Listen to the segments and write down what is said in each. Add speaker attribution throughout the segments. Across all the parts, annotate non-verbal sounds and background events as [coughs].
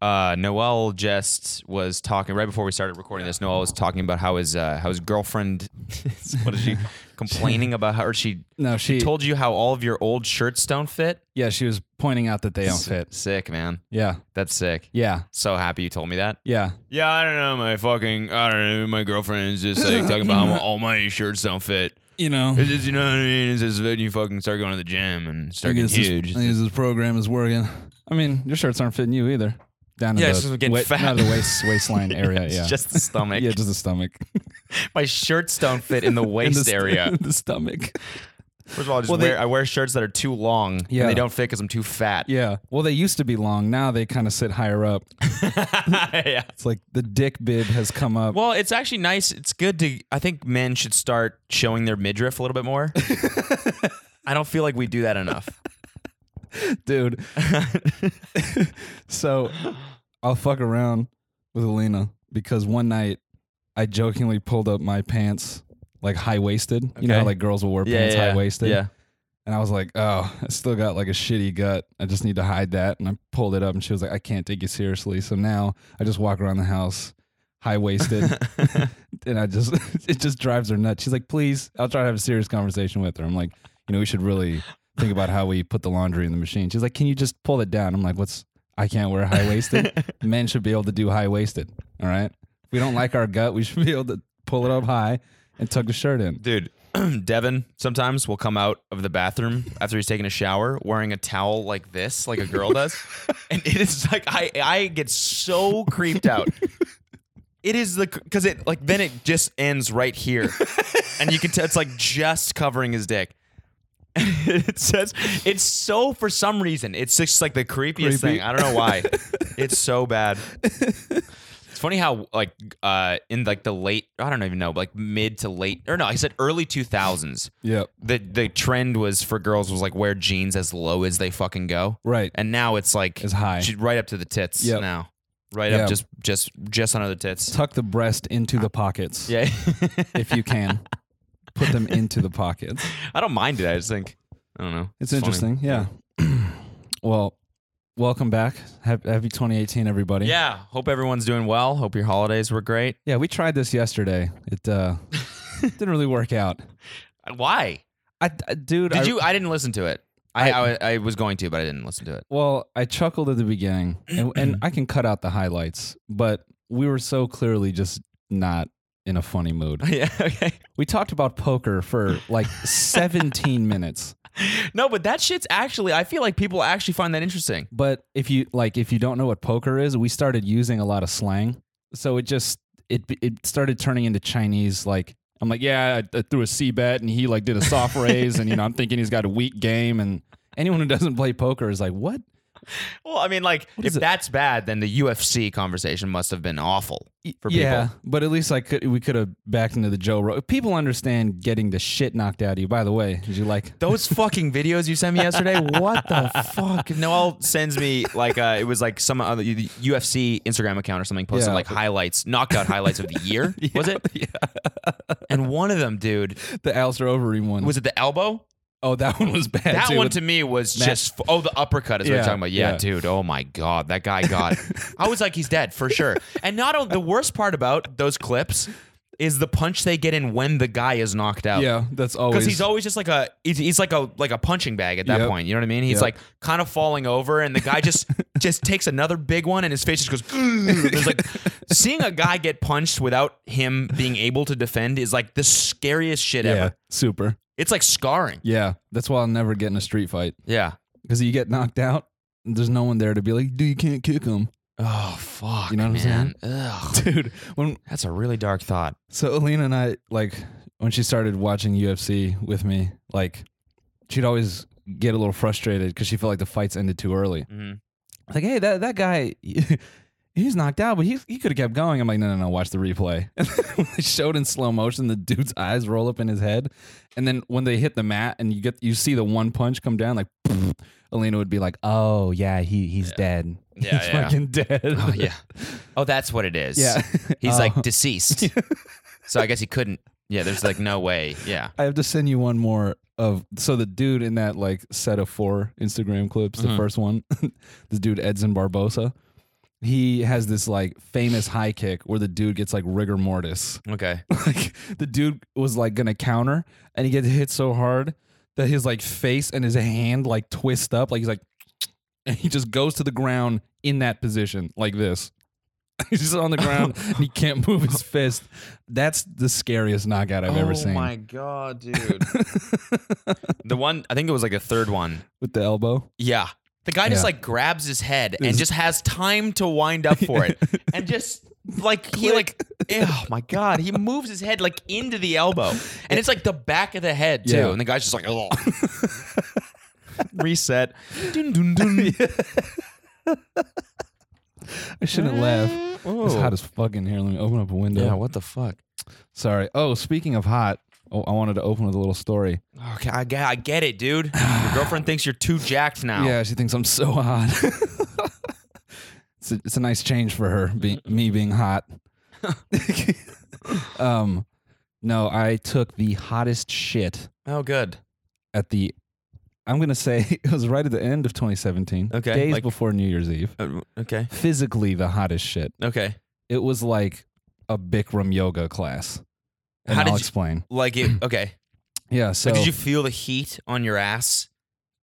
Speaker 1: uh, Noel just was talking right before we started recording this. Noel was talking about how his uh, how his girlfriend, [laughs] what is she complaining about? How, or she
Speaker 2: No, she,
Speaker 1: told you how all of your old shirts don't fit.
Speaker 2: Yeah, she was pointing out that they don't fit.
Speaker 1: Sick, man.
Speaker 2: Yeah,
Speaker 1: That's sick.
Speaker 2: yeah,
Speaker 1: So happy you told me that.
Speaker 2: yeah.
Speaker 1: Yeah, I don't know. My fucking, I don't know. My girlfriend is just like talking [laughs] about how all my shirts don't fit.
Speaker 2: You know,
Speaker 1: It's just, you know what I mean? It's just when you fucking start going to the gym and
Speaker 2: I
Speaker 1: start getting
Speaker 2: guess, this,
Speaker 1: huge.
Speaker 2: I guess this program is working. I mean, your shirts aren't fitting you either. Down to
Speaker 1: Yeah, it's
Speaker 2: the,
Speaker 1: just getting
Speaker 2: wa-
Speaker 1: fat.
Speaker 2: down to the
Speaker 1: [laughs]
Speaker 2: waist waistline area.
Speaker 1: It's
Speaker 2: yeah,
Speaker 1: just the stomach.
Speaker 2: [laughs] yeah, just
Speaker 1: [laughs]
Speaker 2: the stomach.
Speaker 1: My shirts don't fit in the
Speaker 2: [laughs] In
Speaker 1: waist
Speaker 2: the st-
Speaker 1: area.
Speaker 2: the stomach.
Speaker 1: First of all, I, just
Speaker 2: Well, they-
Speaker 1: wear, I wear shirts that are too long
Speaker 2: Yeah.
Speaker 1: and they don't fit because I'm too fat. [laughs]
Speaker 2: Yeah. Well, they used to be long. Now they kind of sit higher up.
Speaker 1: yeah.
Speaker 2: It's like the dick bib has come up.
Speaker 1: Well, it's actually nice. It's good to. I think men should start showing their midriff a little bit [laughs] more. I don't feel like we do that [laughs] enough.
Speaker 2: dude. so I'll fuck around with Alina because one night I jokingly pulled up my pants like high waisted. You know,
Speaker 1: Okay.
Speaker 2: how, like girls will wear pants high waisted.
Speaker 1: Yeah.
Speaker 2: And I was like, oh, I still got like a shitty gut. I just need to hide that. And I pulled it up, and she was like, I can't take you seriously. So now I just walk around the house high waisted,
Speaker 1: [laughs]
Speaker 2: and I just [laughs] it just drives her nuts. She's like, please, I'll try to have a serious conversation with her. I'm like, you know, we should really think about how we put the laundry in the machine. She's like, can you just pull it down? I'm like, what's I can't wear high waisted. Men should be able to do high waisted. All right. If we don't like our gut, we should be able to pull it up high and tuck the shirt in.
Speaker 1: Dude, [clears throat] Devin sometimes will come out of the bathroom after he's taken a shower wearing a towel like this, like a girl [laughs] does. And it is like I I get so creeped out. It is the cuz it like then it just ends right here.
Speaker 2: [laughs]
Speaker 1: And you can tell it's like just covering his dick. [laughs] it says it's so for some reason. It's just like the creepiest
Speaker 2: Creepy.
Speaker 1: thing. I don't know
Speaker 2: [laughs]
Speaker 1: why. it's so bad. It's funny how like uh in like the late I don't even know like mid to late or no I said early two thousands
Speaker 2: Yep.
Speaker 1: the the trend was for girls was like wear jeans as low as they fucking go
Speaker 2: Right.
Speaker 1: and now it's like
Speaker 2: It's high.
Speaker 1: she- right up to the tits
Speaker 2: Yep.
Speaker 1: now right
Speaker 2: Yeah.
Speaker 1: up just just just under the tits
Speaker 2: tuck the breast into
Speaker 1: [laughs]
Speaker 2: the pockets
Speaker 1: yeah
Speaker 2: if you can. Put them into the pockets.
Speaker 1: I don't mind it I just think I don't know
Speaker 2: It's
Speaker 1: funny.
Speaker 2: interesting. Yeah. [clears throat] well, welcome back. Hap- Happy 2018, everybody.
Speaker 1: yeah hope everyone's doing well hope your holidays were great
Speaker 2: Yeah, we tried this yesterday. It
Speaker 1: [laughs]
Speaker 2: uh, didn't really work out.
Speaker 1: Uh, why
Speaker 2: I, I- dude.
Speaker 1: did
Speaker 2: I-
Speaker 1: you I didn't listen to it I, I I was going to but I didn't listen to it
Speaker 2: Well, I chuckled at the beginning, and,
Speaker 1: [clears throat]
Speaker 2: and I can cut out the highlights, but we were so clearly just not in a funny mood.
Speaker 1: [laughs] yeah okay
Speaker 2: We talked about poker for
Speaker 1: [laughs]
Speaker 2: like 17 minutes.
Speaker 1: No, but that shit's actually. I feel like people actually find that interesting.
Speaker 2: but if you like if you don't know what poker is we started using a lot of slang so it just it it started turning into chinese like i'm like yeah i, I threw a c bet and he like did a
Speaker 1: [laughs]
Speaker 2: soft raise and you know i'm thinking he's got a weak game and anyone who doesn't play poker is like what
Speaker 1: Well, I mean, like
Speaker 2: is
Speaker 1: if
Speaker 2: it?
Speaker 1: that's bad, then the UFC conversation must have been awful for
Speaker 2: yeah
Speaker 1: people.
Speaker 2: but at least i could we could have backed into the joe rogan people understand getting the shit knocked out of you by the way did you like
Speaker 1: Those fucking videos you [laughs] sent me [laughs] yesterday, what the fuck? Noel sends me like uh, it was like some other the UFC Instagram account or something posted
Speaker 2: Yeah.
Speaker 1: like highlights, knockout highlights of the year, was it?
Speaker 2: [laughs] yeah
Speaker 1: And one of them, dude,
Speaker 2: [laughs] the Alistair overeem one
Speaker 1: was it the elbow?
Speaker 2: oh that one was bad
Speaker 1: That
Speaker 2: too.
Speaker 1: one to me was
Speaker 2: Matt-
Speaker 1: just oh the uppercut is what
Speaker 2: Yeah,
Speaker 1: you're talking about. Yeah,
Speaker 2: yeah.
Speaker 1: dude. Oh my god, that guy got. I was like, he's dead
Speaker 2: [laughs]
Speaker 1: for sure. And not only the worst part about those clips is the punch they get in when the guy is knocked out.
Speaker 2: yeah that's always
Speaker 1: Because he's always just like a he's, he's like a like a punching bag at that
Speaker 2: Yep.
Speaker 1: point. You know what I mean? He's
Speaker 2: Yep.
Speaker 1: like kind of falling over, and the guy
Speaker 2: [laughs]
Speaker 1: just just takes another big one, and his face just goes. "Ugh." It's
Speaker 2: [laughs]
Speaker 1: like seeing a guy get punched without him being able to defend is like the scariest shit
Speaker 2: yeah
Speaker 1: ever.
Speaker 2: super
Speaker 1: It's like scarring.
Speaker 2: yeah that's why i'll never get in a street fight
Speaker 1: Yeah.
Speaker 2: because you get knocked out. and There's no one there to be like, dude, you can't kick him,
Speaker 1: Oh fuck.
Speaker 2: You know what I'm
Speaker 1: man. Ugh.
Speaker 2: dude. When
Speaker 1: That's a really dark
Speaker 2: [laughs]
Speaker 1: thought.
Speaker 2: so Alina and I like when she started watching UFC with me, like she'd always get a little frustrated because she felt like the fights ended too early.
Speaker 1: Mm-hmm.
Speaker 2: Like, hey, that that guy, [laughs] he's knocked out, but he he could have kept going. I'm like, no, no, no, watch the replay. [laughs] And when they showed in slow motion, the dude's eyes roll up in his head, and then when they hit the mat and you get you see the one punch come down, like. [laughs] Alina would be like, "Oh yeah, he he's dead.
Speaker 1: Yeah,
Speaker 2: he's
Speaker 1: yeah.
Speaker 2: fucking dead. [laughs]
Speaker 1: Oh yeah. Oh, that's what it is.
Speaker 2: Yeah.
Speaker 1: He's like
Speaker 2: Oh. [laughs]
Speaker 1: deceased. so I guess he couldn't. Yeah. There's like no way. Yeah.
Speaker 2: I have to send you one more of so the dude in that [laughs] like set of four Instagram clips, the first one, the dude Edson Barbosa. he has this like famous high kick where the dude gets like rigor mortis. [laughs]
Speaker 1: Okay.
Speaker 2: Like the dude was like gonna counter and he gets hit so hard that his like face and his hand like twist up. Like he's like [sniffs] and he just goes to the ground in that position, like this. [laughs] He's just on the ground and he can't move his fist. That's the scariest knockout I've ever seen.
Speaker 1: Oh god, dude. the one I think it was like the third one.
Speaker 2: [laughs] With the elbow.
Speaker 1: Yeah. The guy
Speaker 2: Yeah.
Speaker 1: just like grabs his head and
Speaker 2: Is-
Speaker 1: just has time to wind up for [laughs] it. and just like he like oh my god, he moves his head like into the elbow. And it's like the back of the head too.
Speaker 2: Yeah.
Speaker 1: And the guy's just like [laughs] oh. reset. Dun, dun, [laughs] dun.
Speaker 2: I shouldn't laugh. It's
Speaker 1: Ooh.
Speaker 2: hot as fuck in here. Let me open up a window.
Speaker 1: yeah, what the fuck?
Speaker 2: Sorry. Oh, speaking of hot, oh, I wanted to open with a little story.
Speaker 1: Oh, Okay, I get, I get it, dude. [sighs] Your girlfriend thinks you're too jacked now.
Speaker 2: Yeah, she thinks I'm so hot. [laughs] it's, a, it's a nice change for her, be, me
Speaker 1: [laughs]
Speaker 2: being hot. [laughs] um, no, I took the hottest shit
Speaker 1: Oh, good.
Speaker 2: at the. I'm gonna say [laughs] it was right at the end of 2017.
Speaker 1: Okay,
Speaker 2: days
Speaker 1: like-
Speaker 2: before New Year's Eve.
Speaker 1: Uh, okay.
Speaker 2: Physically, the hottest shit.
Speaker 1: Okay.
Speaker 2: It was like a Bikram yoga class, and
Speaker 1: How did
Speaker 2: I'll
Speaker 1: you-
Speaker 2: explain.
Speaker 1: Like it. Okay.
Speaker 2: Yeah. So
Speaker 1: Like, did you feel the heat on your ass?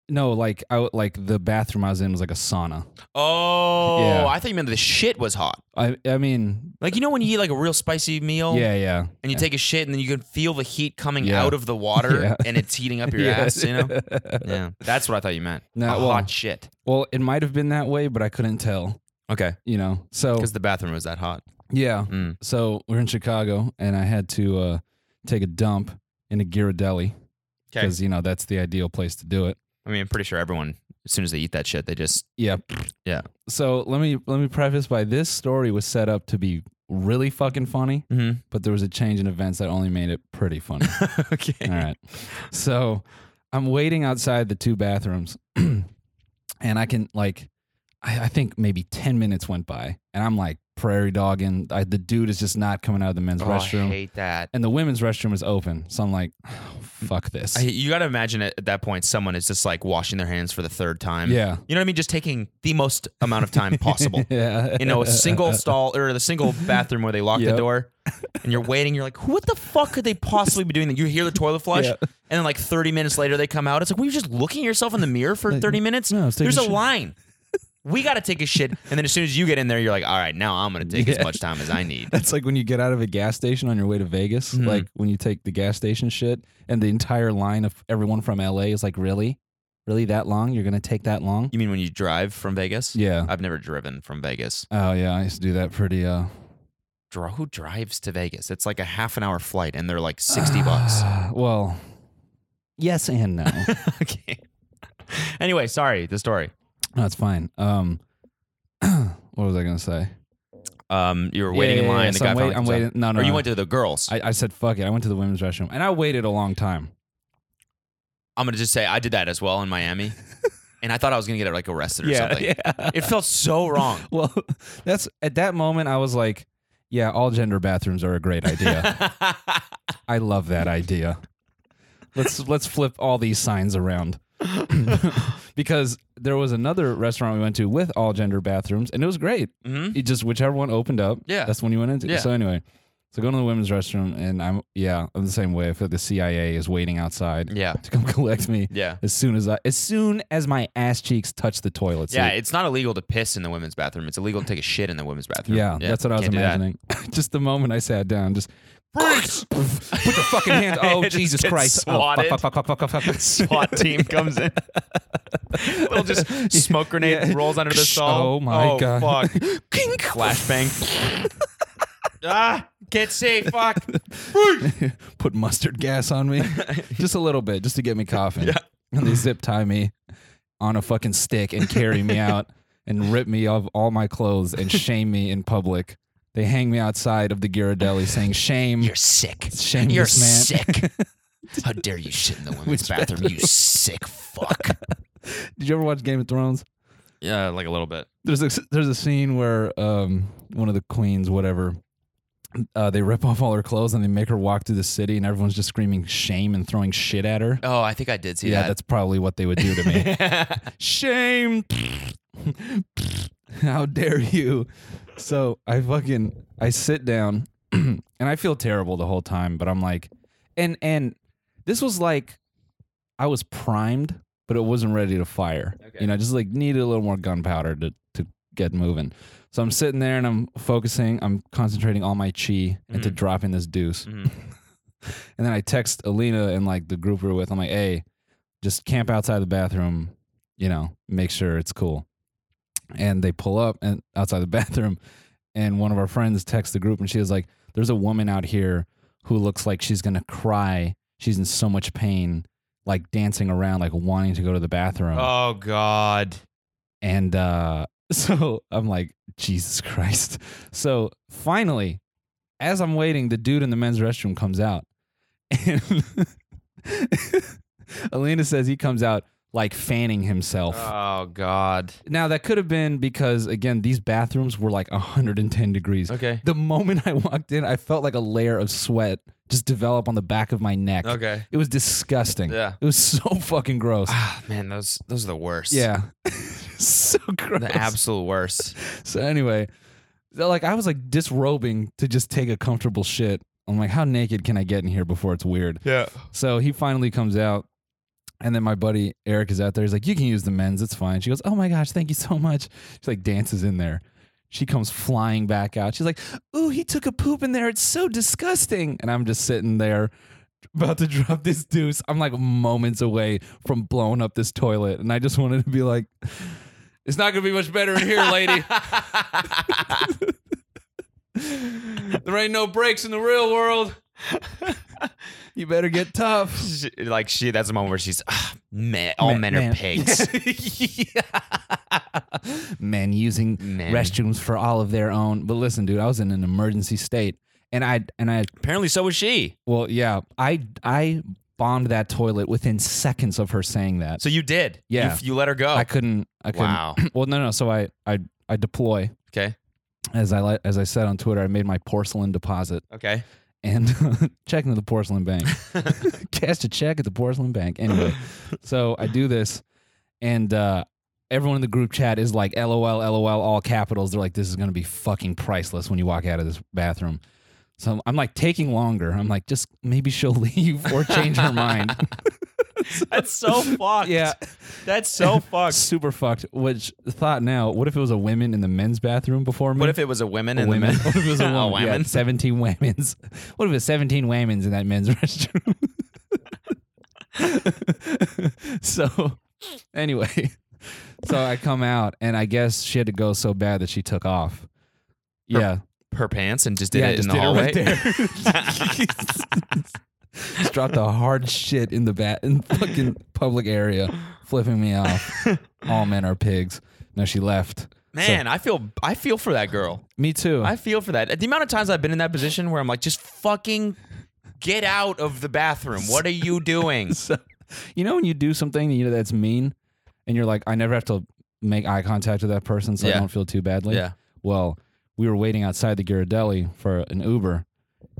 Speaker 2: no, like I w- like the bathroom I was in was like a sauna.
Speaker 1: Oh,
Speaker 2: Yeah.
Speaker 1: I thought you meant the shit was hot.
Speaker 2: I I mean,
Speaker 1: Like you know when you eat like a real spicy meal,
Speaker 2: yeah, yeah.
Speaker 1: and you take a shit, and then you can feel the heat coming
Speaker 2: Yeah.
Speaker 1: out of the water,
Speaker 2: [laughs] Yeah.
Speaker 1: and it's heating up your
Speaker 2: [laughs] Yeah.
Speaker 1: ass. You know. Yeah, that's what I thought you meant.
Speaker 2: No,
Speaker 1: A
Speaker 2: well-
Speaker 1: hot shit.
Speaker 2: Well, it might have been that way, but I couldn't tell.
Speaker 1: Okay.
Speaker 2: You know, so
Speaker 1: Because the bathroom was that hot.
Speaker 2: yeah.
Speaker 1: Mm.
Speaker 2: So we're in Chicago, and I had to uh, take a dump in a Ghirardelli
Speaker 1: Okay.
Speaker 2: because you know that's the ideal place to do it.
Speaker 1: I mean, I'm pretty sure everyone, as soon as they eat that shit, they just
Speaker 2: Yeah,
Speaker 1: Yeah.
Speaker 2: So let me let me preface by this story was set up to be really fucking funny,
Speaker 1: [laughs] Mhm.
Speaker 2: but there was a change in events that only made it pretty funny.
Speaker 1: [laughs] okay.
Speaker 2: All right. So I'm waiting outside the two bathrooms [clears throat] and I can like I, I think maybe ten minutes went by and I'm like prairie dogging. I, the dude is just not coming out of the men's
Speaker 1: Oh, I
Speaker 2: [laughs] restroom.
Speaker 1: hate that.
Speaker 2: and the women's restroom is open. So I'm like, [sighs] fuck this.
Speaker 1: I, you got to imagine at, at that point, someone is just like washing their hands for the third time.
Speaker 2: yeah.
Speaker 1: You know what I mean? Just taking the most amount of time
Speaker 2: [laughs]
Speaker 1: possible.
Speaker 2: [laughs] yeah.
Speaker 1: You know, a
Speaker 2: [laughs]
Speaker 1: single stall or the single bathroom where they lock
Speaker 2: Yep.
Speaker 1: the door and you're waiting. You're like, what the fuck could they possibly be doing? You hear the toilet flush
Speaker 2: Yeah.
Speaker 1: and then like 30 minutes later they come out. It's like, were you just looking at yourself in the mirror for 30 minutes?
Speaker 2: no, I was taking
Speaker 1: There's
Speaker 2: a
Speaker 1: a
Speaker 2: shit.
Speaker 1: line. We got to take a shit. And then as soon as you get in there, you're like, all right, now I'm going to take as
Speaker 2: Yeah.
Speaker 1: much time as I need.
Speaker 2: That's like when you get out of a gas station on your way to Vegas,
Speaker 1: Mhm.
Speaker 2: like when you take the gas station shit and the entire line of everyone from LA is like, really? Really that long? You're going to take that long?
Speaker 1: You mean when you drive from Vegas?
Speaker 2: Yeah.
Speaker 1: I've never driven from Vegas.
Speaker 2: Oh yeah, I used to do that pretty. Uh,
Speaker 1: Dr- who drives to Vegas? It's like a half an hour flight, and they're like sixty bucks.
Speaker 2: [sighs] Ah, Well, yes
Speaker 1: [laughs]
Speaker 2: and no. [laughs]
Speaker 1: okay. Anyway, sorry. The story.
Speaker 2: no, it's fine. Um, [clears throat] what was I gonna say?
Speaker 1: Um, you were waiting in
Speaker 2: Yeah, yeah,
Speaker 1: line.
Speaker 2: yeah.
Speaker 1: the
Speaker 2: So
Speaker 1: guy
Speaker 2: I'm, wait-
Speaker 1: finally
Speaker 2: I'm
Speaker 1: comes out.
Speaker 2: waiting. No, no.
Speaker 1: Or you
Speaker 2: no.
Speaker 1: went to the girls. I,
Speaker 2: I, I said fuck it. I went to the women's restroom and I waited a long time.
Speaker 1: am gonna just say I did that as well in [laughs] Miami, and I thought I was gonna get like arrested or something.
Speaker 2: [laughs] yeah.
Speaker 1: It felt so [laughs] wrong.
Speaker 2: Well, [laughs] that's at that moment I was like, yeah, all gender bathrooms are a great idea. I love that idea. Let's let's flip all these
Speaker 1: [laughs]
Speaker 2: signs around. because there was another restaurant we went to with all gender bathrooms and it was great.
Speaker 1: Mhm.
Speaker 2: It just whichever one opened up,
Speaker 1: Yeah.
Speaker 2: that's when you went into.
Speaker 1: Yeah.
Speaker 2: So anyway, so going to the women's restroom, and I'm yeah, I'm the same way. I feel like the CIA is waiting outside
Speaker 1: Yeah.
Speaker 2: [laughs] to come collect me
Speaker 1: Yeah.
Speaker 2: as soon as I, as soon as my ass cheeks touch the toilet.
Speaker 1: Yeah,
Speaker 2: seat.
Speaker 1: it's not illegal to piss in the women's bathroom. It's illegal to take a shit in the women's bathroom.
Speaker 2: yeah, that's what I was
Speaker 1: can't do that.
Speaker 2: imagining. [laughs] just the moment I sat down, just. [laughs] Put the
Speaker 1: [laughs]
Speaker 2: fucking hand. Oh
Speaker 1: Just
Speaker 2: Jesus
Speaker 1: get
Speaker 2: Christ! Oh, fuck,
Speaker 1: swatted.
Speaker 2: fuck, fuck, fuck, fuck, fuck, fuck.
Speaker 1: [laughs] SWAT [laughs] team comes in. Little [laughs] just smoke grenade
Speaker 2: Yeah.
Speaker 1: rolls under the stall.
Speaker 2: Oh my God.
Speaker 1: Fuck. [laughs] Flashbang. [laughs] ah, can't see. [laughs] Fuck. [laughs]
Speaker 2: [laughs] put mustard gas on me just a little bit just to get me coughing and they zip tie me on a fucking stick and
Speaker 1: [laughs]
Speaker 2: carry me out and rip me of all my clothes and shame me in public they hang me outside of the Ghirardelli saying shame
Speaker 1: You're sick.
Speaker 2: Shame
Speaker 1: You're
Speaker 2: this man.
Speaker 1: sick. How dare you shit in the women's bathroom? You sick fuck.
Speaker 2: [laughs] did you ever watch Game of Thrones
Speaker 1: Yeah, like a little bit.
Speaker 2: there's a, there's a scene where um one of the queens whatever uh, they rip off all her clothes and they make her walk through the city and everyone's just screaming shame and throwing shit at her
Speaker 1: Oh, I think I did see [laughs]
Speaker 2: yeah that's probably what they would do to me
Speaker 1: that.
Speaker 2: Shame. [laughs] How dare you? So I fucking I sit down [clears throat] and I feel terrible the whole time, but I'm like and and this was like I was primed, but it wasn't ready to fire.
Speaker 1: Okay.
Speaker 2: You know, just like needed a little more gunpowder to to get moving. So I'm sitting there and I'm focusing, I'm concentrating all my chi into
Speaker 1: Mhm.
Speaker 2: dropping this deuce.
Speaker 1: Mhm.
Speaker 2: And then I text Alina and like the group we were with. I'm like, hey, just camp outside the bathroom, you know, make sure it's cool. And they pull up and outside the [laughs] bathroom, and one of our friends texts the group and she was like, There's a woman out here who looks like she's gonna cry. She's in so much pain, like dancing around, like wanting to go to the bathroom.
Speaker 1: Oh God.
Speaker 2: And uh, [laughs] so I'm like, Jesus Christ. So finally, as I'm waiting, the dude in the men's restroom comes out. [laughs] And [laughs] Alina says he comes out like fanning himself.
Speaker 1: Oh God.
Speaker 2: now, that could have been because, again, these bathrooms were like 110 degrees.
Speaker 1: Okay.
Speaker 2: The moment I [laughs] walked in, I felt like a layer of sweat just develop on the back of my neck.
Speaker 1: Okay.
Speaker 2: It was disgusting.
Speaker 1: Yeah.
Speaker 2: It was so fucking gross.
Speaker 1: Ah, man, those those are the worst.
Speaker 2: yeah. [laughs] so gross.
Speaker 1: The absolute worst.
Speaker 2: So anyway, so, like I was like disrobing to just take a comfortable shit. I'm like, how naked can I get in here before it's weird?
Speaker 1: Yeah. [laughs]
Speaker 2: So he finally comes out, and then my buddy Eric is out there. He's like, you can use the men's, it's fine. She goes, oh my gosh, thank you so much. She like dances in there. She comes flying back out. She's like, ooh, he took a poop in there. It's so disgusting. And I'm just sitting there. About to [laughs] drop this deuce. I'm like moments away from blowing up this toilet. And I just wanted to be like, it's not going to be much better in here,
Speaker 1: [laughs]
Speaker 2: lady. there ain't no breaks in the real world. you better get tough.
Speaker 1: She- [laughs] like she, that's the moment where she's ah, men, all men, are pigs.
Speaker 2: [laughs] Men using
Speaker 1: Men.
Speaker 2: restrooms for all of their own. But listen, dude, I was in an emergency state, and I and I
Speaker 1: Apparently, so was she.
Speaker 2: well, yeah, I I bombed that toilet within seconds of her saying that.
Speaker 1: So you did. You
Speaker 2: Yeah.
Speaker 1: f- You, let her go.
Speaker 2: I couldn't. I couldn't. [clears throat]
Speaker 1: wow.
Speaker 2: [laughs] Well, no, no. So I I I deploy
Speaker 1: okay.
Speaker 2: as I li- as I said on Twitter. I made my porcelain deposit.
Speaker 1: Okay.
Speaker 2: and [laughs] check into the porcelain bank. [laughs] Cash a check at the porcelain bank. Anyway, so I do this, and uh, everyone in the group chat is like, "LOL, LOL," all capitals. They're like, "This is gonna be fucking priceless when you walk out of this bathroom." So I'm like taking longer. I'm like, just maybe she'll [laughs] leave or change her mind.
Speaker 1: That's [laughs] so fucked.
Speaker 2: Yeah.
Speaker 1: That's [laughs] so fucked.
Speaker 2: Super fucked. Which thought now? What if it was a women in the men's bathroom before me?
Speaker 1: What if it was a women and
Speaker 2: women.
Speaker 1: the men? [laughs]
Speaker 2: What if it was a [laughs]
Speaker 1: Oh,
Speaker 2: woman? Yeah,
Speaker 1: women.
Speaker 2: 17 women's. [laughs] What if it was 17 women's in that men's [laughs] restroom? so, anyway, [laughs] so I come out, and I guess she had to go so bad that she took off. Yeah.
Speaker 1: Her pants and just did
Speaker 2: yeah,
Speaker 1: it
Speaker 2: just
Speaker 1: in the
Speaker 2: did
Speaker 1: hallway. [laughs]
Speaker 2: It right there. [laughs] just dropped a hard shit in the bat in fucking public area, flipping
Speaker 1: [laughs]
Speaker 2: me off. All men are pigs. No, she left.
Speaker 1: Man, I feel I feel for that girl.
Speaker 2: Me too.
Speaker 1: I feel for that. The amount of times I've been in that position where I'm like, just fucking get out of the bathroom. What are you
Speaker 2: [laughs]
Speaker 1: doing?
Speaker 2: So, you know when you do something you know that's mean, and you're like, I never have to make eye contact with that person, so I
Speaker 1: Yeah.
Speaker 2: don't feel too badly.
Speaker 1: Yeah.
Speaker 2: Well, we were waiting outside the Ghirardelli for an Uber,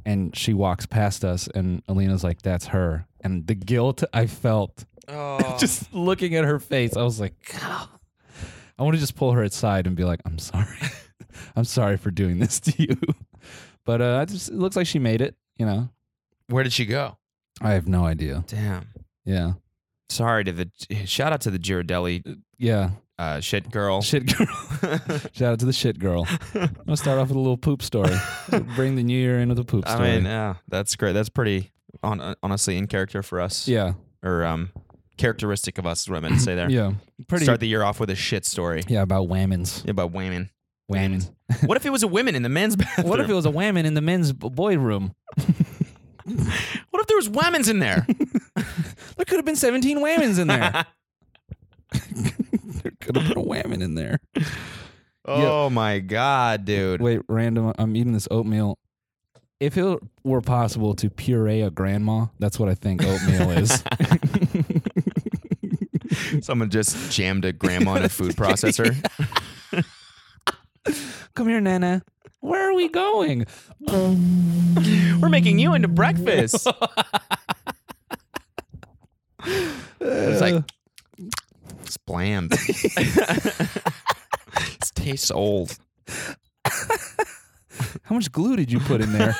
Speaker 2: and she walks past us, and Alina's like, "That's her," and the guilt I felt [laughs]
Speaker 1: Oh.
Speaker 2: just looking at her face, I was like, God. I want to just pull her aside and be like, "I'm sorry, [laughs] I'm sorry for doing this to you," but uh, I just, it looks like she made it. You know,
Speaker 1: Where did she go?
Speaker 2: I have no idea.
Speaker 1: Damn.
Speaker 2: Yeah,
Speaker 1: Sorry to the shout out to the Girardelli
Speaker 2: yeah.
Speaker 1: uh, shit girl. [laughs]
Speaker 2: Shit girl. Shout out to the shit girl. I'm gonna start off with a little poop story. Bring the new year in with a poop
Speaker 1: I
Speaker 2: story.
Speaker 1: mean, yeah, that's great. That's pretty on, honestly in character for us.
Speaker 2: yeah,
Speaker 1: Or um, characteristic of us. Is what I meant to say
Speaker 2: [clears throat]
Speaker 1: there.
Speaker 2: yeah, pretty.
Speaker 1: Start the year off with a shit story
Speaker 2: yeah, about whammons.
Speaker 1: about
Speaker 2: [laughs]
Speaker 1: women.
Speaker 2: Whammons.
Speaker 1: [laughs] What if it was a women in the men's bathroom?
Speaker 2: What if it was a whammon in the men's b- boy room?
Speaker 1: what if there was women's in
Speaker 2: [laughs]
Speaker 1: there?
Speaker 2: There could have been 17 whammons
Speaker 1: [laughs]
Speaker 2: in there. [laughs] there could have been a whammon
Speaker 1: [laughs]
Speaker 2: in there.
Speaker 1: oh my god, dude.
Speaker 2: Wait, random. I'm eating this oatmeal. If it were possible to puree a grandma, that's what I think
Speaker 1: [laughs]
Speaker 2: oatmeal is.
Speaker 1: Someone just jammed a grandma in a
Speaker 2: [laughs]
Speaker 1: food processor.
Speaker 2: Come here, Nana. Where are we going?
Speaker 1: We're making you into breakfast. [laughs]
Speaker 2: [laughs]
Speaker 1: it's like it's bland. it's tastes old.
Speaker 2: How much glue did you put in
Speaker 1: [laughs]
Speaker 2: there?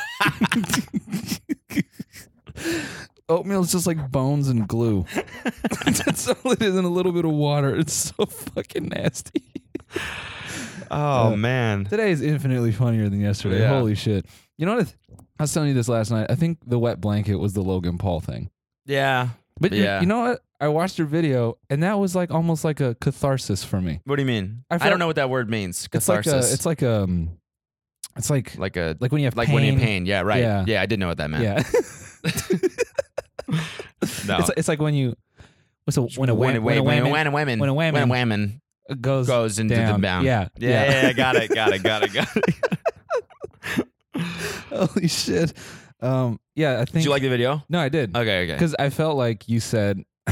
Speaker 2: Oatmeal is just like bones and glue. [laughs] That's all it is, and a little bit of water. It's so fucking nasty.
Speaker 1: Oh man.
Speaker 2: Today is infinitely funnier than yesterday.
Speaker 1: Yeah.
Speaker 2: Holy shit! You know what? I, th- I was telling you this last night. I think the wet blanket was the Logan Paul thing.
Speaker 1: Yeah.
Speaker 2: But you-
Speaker 1: Yeah.
Speaker 2: you know what? I watched your video, and that was like almost like a catharsis for me.
Speaker 1: What do you mean?
Speaker 2: I
Speaker 1: I,
Speaker 2: felt-
Speaker 1: don't know what that word means.
Speaker 2: It's
Speaker 1: Catharsis.
Speaker 2: like a. It's like um. It's like
Speaker 1: like a
Speaker 2: like when you have
Speaker 1: like
Speaker 2: pain.
Speaker 1: when in pain. Yeah, right.
Speaker 2: Yeah.
Speaker 1: Yeah. I did know what that meant.
Speaker 2: Yeah.
Speaker 1: No.
Speaker 2: It's, it's like when you. What's a when a wham-
Speaker 1: when,
Speaker 2: when
Speaker 1: when,
Speaker 2: a whammon-
Speaker 1: when a woman
Speaker 2: when a
Speaker 1: when
Speaker 2: whammon-
Speaker 1: a woman
Speaker 2: goes
Speaker 1: goes into
Speaker 2: down.
Speaker 1: the bound.
Speaker 2: Yeah,
Speaker 1: Yeah,
Speaker 2: yeah.
Speaker 1: yeah. yeah, Got it. Got it. Got it. Got it.
Speaker 2: [laughs] Holy shit! Um, yeah, I
Speaker 1: [laughs]
Speaker 2: think.
Speaker 1: Did you like the video?
Speaker 2: No, I did
Speaker 1: Okay. Okay.
Speaker 2: because I felt like you said. [laughs]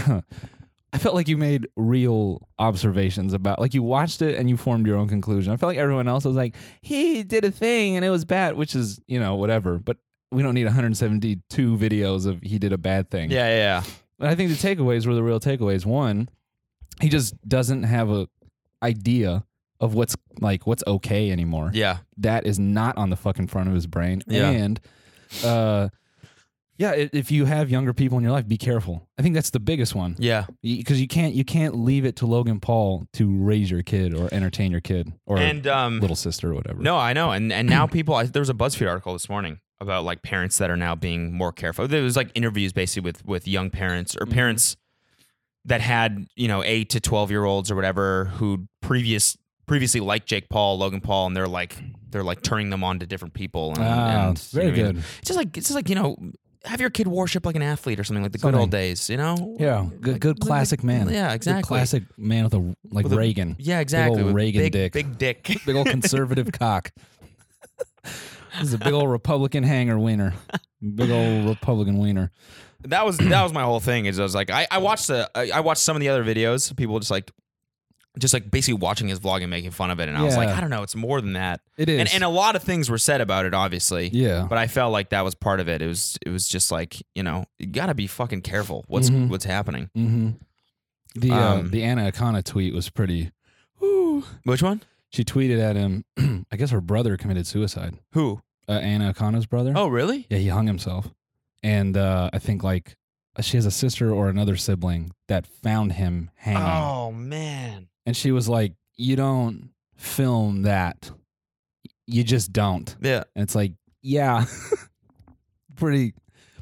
Speaker 2: I felt like you made real observations about, like you watched it and you formed your own conclusion. I felt like everyone else was like, he did a thing and it was bad, which is you know whatever. But we don't need 172 videos of he did a bad thing.
Speaker 1: Yeah. Yeah.
Speaker 2: But I think the takeaways were the real takeaways. One, he just doesn't have a idea of what's like what's okay anymore.
Speaker 1: Yeah.
Speaker 2: That is not on the fucking front of his brain.
Speaker 1: Yeah.
Speaker 2: And uh yeah, i- if you have younger people in your life, be careful. I think that's the biggest one
Speaker 1: Yeah.
Speaker 2: because you can't you can't leave it to Logan Paul to raise your kid or entertain your kid or
Speaker 1: And um,
Speaker 2: little sister or whatever.
Speaker 1: No, I know, and and now people. I, there was a BuzzFeed article this morning about like parents that are now being more careful. There was like interviews basically with with young parents or
Speaker 2: Mhm.
Speaker 1: parents that had you know eight to twelve year olds or whatever who previous previously liked Jake Paul, Logan Paul, and they're like they're like turning them on to different people. And,
Speaker 2: Ah,
Speaker 1: and
Speaker 2: very
Speaker 1: you know what I mean?
Speaker 2: good.
Speaker 1: It's just like it's just like you know. Have your kid worship like an athlete or something like the
Speaker 2: Something.
Speaker 1: good old days, you know?
Speaker 2: Yeah, good,
Speaker 1: Like,
Speaker 2: good
Speaker 1: like-
Speaker 2: classic man.
Speaker 1: Yeah,
Speaker 2: Good
Speaker 1: exactly.
Speaker 2: classic man with a like
Speaker 1: With a-
Speaker 2: Reagan.
Speaker 1: Yeah, exactly.
Speaker 2: old
Speaker 1: with
Speaker 2: Reagan
Speaker 1: big,
Speaker 2: dick.
Speaker 1: Big
Speaker 2: [laughs]
Speaker 1: dick.
Speaker 2: big
Speaker 1: [laughs]
Speaker 2: old conservative cock. This is a big old Republican hanger wiener. Big old Republican wiener.
Speaker 1: that was that was my whole thing is I was like I, I watched the I, I watched some of the other videos people just like just like basically watching his vlog and making fun of it and I was like
Speaker 2: Yeah.
Speaker 1: I don't know it's more than that
Speaker 2: It is.
Speaker 1: and and a lot of things were said about it obviously
Speaker 2: yeah.
Speaker 1: but I felt like that was part of it it was it was just like you know you gotta be fucking careful what's
Speaker 2: Mhm.
Speaker 1: what's happening
Speaker 2: Mm-hmm. The uh,
Speaker 1: Um,
Speaker 2: the Anna Akana tweet was pretty.
Speaker 1: which one
Speaker 2: She tweeted at him. [clears throat] I guess her brother committed suicide.
Speaker 1: who
Speaker 2: Uh, Anna Akana's brother.
Speaker 1: oh really
Speaker 2: yeah, he hung himself. And uh, I think like uh, she has a sister or another sibling that found him hanging.
Speaker 1: oh man
Speaker 2: And she was like, "You don't film that. You just don't."
Speaker 1: yeah
Speaker 2: And it's like, yeah, [laughs] pretty,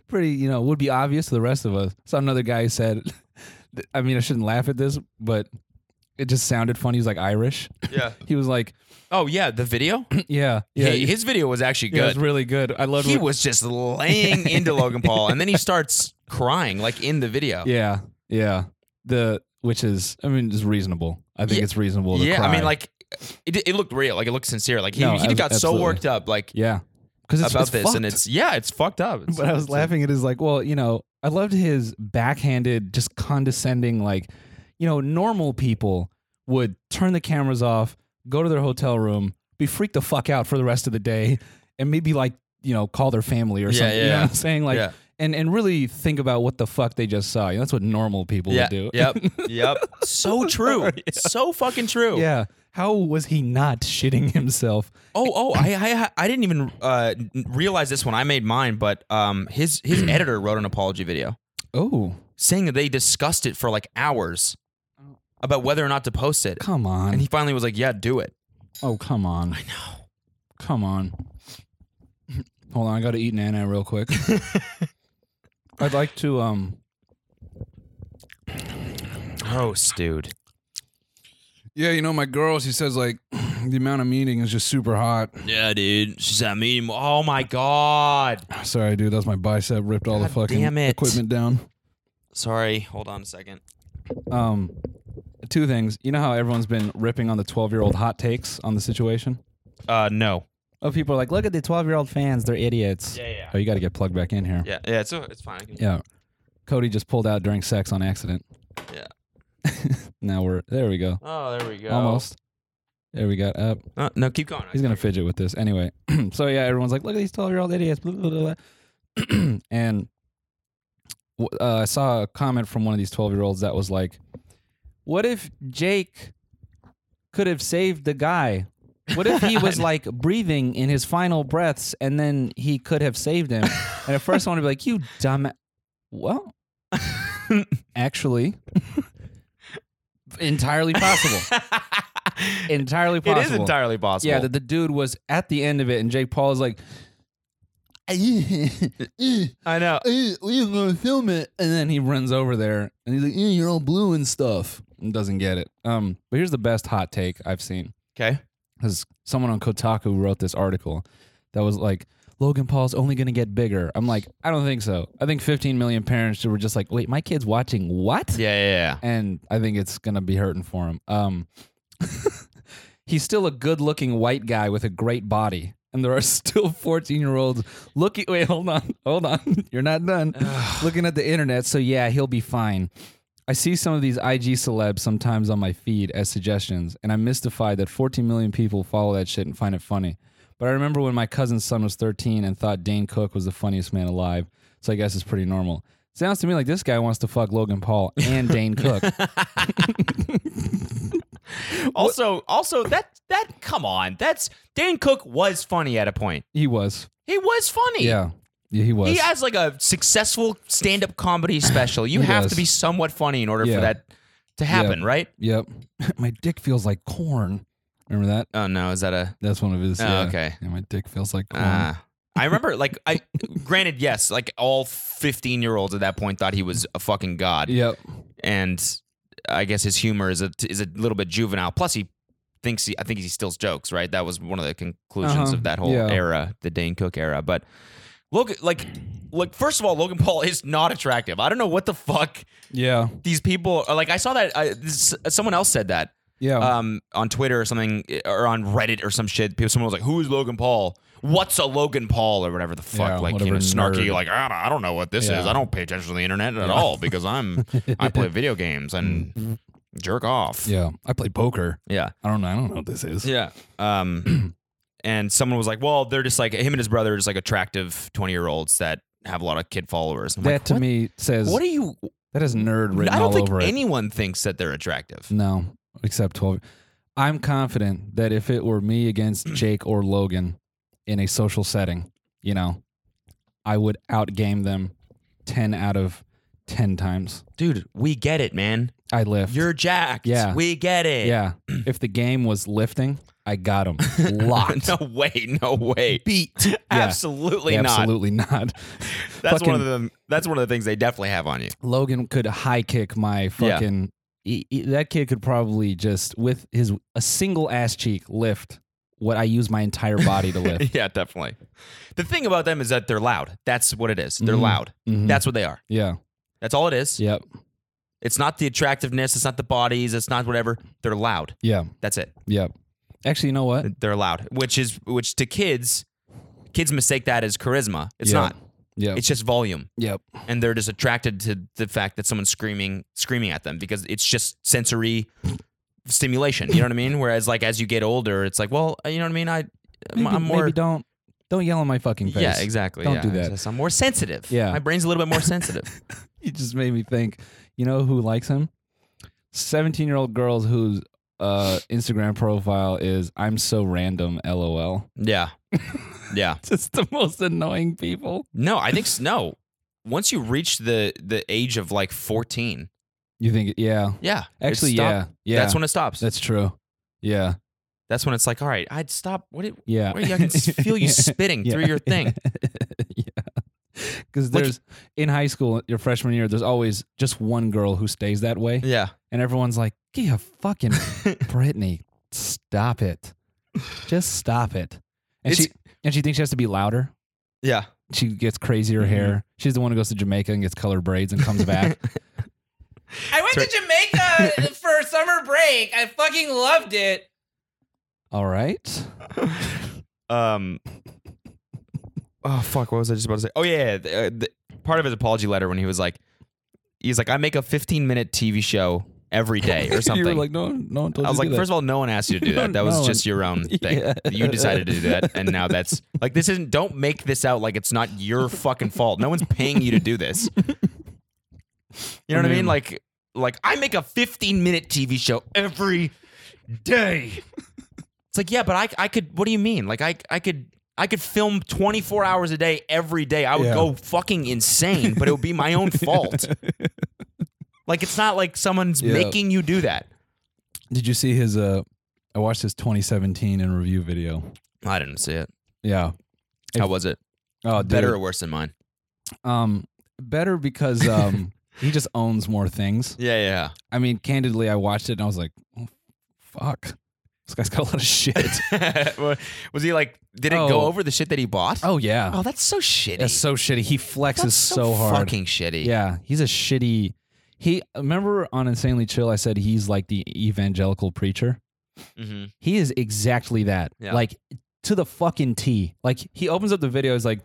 Speaker 2: pretty, you know, would be obvious to the rest of us. So another guy said, [laughs] I mean, I shouldn't laugh at this, but it just sounded funny. He's like Irish.
Speaker 1: yeah
Speaker 2: He was like,
Speaker 1: [laughs]
Speaker 2: [clears throat]
Speaker 1: oh yeah the video
Speaker 2: yeah, yeah,
Speaker 1: yeah his video was actually
Speaker 2: yeah, it was
Speaker 1: good
Speaker 2: really good. I love
Speaker 1: he was just laying into Logan Paul and then he starts crying like in the video
Speaker 2: Yeah, yeah. The which is, I mean, it's reasonable. I think
Speaker 1: Yeah.
Speaker 2: it's reasonable. To
Speaker 1: yeah, I
Speaker 2: cry.
Speaker 1: mean, like it, it looked real, like it looked sincere. Like he,
Speaker 2: No,
Speaker 1: he
Speaker 2: ab-
Speaker 1: got
Speaker 2: absolutely.
Speaker 1: so worked up, like
Speaker 2: yeah, because it's
Speaker 1: about
Speaker 2: it's
Speaker 1: this, and
Speaker 2: fucked.
Speaker 1: it's yeah, it's fucked up. It's-
Speaker 2: but I was
Speaker 1: it's-
Speaker 2: laughing at his like, well, you know, I loved his backhanded, just condescending, like, you know, normal people would turn the cameras off, go to their hotel room, be freaked the fuck out for the rest of the day, and maybe like, you know, call their family or
Speaker 1: Yeah,
Speaker 2: something. You
Speaker 1: yeah,
Speaker 2: know
Speaker 1: yeah.
Speaker 2: what I'm saying? Like
Speaker 1: Yeah.
Speaker 2: and, and really think about what the fuck they just saw. You know, that's what normal people
Speaker 1: yeah,
Speaker 2: would do.
Speaker 1: yep,
Speaker 2: [laughs]
Speaker 1: yep. So true, [laughs] so fucking true.
Speaker 2: yeah. How was he not shitting himself?
Speaker 1: Oh, oh, I, I, I didn't even uh, n- realize this when I made mine, but um, his
Speaker 2: [clears throat]
Speaker 1: his editor wrote an apology video
Speaker 2: Oh,
Speaker 1: saying that they discussed it for like hours about whether or not to post it,
Speaker 2: come on.
Speaker 1: and he finally was like, "Yeah, do it."
Speaker 2: Oh, come on. I know. Come on. Hold on, I gotta eat Nana real [laughs] quick. I'd like to um
Speaker 1: Gross, dude.
Speaker 2: Yeah, you know, my girl, she says like [clears throat] the amount of meeting is just super hot.
Speaker 1: Yeah, dude. She's at me. Oh my god.
Speaker 2: Sorry, dude, that's my bicep ripped all the
Speaker 1: God
Speaker 2: fucking
Speaker 1: damn it.
Speaker 2: equipment down.
Speaker 1: Sorry. Hold on a second.
Speaker 2: Um two things. You know how everyone's been ripping on the twelve year old hot takes on the situation?
Speaker 1: Uh, no.
Speaker 2: Oh, people are like, look at the twelve year old fans, they're idiots.
Speaker 1: Yeah, yeah.
Speaker 2: Oh, you gotta get plugged back in here.
Speaker 1: Yeah, yeah, it's it's fine.
Speaker 2: Yeah. Cody just pulled out during sex on accident.
Speaker 1: Yeah.
Speaker 2: [laughs] now we're there we go.
Speaker 1: Oh, there we go.
Speaker 2: Almost. There we got up.
Speaker 1: No, no, keep going.
Speaker 2: He's gonna fidget with this anyway. [clears throat] so yeah, everyone's like, look at these twelve-year-old idiots. Blah, blah, blah, blah. [clears throat] and w- uh, I saw a comment from one of these twelve-year-olds that was like, "What if Jake could have saved the guy. What
Speaker 1: [laughs]
Speaker 2: if he was like breathing in his final breaths and then he could have saved him? And at first I want to be like, you dumb.
Speaker 1: [laughs]
Speaker 2: Well, actually, [laughs] entirely possible.
Speaker 1: [laughs]
Speaker 2: Entirely
Speaker 1: it
Speaker 2: possible.
Speaker 1: is entirely possible.
Speaker 2: Yeah, that the dude was at the end of it and Jake Paul is like, [laughs]
Speaker 1: I know.
Speaker 2: "Eh, we're gonna film it and then he runs over there and he's like "Eh, you're all blue and stuff and doesn't get it um but here's the best hot take i've seen
Speaker 1: Okay.
Speaker 2: because someone on kotaku wrote this article that was like logan paul's only gonna get bigger i'm like i don't think so i think 15 million parents were just like wait my kid's watching
Speaker 1: Yeah,
Speaker 2: what [laughs]
Speaker 1: yeah,
Speaker 2: and I think it's gonna be hurting for him. Um, he's still a good-looking white guy with a great body, and there are [laughs] still fourteen-year-olds looking. Wait, hold on, hold on, [laughs] you're not done looking at the internet. So yeah, he'll be fine. I see some of these IG celebs sometimes on my feed as suggestions, and I'm mystified that 14 million people follow that shit and find it funny. But I remember when my cousin's son was 13 and thought Dane Cook was the funniest man alive, so I guess it's pretty normal. Sounds to me like this guy wants to fuck Logan Paul and Dane Cook.
Speaker 1: yeah. Also, also that that come on. That's Dan Cook was funny at a point.
Speaker 2: He was.
Speaker 1: He was funny.
Speaker 2: Yeah. Yeah, he was.
Speaker 1: He has like a successful stand-up
Speaker 2: [coughs]
Speaker 1: comedy special. You
Speaker 2: He
Speaker 1: have
Speaker 2: does.
Speaker 1: to be somewhat funny in order
Speaker 2: Yeah.
Speaker 1: for that to happen, right?
Speaker 2: Yep. [laughs] my dick feels like corn. Remember that?
Speaker 1: Oh no, is that a
Speaker 2: That's one of his.
Speaker 1: Oh,
Speaker 2: yeah.
Speaker 1: okay.
Speaker 2: Yeah, my dick feels like corn.
Speaker 1: Ah. I remember like I granted yes, like all 15-year-olds at that point thought he was a fucking god.
Speaker 2: yep.
Speaker 1: and I guess his humor is a is a little bit juvenile. Plus, he thinks he I think he steals jokes. Right, that was one of the conclusions
Speaker 2: Uh-huh.
Speaker 1: of that whole
Speaker 2: Yeah.
Speaker 1: era, the Dane Cook era. But look, like, like first of all, Logan Paul is not attractive. I don't know what the fuck
Speaker 2: Yeah.
Speaker 1: these people are like. I saw that I, this, someone else said that
Speaker 2: Yeah.
Speaker 1: um, on Twitter or something eh, or on Reddit or some shit. People, someone was like, "Who is Logan Paul?" What's a Logan Paul or whatever the fuck,
Speaker 2: Yeah,
Speaker 1: like you
Speaker 2: whatever
Speaker 1: know, snarky,
Speaker 2: nerd.
Speaker 1: like I don't, I don't know what this
Speaker 2: Yeah.
Speaker 1: is. I don't pay attention to the internet at all because I'm I
Speaker 2: [laughs]
Speaker 1: play video games and jerk off.
Speaker 2: Mm. yeah. I play poker.
Speaker 1: yeah,
Speaker 2: I don't know. I don't know what this is.
Speaker 1: yeah. Um, [clears throat] and someone was like, "Well, they're just like him and his brother are just like attractive twenty year olds that have a lot of kid followers." I'm
Speaker 2: That
Speaker 1: like,
Speaker 2: to
Speaker 1: what?
Speaker 2: me says
Speaker 1: what are you?
Speaker 2: that is nerd written
Speaker 1: I don't
Speaker 2: all
Speaker 1: think
Speaker 2: over it. Mm.
Speaker 1: anyone thinks that they're attractive.
Speaker 2: No, except 12. I'm confident that if it were
Speaker 1: [clears throat]
Speaker 2: me against Jake or Logan in a social setting, you know, I would outgame them 10 out of 10 times.
Speaker 1: Dude, we get it, man.
Speaker 2: I lift.
Speaker 1: You're jacked.
Speaker 2: Yeah.
Speaker 1: we get it. [laughs]
Speaker 2: yeah. if the game was lifting, I got him
Speaker 1: [laughs]
Speaker 2: locked.
Speaker 1: no way, no way. Beat. [laughs] Absolutely not.
Speaker 2: Absolutely not.
Speaker 1: That's
Speaker 2: Fucking-
Speaker 1: one of the that's one of the things they definitely have on you.
Speaker 2: Logan could high kick my fucking. he- he- that kid could probably just with his a single ass cheek lift what I use my entire body to lift.
Speaker 1: yeah, definitely. The thing about them is that they're loud. That's what it is. They're
Speaker 2: Mhm.
Speaker 1: loud. [laughs]
Speaker 2: Mhm.
Speaker 1: That's what they are.
Speaker 2: yeah.
Speaker 1: That's all it is.
Speaker 2: Yep.
Speaker 1: It's not the attractiveness, it's not the bodies, it's not whatever. They're loud.
Speaker 2: Yeah.
Speaker 1: That's it.
Speaker 2: Yep. Actually, you know what?
Speaker 1: They're loud, which is which to kids kids mistake that as charisma. It's
Speaker 2: Yep.
Speaker 1: not.
Speaker 2: Yep.
Speaker 1: It's just volume.
Speaker 2: yep.
Speaker 1: and they're just attracted to the fact that someone's screaming screaming at them because it's just sensory stimulation you know what i mean whereas like as you get older it's like well you know what i mean i
Speaker 2: Maybe,
Speaker 1: i'm more
Speaker 2: maybe don't don't yell in my fucking face.
Speaker 1: yeah exactly
Speaker 2: Don't
Speaker 1: yeah.
Speaker 2: do that.
Speaker 1: It's just i'm more sensitive
Speaker 2: Yeah.
Speaker 1: my brain's a little bit more
Speaker 2: [laughs]
Speaker 1: sensitive
Speaker 2: You just made me think. You know who likes him? Seventeen-year-old girls whose uh, Instagram profile is "I'm so random." LOL. [laughs]
Speaker 1: yeah yeah
Speaker 2: Just the most annoying people.
Speaker 1: no i think s- no once you reach the the age of like 14
Speaker 2: You think? Yeah.
Speaker 1: yeah it
Speaker 2: Actually,
Speaker 1: stop-
Speaker 2: yeah. Yeah.
Speaker 1: that's when it stops
Speaker 2: That's true. Yeah.
Speaker 1: that's when it's like all right i'd stop what did
Speaker 2: Yeah.
Speaker 1: what did-
Speaker 2: [laughs]
Speaker 1: I can s- feel you spitting
Speaker 2: Yeah.
Speaker 1: through your thing.
Speaker 2: [laughs] yeah. Because
Speaker 1: Like-
Speaker 2: there's in high school, your freshman year, there's always just one girl who stays that way.
Speaker 1: Yeah.
Speaker 2: And everyone's like, yeah,
Speaker 1: [laughs]
Speaker 2: fucking Brittany, stop it. Just stop it. And
Speaker 1: It's-
Speaker 2: she and she thinks she has to be louder.
Speaker 1: Yeah.
Speaker 2: She gets crazier
Speaker 1: Mhm.
Speaker 2: hair. She's the one who goes to Jamaica and gets colored braids and
Speaker 1: [laughs]
Speaker 2: comes back.
Speaker 3: I went to Jamaica for summer break. I fucking loved it.
Speaker 2: All right.
Speaker 1: Um. Oh fuck! What was I just about to say? Oh yeah, yeah, the, uh, the, part of his apology letter when he was like, he's like, I make a 15 minute TV show every day or something.
Speaker 2: [laughs] you were like, no, no one told
Speaker 1: I was
Speaker 2: you
Speaker 1: like, first of all, no one asked you
Speaker 2: [laughs]
Speaker 1: to do that. That
Speaker 2: No
Speaker 1: was
Speaker 2: one-
Speaker 1: just your
Speaker 2: [laughs]
Speaker 1: own thing.
Speaker 2: Yeah.
Speaker 1: You decided to do that, and now that's like this isn't. Don't make this out like it's not your fucking fault. No one's paying you to do
Speaker 2: [laughs]
Speaker 1: this. You know what
Speaker 2: I
Speaker 1: I mean?
Speaker 2: mean-
Speaker 1: Like, like I make a 15 minute TV show every
Speaker 2: day.
Speaker 1: It's like, yeah, but I, I could. What do you mean? Like, I, I could, I could film 24 hours a day every day. I would
Speaker 2: Yeah.
Speaker 1: go fucking insane, but it would be my
Speaker 2: [laughs]
Speaker 1: own fault. [laughs] like, it's not like someone's
Speaker 2: Yeah.
Speaker 1: making you do that.
Speaker 2: Did you see his? Uh, I watched his 2017 in review video.
Speaker 1: I didn't see it.
Speaker 2: Yeah.
Speaker 1: How was it?
Speaker 2: Oh, dude.
Speaker 1: Better or worse than mine?
Speaker 2: Um, better because
Speaker 1: [laughs]
Speaker 2: um, he just owns more things.
Speaker 1: Yeah, yeah.
Speaker 2: I mean, candidly, I watched it and I was like, oh, fuck, this guy's got a lot
Speaker 1: [laughs]
Speaker 2: of shit. [laughs]
Speaker 1: Well, was he like? Did it go
Speaker 2: Oh.
Speaker 1: over the shit that he bought?
Speaker 2: oh yeah,
Speaker 1: Oh, that's so shitty.
Speaker 2: that's so shitty. He flexes
Speaker 1: That's
Speaker 2: so,
Speaker 1: so
Speaker 2: hard.
Speaker 1: Fucking shitty.
Speaker 2: Yeah, he's a shitty. He remember on Insanely Chill, I said he's like the evangelical preacher.
Speaker 1: Mm-hmm.
Speaker 2: He is exactly that.
Speaker 1: Yeah.
Speaker 2: Like to the fucking T. Like he opens up the video, he's like,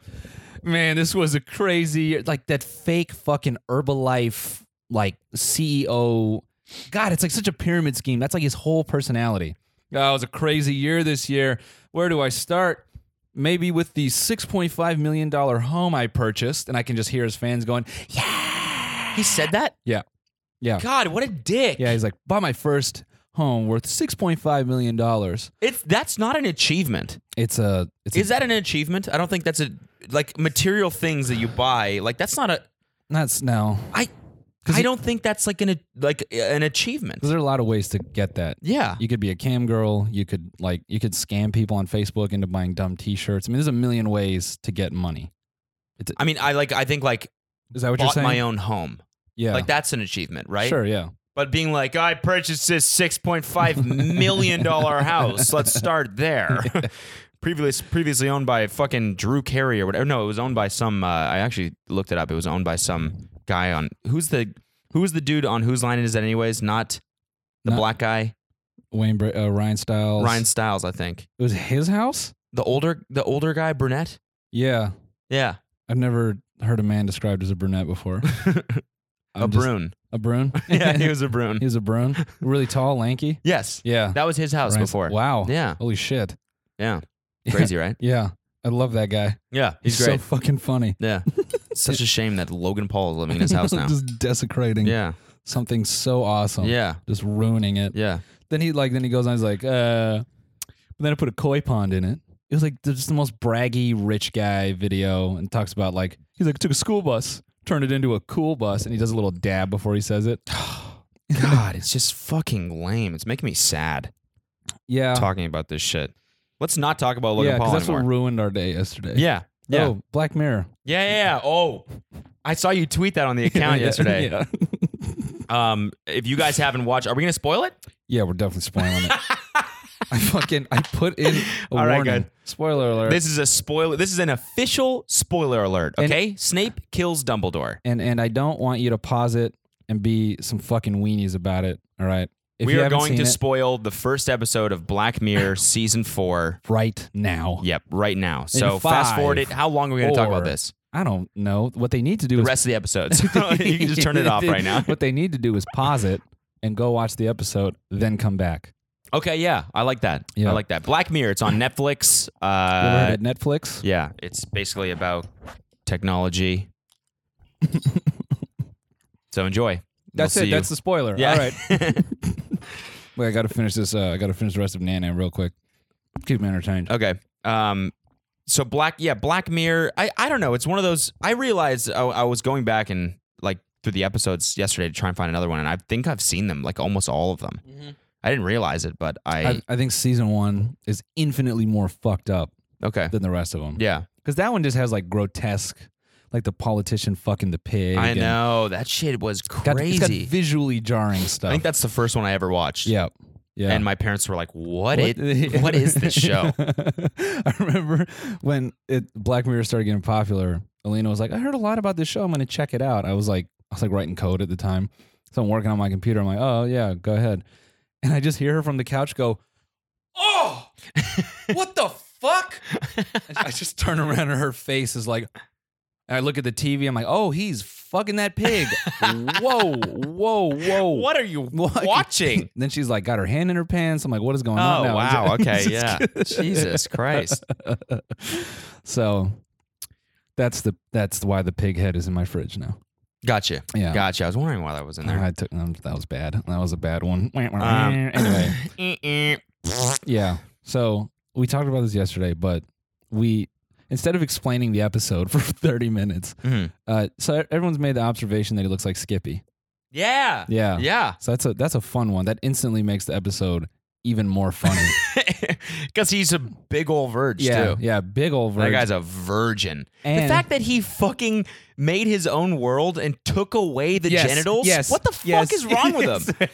Speaker 2: Man, this was a crazy year." like that fake fucking Herbalife like CEO. God, it's like such a pyramid scheme. That's like his whole personality. Oh, it was a crazy year this year. Where do I start? Maybe with the six point five million dollar home I purchased, and I can just hear his fans going,
Speaker 1: He said that.
Speaker 2: Yeah. Yeah.
Speaker 1: God, what a dick.
Speaker 2: Yeah, he's like, bought my first home worth six point five million dollars.
Speaker 1: It's that's not an achievement.
Speaker 2: It's a it's a
Speaker 1: Is that an achievement? I don't think that's a like material things that you buy. Like that's not a.
Speaker 2: That's no.
Speaker 1: I
Speaker 2: 'Cause
Speaker 1: I
Speaker 2: it-
Speaker 1: don't think that's like an like an achievement.
Speaker 2: 'Cause there are a lot of ways to get that.
Speaker 1: Yeah.
Speaker 2: You could be a cam girl. You could like you could scam people on Facebook into buying dumb T-shirts. I mean, there's a million ways to get money.
Speaker 1: I mean, I like. I think like
Speaker 2: Is that what you're
Speaker 1: bought
Speaker 2: saying?
Speaker 1: my own home.
Speaker 2: yeah,
Speaker 1: Like that's an achievement, right?
Speaker 2: Sure, yeah,
Speaker 1: But being like, I purchased this six point five million dollar house. Let's start
Speaker 2: [laughs]
Speaker 1: there. Previous, previously owned by fucking Drew Carey or whatever. No, it was owned by some. Uh, I actually looked it up. It was owned by some guy on who's the who's the dude on whose line is that anyways? Not the
Speaker 2: Not-
Speaker 1: black guy,
Speaker 2: Wayne Bra- uh, Ryan Styles.
Speaker 1: Ryan Stiles, I think.
Speaker 2: it was his house.
Speaker 1: The older the older guy, brunette.
Speaker 2: Yeah,
Speaker 1: Yeah,
Speaker 2: I've never heard a man described as a brunette before.
Speaker 1: [laughs] a
Speaker 2: I'm just- [laughs]
Speaker 1: brune. [laughs]
Speaker 2: A brune.
Speaker 1: yeah,
Speaker 2: [laughs]
Speaker 1: he was a brune.
Speaker 2: he was a brune. Really tall, lanky.
Speaker 1: yes,
Speaker 2: Yeah,
Speaker 1: that was his house
Speaker 2: Ryan-
Speaker 1: before.
Speaker 2: Wow.
Speaker 1: Yeah,
Speaker 2: Holy shit.
Speaker 1: yeah,
Speaker 2: Yeah.
Speaker 1: crazy,
Speaker 2: [laughs]
Speaker 1: right?
Speaker 2: Yeah, I love that guy.
Speaker 1: Yeah, he's,
Speaker 2: so
Speaker 1: great.
Speaker 2: fucking funny.
Speaker 1: [laughs] yeah, such a shame that Logan Paul is living in his [laughs]
Speaker 2: [laughs]
Speaker 1: house now.
Speaker 2: Just desecrating
Speaker 1: Yeah,
Speaker 2: something so awesome.
Speaker 1: yeah,
Speaker 2: Just ruining it.
Speaker 1: yeah.
Speaker 2: Then he like then he goes on he's like, uh but then I put a koi pond in it. It was like just the most braggy rich guy video and talks about like he's like took a school bus, turned it into a cool bus, and he does a little dab before he says
Speaker 1: [sighs]
Speaker 2: it.
Speaker 1: God, it's just fucking lame. It's making me sad
Speaker 2: Yeah.
Speaker 1: talking about this shit. Let's not talk about Logan
Speaker 2: yeah,
Speaker 1: Paul
Speaker 2: that's
Speaker 1: anymore.
Speaker 2: what ruined our day yesterday.
Speaker 1: yeah, yeah,
Speaker 2: Oh,
Speaker 1: [laughs]
Speaker 2: Black Mirror.
Speaker 1: yeah, yeah. Oh, I saw you tweet that on [laughs] the account
Speaker 2: Yeah,
Speaker 1: yesterday.
Speaker 2: [laughs] yeah.
Speaker 1: Um, if you guys haven't watched, are we gonna spoil it?
Speaker 2: Yeah, we're definitely spoiling
Speaker 1: [laughs]
Speaker 2: it. I fucking I put in a
Speaker 1: All right,
Speaker 2: warning.
Speaker 1: good.
Speaker 2: Spoiler alert.
Speaker 1: This is a spoiler. This is an official spoiler alert. Okay, Snape kills Dumbledore.
Speaker 2: and and I don't want you to pause it and be some fucking weenies about it. All right, if
Speaker 1: we
Speaker 2: you
Speaker 1: are
Speaker 2: haven't
Speaker 1: going
Speaker 2: seen
Speaker 1: to
Speaker 2: it,
Speaker 1: spoil the first episode of Black Mirror season four.
Speaker 2: right now.
Speaker 1: Yep, right now. So fast
Speaker 2: five,
Speaker 1: forward it. How long are we going to talk about
Speaker 2: four,
Speaker 1: this?
Speaker 2: I don't know what they need to do.
Speaker 1: The
Speaker 2: is
Speaker 1: rest of the episode.
Speaker 2: [laughs]
Speaker 1: So [laughs] you can just turn it off right now.
Speaker 2: what they need to do is pause it and go watch the episode, then come back.
Speaker 1: Okay, yeah, I like that.
Speaker 2: Yeah.
Speaker 1: I like that. Black Mirror. It's on Netflix.
Speaker 2: You ever heard
Speaker 1: Uh,
Speaker 2: of Netflix.
Speaker 1: yeah, it's basically about
Speaker 2: [laughs]
Speaker 1: technology. so enjoy.
Speaker 2: That's
Speaker 1: we'll
Speaker 2: it.
Speaker 1: See
Speaker 2: That's the spoiler.
Speaker 1: you. yeah.
Speaker 2: All right.
Speaker 1: [laughs]
Speaker 2: [laughs] Wait, I got to finish this. Uh, I got to finish the rest of Nana real quick. Keep me entertained.
Speaker 1: Okay. Um. So black, yeah, Black Mirror. I I don't know. It's one of those. I realized I, I was going back and like through the episodes yesterday to try and find another one, and I think I've seen them like almost all of them. I didn't realize it, but I,
Speaker 2: I, I think season one is infinitely more fucked up
Speaker 1: okay.
Speaker 2: than the rest of them.
Speaker 1: Yeah,
Speaker 2: because that one just has like grotesque, like the politician fucking the pig.
Speaker 1: I
Speaker 2: and-
Speaker 1: know that shit was
Speaker 2: Got-
Speaker 1: crazy.
Speaker 2: It's got visually jarring stuff.
Speaker 1: I think that's the first one I ever watched.
Speaker 2: yeah. Yeah.
Speaker 1: And my parents were like, "What? It, [laughs] what is this show?"
Speaker 2: [laughs] I remember when it Black Mirror started getting popular, Alina was like, I heard a lot about this show. I'm going to check it out. I was like, I was like writing code at the time. So I'm working on my computer. I'm like, oh, yeah, go ahead. And I just hear her from the couch go,
Speaker 4: Oh,
Speaker 1: [laughs]
Speaker 4: what the fuck?
Speaker 2: and I just turn around and her face is like, and I look at the TV. I'm like, oh, he's fucking that pig.
Speaker 1: [laughs]
Speaker 2: whoa, whoa, [laughs] whoa.
Speaker 1: What are you
Speaker 2: What?
Speaker 1: watching?
Speaker 2: [laughs] then she's like got her hand in her pants. I'm like, what is going
Speaker 1: Oh
Speaker 2: on now? [laughs]
Speaker 1: wow! Okay,
Speaker 2: Just
Speaker 1: yeah.
Speaker 2: kidding.
Speaker 1: Jesus Christ!
Speaker 2: so that's the that's why the pig head is in my fridge now.
Speaker 1: Gotcha.
Speaker 2: Yeah.
Speaker 1: Gotcha. I was wondering why that was in there.
Speaker 2: I took um, that was bad. That was a bad one.
Speaker 1: Um,
Speaker 2: Uh, [laughs]
Speaker 1: [coughs] eh.
Speaker 2: anyway, yeah. So we talked about this yesterday, but we instead of explaining the episode [laughs] for 30 minutes,
Speaker 1: Mhm.
Speaker 2: uh, so everyone's made the observation that he looks like Skippy.
Speaker 1: Yeah.
Speaker 2: Yeah.
Speaker 1: Yeah.
Speaker 2: So that's a that's a fun one. That instantly makes the episode even
Speaker 1: [laughs]
Speaker 2: more funny.
Speaker 1: Because he's a big old verge,
Speaker 2: yeah.
Speaker 1: too.
Speaker 2: Yeah. Big old
Speaker 1: That
Speaker 2: virgin.
Speaker 1: guy's a virgin.
Speaker 2: And-
Speaker 1: the fact that he fucking made his own world and took away the
Speaker 5: Yes,
Speaker 1: genitals.
Speaker 5: yes,
Speaker 1: what the fuck
Speaker 5: yes.
Speaker 1: is wrong with
Speaker 2: [laughs]
Speaker 1: him?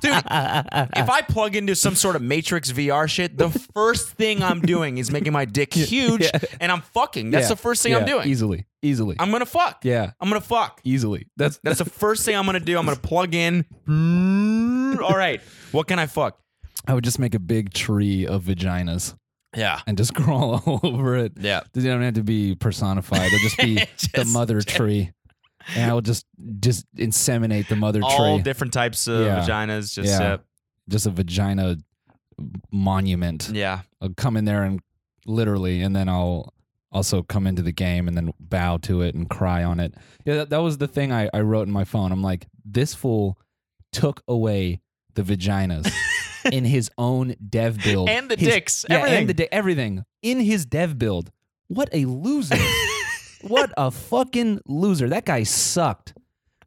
Speaker 1: Dude, if I plug into some sort of Matrix VR shit,
Speaker 2: [laughs]
Speaker 1: the first thing I'm doing is making my dick huge and I'm fucking. That's
Speaker 2: Yeah,
Speaker 1: the first thing I'm
Speaker 2: yeah,
Speaker 1: doing.
Speaker 2: Easily. Easily.
Speaker 1: I'm gonna fuck.
Speaker 2: yeah.
Speaker 1: I'm gonna fuck.
Speaker 2: Easily. That's
Speaker 1: That's the first thing I'm gonna do. I'm gonna plug in. [laughs] All right. What can I fuck?
Speaker 2: I would just make a big tree of vaginas
Speaker 1: Yeah.
Speaker 2: and just [laughs] crawl all over it.
Speaker 1: Yeah.
Speaker 2: They don't have to be personified. They'll
Speaker 1: [laughs]
Speaker 2: just be the
Speaker 1: Just-
Speaker 2: mother tree, and I'll just just inseminate the mother
Speaker 1: All
Speaker 2: tree.
Speaker 1: different types of
Speaker 2: Yeah.
Speaker 1: vaginas. Just uh,
Speaker 2: Yeah.
Speaker 1: yeah.
Speaker 2: just a vagina monument.
Speaker 1: yeah.
Speaker 2: I'll come in there and literally, and then I'll also come into the game and then bow to it and cry on it. Yeah, that, that was the thing I, I wrote in my phone. I'm like, this fool took away
Speaker 1: [laughs]
Speaker 2: the vaginas in his own dev build
Speaker 1: And the
Speaker 2: His-
Speaker 1: dicks.
Speaker 2: yeah,
Speaker 1: everything.
Speaker 2: and the day everything in his dev build. What
Speaker 1: [laughs]
Speaker 2: a loser! what a fucking loser! That guy sucked.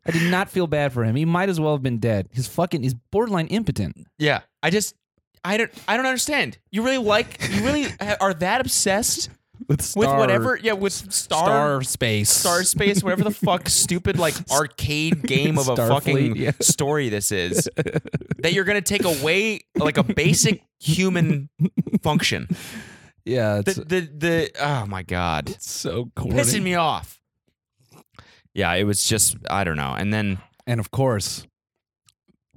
Speaker 2: I did not feel bad for him. He might as well have been dead. He's fucking. He's borderline impotent.
Speaker 1: Yeah, I just I don't I don't understand. You really like you [laughs] really ha- are that obsessed
Speaker 2: With,
Speaker 1: with whatever? Yeah, with star
Speaker 2: star space,
Speaker 1: star space, whatever the [laughs] fuck stupid like arcade game of a
Speaker 2: Starfleet,
Speaker 1: fucking
Speaker 2: yeah.
Speaker 1: story this [laughs] is that you're gonna take away like a basic human [laughs] function.
Speaker 2: Yeah,
Speaker 1: The
Speaker 2: it's,
Speaker 1: the, the oh my god,
Speaker 2: it's so
Speaker 1: pissing
Speaker 2: corny.
Speaker 1: me off. Yeah, it was just I don't know, and then
Speaker 2: and of course,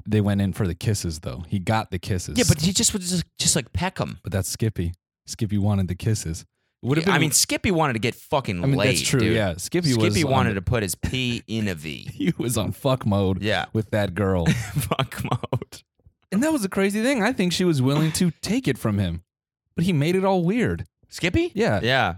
Speaker 2: they went in for the kisses though. He got the kisses.
Speaker 1: yeah, but he just was just, just like Peckham.
Speaker 2: but that's Skippy. Skippy wanted the kisses. Would have been.
Speaker 1: I mean, Skippy wanted to get fucking
Speaker 2: I mean
Speaker 1: laid.
Speaker 2: that's true.
Speaker 1: dude.
Speaker 2: Yeah, Skippy, was um,
Speaker 1: Skippy
Speaker 2: on-
Speaker 1: wanted to put his P in a V.
Speaker 2: [laughs] He was on fuck mode
Speaker 1: Yeah.
Speaker 2: with
Speaker 1: [laughs]
Speaker 2: that girl.
Speaker 1: Fuck mode.
Speaker 2: And that was the crazy thing. I think she was willing to take it from him, but he made it all weird.
Speaker 1: Skippy?
Speaker 2: Yeah.
Speaker 1: Yeah.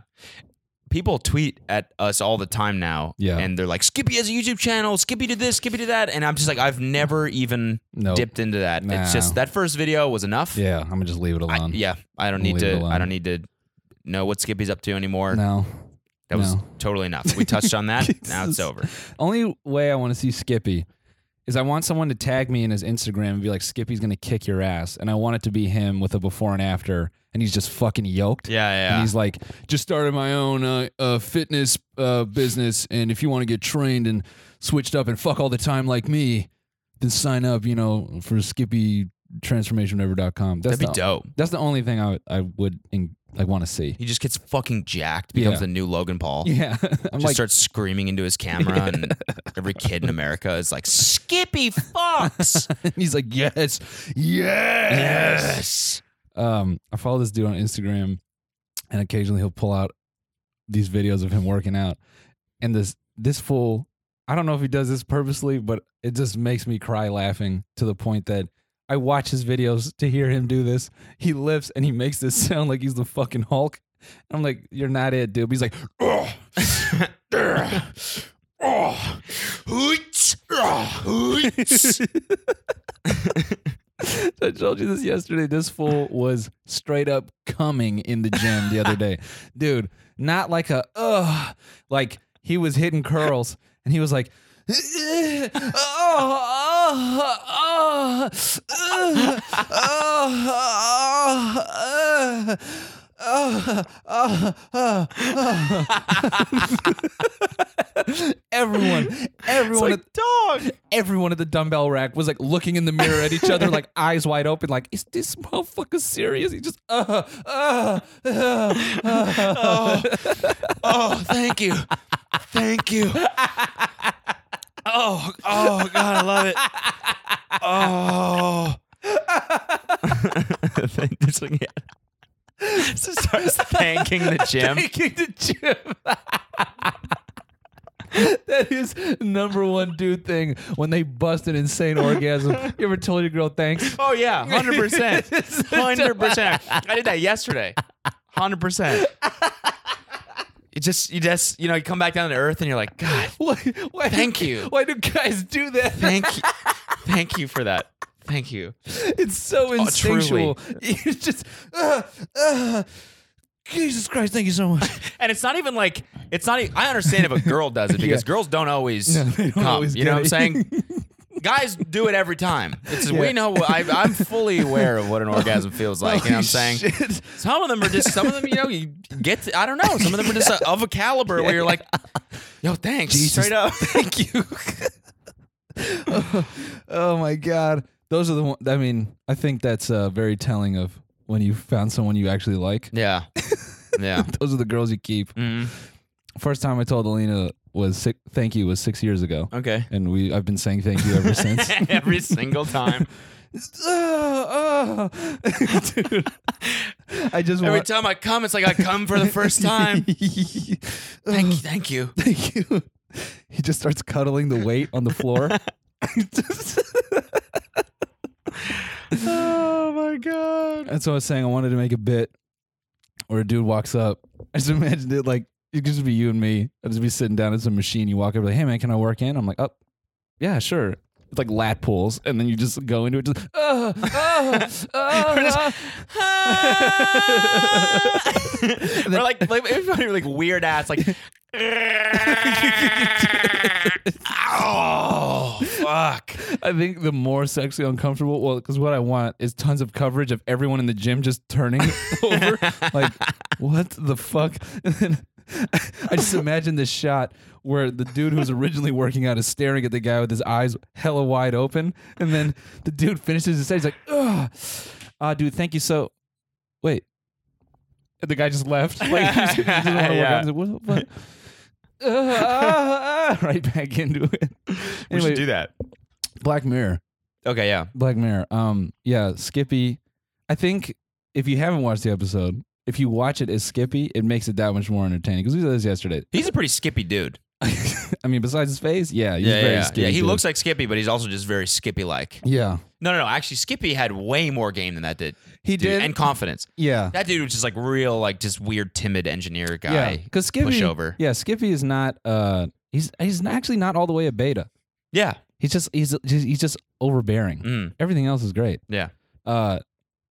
Speaker 1: People tweet at us all the time now.
Speaker 2: Yeah.
Speaker 1: And they're like, Skippy has a YouTube channel. Skippy did this. Skippy did that. And I'm just like, I've never even
Speaker 2: No.
Speaker 1: dipped into that. It's
Speaker 2: Nah.
Speaker 1: just that first video was enough.
Speaker 2: Yeah, I'm gonna just leave it
Speaker 1: I,
Speaker 2: alone.
Speaker 1: yeah. I don't
Speaker 2: Leave
Speaker 1: need
Speaker 2: it
Speaker 1: to. I
Speaker 2: alone.
Speaker 1: don't need to know what Skippy's up to anymore.
Speaker 2: No.
Speaker 1: that was
Speaker 2: no.
Speaker 1: totally enough. We touched on
Speaker 2: [laughs]
Speaker 1: that. now it's over.
Speaker 2: Only way I want to see Skippy is I want someone to tag me in his Instagram and be like, Skippy's gonna kick your ass, and I want it to be him with a before and after, and he's just fucking yoked. And
Speaker 1: Yeah. Yeah.
Speaker 2: he's like, just started my own uh, uh, fitness uh, business, and if you want to get trained and switched up and fuck all the time like me, then sign up. You know, for Skippy transformationwhatever.com. That's
Speaker 1: That'd be
Speaker 2: the,
Speaker 1: dope.
Speaker 2: That's the only thing I would- I would in, I want to
Speaker 1: [laughs]
Speaker 2: see.
Speaker 1: He just gets fucking jacked, becomes
Speaker 2: Yeah.
Speaker 1: the new Logan Paul.
Speaker 2: Yeah, [laughs] I'm
Speaker 1: just
Speaker 2: like,
Speaker 1: starts screaming into his camera, [laughs] and every kid in America is like, "Skippy [laughs] Fox!"
Speaker 2: he's like, yes, yes. Um, I follow this dude on Instagram, and occasionally he'll pull out these videos of him working out, and this this fool. I don't know if he does this purposely, but it just makes me cry laughing to the point that I watch his videos to hear him do this. He lifts and he makes this [laughs] sound like he's the fucking Hulk. I'm like, you're not it, dude. But he's like, "Ugh, ugh, [laughs] ugh." I told you this yesterday. This fool was straight up coming in the gym the other day. Dude, not like a ugh, like he was hitting curls and he was like "Ugh, oh, oh, oh, ugh, oh, oh, oh, oh, oh."
Speaker 1: [laughs]
Speaker 2: everyone, everyone, at-
Speaker 1: dog.
Speaker 2: everyone at the dumbbell rack was like looking in the mirror at each other, like [laughs] eyes wide open, like, is this motherfucker serious? He just, uh, uh, uh, uh.
Speaker 1: [laughs] Oh, oh, thank you, thank you. Oh, oh, God, I love it. [laughs] Oh. Just like, [laughs] yeah. Just starts thanking [laughs] the gym.
Speaker 2: [laughs] Taking the gym. that is number one dude thing when they bust an insane orgasm. You ever told your
Speaker 1: [laughs]
Speaker 2: girl thanks? [laughs]
Speaker 1: Oh yeah, hundred percent, hundred percent. I did that yesterday, hundred percent. just you just you know you come back down to earth and you're like, God,
Speaker 2: Why, why do-
Speaker 1: Thank you.
Speaker 2: Why do guys do that?
Speaker 1: thank you, thank you for that. Thank you.
Speaker 2: [laughs] It's so
Speaker 1: Oh,
Speaker 2: instinctual. [laughs] It's just, uh, uh, Jesus Christ, thank you so
Speaker 1: [laughs]
Speaker 2: much.
Speaker 1: And it's not even like it's not. e- I understand if a girl does
Speaker 2: [laughs]
Speaker 1: it because girls don't always
Speaker 2: No, they don't
Speaker 1: come.
Speaker 2: always
Speaker 1: you know
Speaker 2: get
Speaker 1: what I'm
Speaker 2: it. [laughs]
Speaker 1: saying? Guys do it every time. It's we know. I, I'm fully aware of
Speaker 2: [laughs]
Speaker 1: what an orgasm feels like. you know what I'm saying?
Speaker 2: Shit.
Speaker 1: Some of them are just. Some of them, you know, you get. To, I don't know. Some of them are just uh, of a caliber where [laughs] you're like, yo, thanks, straight up.
Speaker 2: Thank you. oh my God. Those are the one. I mean, I think that's uh, very telling of when you found someone you actually like.
Speaker 1: [laughs] Yeah, yeah.
Speaker 2: Those are the girls you keep.
Speaker 1: Mm,
Speaker 2: First time I told Alina was six, thank you was six years ago,
Speaker 1: okay.
Speaker 2: and we I've been saying thank you ever since.
Speaker 1: [laughs]
Speaker 2: [laughs]
Speaker 1: Every single [laughs] time.
Speaker 2: Ah, ah. [laughs]
Speaker 1: [laughs]
Speaker 2: Dude, I just
Speaker 1: Every
Speaker 2: want.
Speaker 1: time I come, it's like I come for the
Speaker 2: [laughs]
Speaker 1: [laughs] first time. Thank you. Thank you.
Speaker 2: Thank [laughs] you. He just starts cuddling the weight on the floor.
Speaker 1: [laughs] Oh my [laughs] god.
Speaker 2: That's what I was saying. I wanted to make a bit where a dude walks up. I just [laughs] imagined it like it could just be you and me. I'd just be sitting down at some machine. You walk up like, hey man, can I work in? I'm like, oh, yeah, sure. It's like lat pulls, and then you just go into it. Just ah, ah, ah, ah.
Speaker 1: or like, like it's funny, like weird ass [laughs] like. oh fuck!
Speaker 2: I think the more sexually uncomfortable, well, because what I want is tons of coverage of everyone in the gym just turning
Speaker 1: [laughs]
Speaker 2: over, like, what the fuck? And then I just imagine this shot where the dude who's originally working out is staring at the guy with his eyes hella wide open, and then the dude finishes his set. He's like, "Ugh, ah, dude, thank you so." Wait, and the guy just left. [laughs] Like, he just- he just didn't want to
Speaker 1: Yeah.
Speaker 2: work out. He's like, what the fuck? [laughs] Ugh, ah, [laughs] ah, right back into it.
Speaker 1: We should
Speaker 2: Anyway,
Speaker 1: do that.
Speaker 2: Black Mirror.
Speaker 1: Okay, yeah.
Speaker 2: Black Mirror. Um, yeah, Skippy. I think if you haven't watched the episode, if you watch it as Skippy, it makes it that much more entertaining. Because we saw this yesterday. [laughs]
Speaker 1: He's a pretty skippy dude.
Speaker 2: I mean, besides his face, yeah, he's
Speaker 1: yeah,
Speaker 2: very
Speaker 1: yeah,
Speaker 2: Skippy.
Speaker 1: yeah. He
Speaker 2: too.
Speaker 1: looks like Skippy, but he's also just very Skippy like.
Speaker 2: Yeah,
Speaker 1: No, no, no. Actually, Skippy had way more game than that did.
Speaker 2: he
Speaker 1: Dude,
Speaker 2: did.
Speaker 1: and confidence.
Speaker 2: yeah,
Speaker 1: That dude was just like real, like just weird, timid engineer
Speaker 2: yeah.
Speaker 1: guy.
Speaker 2: Because Skippy,
Speaker 1: pushover.
Speaker 2: yeah, Skippy is not. Uh, he's he's not- actually not all the way a beta.
Speaker 1: Yeah.
Speaker 2: He's just he's just, he's just overbearing.
Speaker 1: Mm.
Speaker 2: Everything else is great.
Speaker 1: Yeah.
Speaker 2: Uh,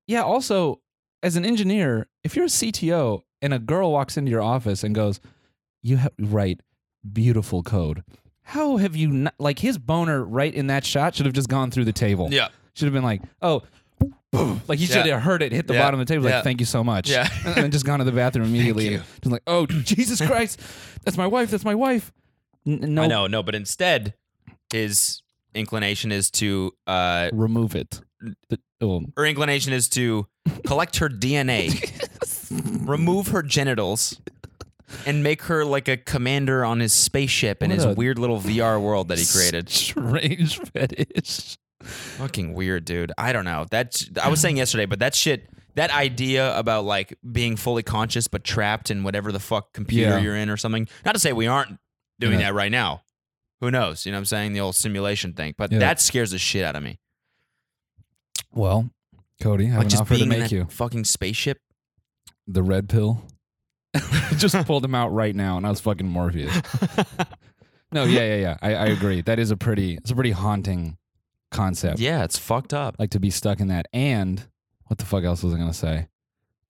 Speaker 2: yeah. Also, as an engineer, if you're a CTO and a girl walks into your office and goes, "You ha- write beautiful code," how have you not? Like his boner right in that shot should have just gone through the table.
Speaker 1: Yeah.
Speaker 2: Should have been like, "Oh." boom." Like he should
Speaker 1: Yeah.
Speaker 2: have heard it hit the
Speaker 1: Yeah.
Speaker 2: bottom of the table.
Speaker 1: Yeah.
Speaker 2: Like, thank you so much.
Speaker 1: Yeah.
Speaker 2: and then just gone to the bathroom immediately.
Speaker 1: you.
Speaker 2: Just like, oh [laughs] Jesus Christ, that's my wife. That's my wife. N- no,
Speaker 1: I know, no, but instead, his inclination is to, uh,
Speaker 2: remove it. The- oh,
Speaker 1: her inclination is to collect her
Speaker 2: [laughs]
Speaker 1: DNA, remove her genitals, and make her like a commander on his spaceship in
Speaker 2: What
Speaker 1: his
Speaker 2: a-
Speaker 1: weird little VR world that he created.
Speaker 2: [laughs] strange fetish.
Speaker 1: Fucking weird, dude. I don't know. That's I was saying yesterday, but that shit. That idea about like being fully conscious but trapped in whatever the fuck computer
Speaker 2: Yeah.
Speaker 1: you're in or something. Not to say we aren't doing
Speaker 2: Yeah.
Speaker 1: that right now. Who knows? You know what I'm saying? The old simulation thing. But
Speaker 2: Yeah.
Speaker 1: that scares the shit out of me.
Speaker 2: Well, Cody, I have
Speaker 1: Like
Speaker 2: an
Speaker 1: just
Speaker 2: offer
Speaker 1: being
Speaker 2: to
Speaker 1: in
Speaker 2: make
Speaker 1: that
Speaker 2: you.
Speaker 1: fucking
Speaker 2: [laughs]
Speaker 1: spaceship.
Speaker 2: The red pill. [laughs] just pulled him out right now, and I was fucking Morpheus. no, yeah, yeah, yeah. I, I agree. That is a pretty, it's a pretty haunting concept.
Speaker 1: Yeah, it's fucked up.
Speaker 2: Like to be stuck in that. And what the fuck else was I gonna say?